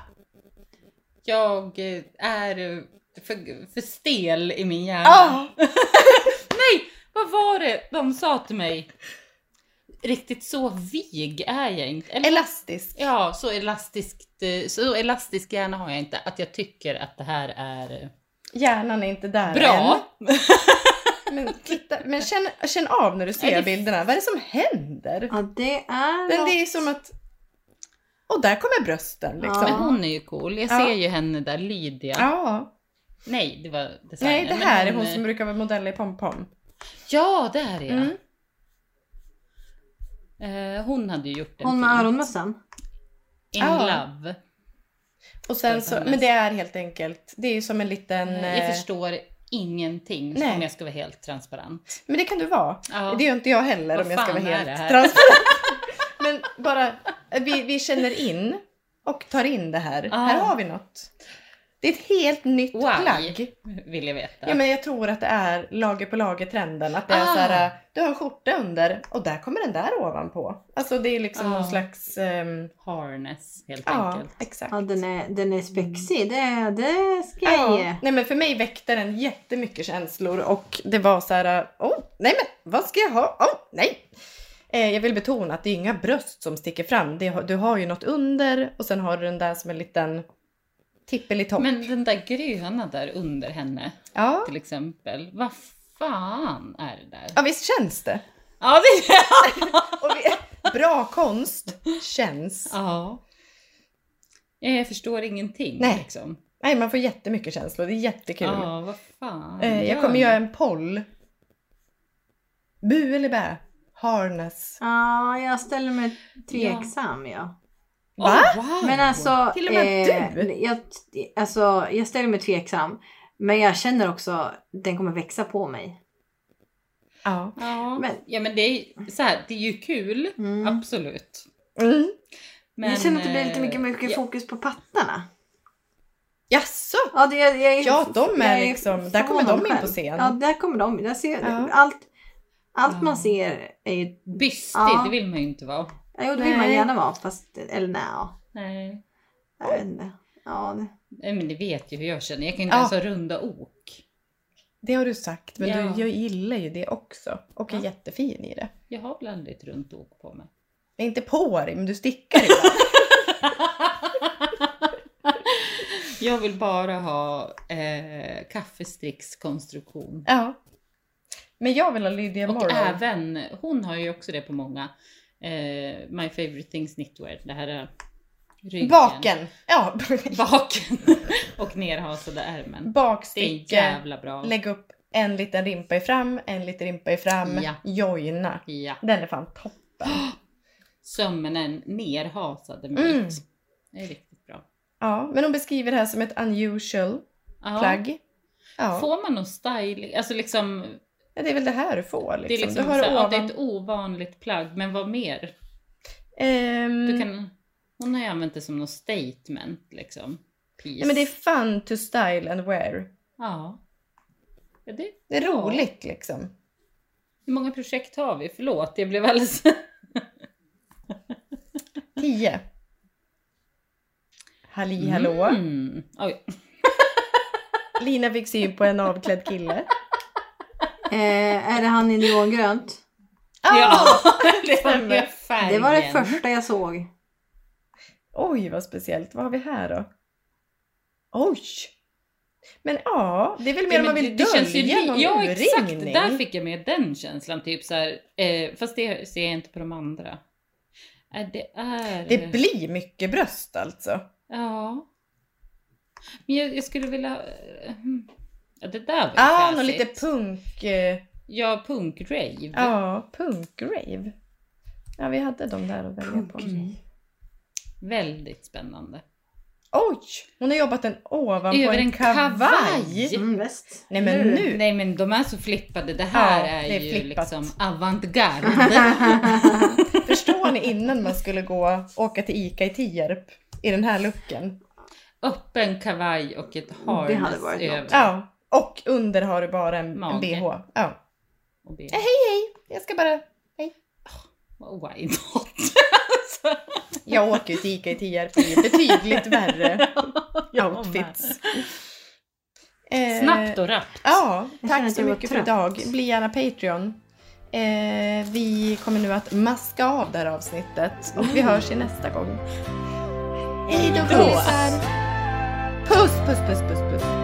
Speaker 2: Jag eh, är eh, för, för stel i min hjärna.
Speaker 3: Ja,
Speaker 2: Nej! Vad var det de sa till mig? Riktigt så vig är jag inte. Eller,
Speaker 3: elastisk.
Speaker 2: ja, så, elastiskt, eh, så elastisk hjärna har jag inte att jag tycker att det här är eh,
Speaker 3: Hjärnan är inte där
Speaker 2: bra.
Speaker 3: än. Men, titta, men känn, känn av när du ser
Speaker 2: Är det-
Speaker 3: bilderna, vad är det som händer?
Speaker 1: Ja, det är
Speaker 3: Men
Speaker 1: något.
Speaker 3: det är ju som att... Och där kommer brösten
Speaker 1: Ja.
Speaker 3: liksom.
Speaker 2: Men hon är ju cool. Jag
Speaker 3: Ja.
Speaker 2: ser ju henne där, Lydia.
Speaker 3: Ja.
Speaker 2: Nej, det var designen.
Speaker 3: Nej, det
Speaker 2: Men
Speaker 3: här är hon
Speaker 2: eh,
Speaker 3: som brukar vara modell i pompom.
Speaker 2: Ja, det här är jag.
Speaker 3: Mm.
Speaker 2: Eh, hon hade ju gjort en
Speaker 1: Hon med
Speaker 2: fin.
Speaker 1: öronmössan.
Speaker 2: In
Speaker 3: Ja.
Speaker 2: love.
Speaker 3: Och sen så, men det är helt enkelt, det är ju som en liten...
Speaker 2: Eh,
Speaker 3: eh,
Speaker 2: Jag förstår ingenting
Speaker 3: Nej.
Speaker 2: om jag ska vara helt transparent.
Speaker 3: Men det kan du vara.
Speaker 2: Ja.
Speaker 3: Det är ju inte jag heller
Speaker 2: Vad
Speaker 3: om jag ska
Speaker 2: fan
Speaker 3: vara
Speaker 2: är
Speaker 3: helt
Speaker 2: det här?
Speaker 3: transparent. [LAUGHS] Men bara, eh, vi, vi känner in och tar in det här.
Speaker 2: Ja.
Speaker 3: Här har vi något. Det är ett helt nytt
Speaker 2: Ah. Why?
Speaker 3: plagg.
Speaker 2: Vill jag veta.
Speaker 3: Ja, men jag tror att det är lager på lager-trenden. Att det är
Speaker 2: Ah.
Speaker 3: så här, eh, du har en skjorta under och där kommer den där ovanpå. Alltså det är liksom
Speaker 2: Ah.
Speaker 3: någon slags... ehm,
Speaker 2: Harness helt
Speaker 3: ja,
Speaker 2: enkelt.
Speaker 3: exakt.
Speaker 1: Ja, den är, den är spexig. Det, det ska jag
Speaker 3: Ja.
Speaker 1: ge.
Speaker 3: Nej men för mig väckte den jättemycket känslor och det var så här, oh, nej men vad ska jag ha? Oh, nej! Eh, jag vill betona att det är inga bröst som sticker fram. Det, har- du har ju något under och sen har du den där som en liten tippelitopp.
Speaker 2: Men den där gröna där under henne
Speaker 3: Ja.
Speaker 2: till exempel. Vad fan är det där?
Speaker 3: ja, visst känns det?
Speaker 2: Ja, det är
Speaker 3: Och vi, [LAUGHS] bra konst känns.
Speaker 2: Ja. Eh, Jag förstår ingenting
Speaker 3: Nej.
Speaker 2: liksom.
Speaker 3: Nej, man får jättemycket känslor. Det är jättekul.
Speaker 2: Ja, vad fan.
Speaker 3: eh, jag
Speaker 2: gör
Speaker 3: kommer
Speaker 2: ni?
Speaker 3: göra en poll. Bu eller bä? Harness.
Speaker 1: Ja, jag ställer mig tveksam. Ja.
Speaker 2: Åh,
Speaker 3: Va?
Speaker 2: Oh, wow.
Speaker 1: Men alltså,
Speaker 3: Till och med du?
Speaker 1: Jag, alltså, jag ställer mig tveksam. Men jag känner också den kommer växa på mig.
Speaker 3: Ja.
Speaker 2: Ja, men,
Speaker 1: Men-
Speaker 2: ja, men det, är, så här, det är ju kul,
Speaker 1: Mm.
Speaker 2: absolut.
Speaker 3: Mm.
Speaker 1: Men, jag känner att det blir lite
Speaker 2: eh,
Speaker 1: mycket, mycket
Speaker 2: ja,
Speaker 1: fokus på pattarna.
Speaker 3: Jaså?
Speaker 1: Ja, det, jag, jag,
Speaker 3: Ja, de är
Speaker 1: jag
Speaker 3: liksom- där kommer
Speaker 1: förvånad
Speaker 3: de in på
Speaker 1: själv.
Speaker 3: scen.
Speaker 1: Ja, där kommer de. Där ser,
Speaker 3: Ja.
Speaker 1: Allt, allt
Speaker 2: Ja.
Speaker 1: man ser är ju...
Speaker 2: Bystig,
Speaker 1: Ja.
Speaker 2: det vill man ju inte vara.
Speaker 1: ja, Jo, det vill man
Speaker 3: Nej.
Speaker 1: gärna vara, fast... Eller nej, ja.
Speaker 2: Nej.
Speaker 1: Jag vet inte. Ja, det,
Speaker 2: Nej, men ni vet ju hur jag känner. Jag kan inte ens
Speaker 3: Ja.
Speaker 2: ha runda ok.
Speaker 3: Det har du sagt, men
Speaker 2: Ja.
Speaker 3: du jag gillar ju det också. Och är
Speaker 2: Ja.
Speaker 3: jättefin i det.
Speaker 2: Jag har väl aldrig ett runt ok på mig.
Speaker 3: Inte på dig, men du stickar
Speaker 2: [LAUGHS]
Speaker 3: ibland.
Speaker 2: jag vill bara ha eh, kaffestrickskonstruktion.
Speaker 3: ja. Men jag vill ha Lydia
Speaker 2: Och
Speaker 3: Morrow.
Speaker 2: även, hon har ju också det på många. Eh, My favorite things knitwear. Det här är ryggen.
Speaker 3: Baken!
Speaker 2: [LAUGHS]
Speaker 3: Ja,
Speaker 2: Baken. och nerhasade ärmen. Det är
Speaker 3: bakstycke.
Speaker 2: jävla bra.
Speaker 3: Lägg upp en liten rimpa i fram, en liten rimpa i fram.
Speaker 2: Ja.
Speaker 3: Joina.
Speaker 2: Ja.
Speaker 3: Den är fan toppen.
Speaker 2: Sömnen nerhasade med
Speaker 3: Mm.
Speaker 2: vitt. Det är riktigt bra.
Speaker 3: Ja, men hon beskriver det här som ett unusual
Speaker 2: Ja.
Speaker 3: plagg. Ja.
Speaker 2: Får man någon styling? Alltså liksom,
Speaker 3: ja, det är väl det här du får liksom.
Speaker 2: det är liksom
Speaker 3: du har
Speaker 2: så här, ja,
Speaker 3: ovan...
Speaker 2: det är ett ovanligt plagg, men vad mer?
Speaker 3: Ehm,
Speaker 2: Du kan, hon har ju använt det som något statement liksom. Piece.
Speaker 3: nej, men det är fun to style and wear.
Speaker 2: Ja. ja det,
Speaker 3: Det är
Speaker 2: Ja.
Speaker 3: roligt liksom.
Speaker 2: hur många projekt har vi? Förlåt, jag blev alldeles...
Speaker 3: Tio. Halli hallå.
Speaker 2: Mm.
Speaker 3: [LAUGHS]
Speaker 2: Oj.
Speaker 3: Lina fick syn på en avklädd kille.
Speaker 1: eh, är det han i neongrönt?
Speaker 2: [LAUGHS]
Speaker 3: Ah!
Speaker 2: Ja, [LAUGHS] det var
Speaker 3: stämmer.
Speaker 2: med färgen.
Speaker 1: Det var det första jag såg.
Speaker 3: Oj, vad speciellt. Vad har vi här då? Oj! Men ja, det är väl mer
Speaker 2: Ja,
Speaker 3: om man
Speaker 2: men
Speaker 3: vill
Speaker 2: det, det
Speaker 3: dölja
Speaker 2: känns ju li-
Speaker 3: någon
Speaker 2: Ja exakt,
Speaker 3: urringning.
Speaker 2: där fick jag med den känslan. Typ så här, eh, fast det ser jag inte på de andra. Eh, det är... eh,
Speaker 3: Det blir mycket bröst alltså.
Speaker 2: Ja. Men jag, jag skulle vilja... eh, hmm. Ja, det där var ju
Speaker 3: Ja, ah, någon
Speaker 2: fräsigt.
Speaker 3: lite punk... Eh,
Speaker 2: Ja, punk-rave.
Speaker 3: ja, punkrave. Ja, vi hade dem där att välja på.
Speaker 2: Väldigt spännande.
Speaker 3: Oj! Hon har jobbat den ovanpå
Speaker 2: Över
Speaker 3: en,
Speaker 2: en
Speaker 3: kavaj.
Speaker 2: kavaj.
Speaker 1: Mm, väst.
Speaker 3: Nej men nu!
Speaker 2: Nej men de är så flippade. Det här
Speaker 3: Ja,
Speaker 2: är,
Speaker 3: det är
Speaker 2: ju
Speaker 3: flippat.
Speaker 2: liksom avantgarde.
Speaker 3: [LAUGHS]
Speaker 1: [LAUGHS]
Speaker 3: Förstår ni innan man skulle gå åka till Ica i Tierp i den här looken?
Speaker 2: Öppen kavaj och ett harness
Speaker 1: Det hade varit något.
Speaker 2: över.
Speaker 3: Ja, och under har du bara en, en
Speaker 2: Mage.
Speaker 3: bh. Ja.
Speaker 2: Och ben.
Speaker 3: Eh, Hej hej! Jag ska bara...
Speaker 2: Why not? [LAUGHS]
Speaker 3: Jag åker ju till Ica i Tierp. Det är betydligt värre
Speaker 2: Jag
Speaker 3: [LAUGHS] outfits. Eh,
Speaker 2: Snabbt och rappt.
Speaker 3: Ja,
Speaker 1: Jag känner
Speaker 3: tack
Speaker 1: att
Speaker 3: så
Speaker 1: jag var
Speaker 3: mycket för
Speaker 1: trött.
Speaker 3: idag. Bli gärna Patreon. Eh, vi kommer nu att maska av det här avsnittet och vi
Speaker 1: Mm.
Speaker 3: hörs i nästa gång. Hej då! kompisar. Puss, puss, puss, puss, puss.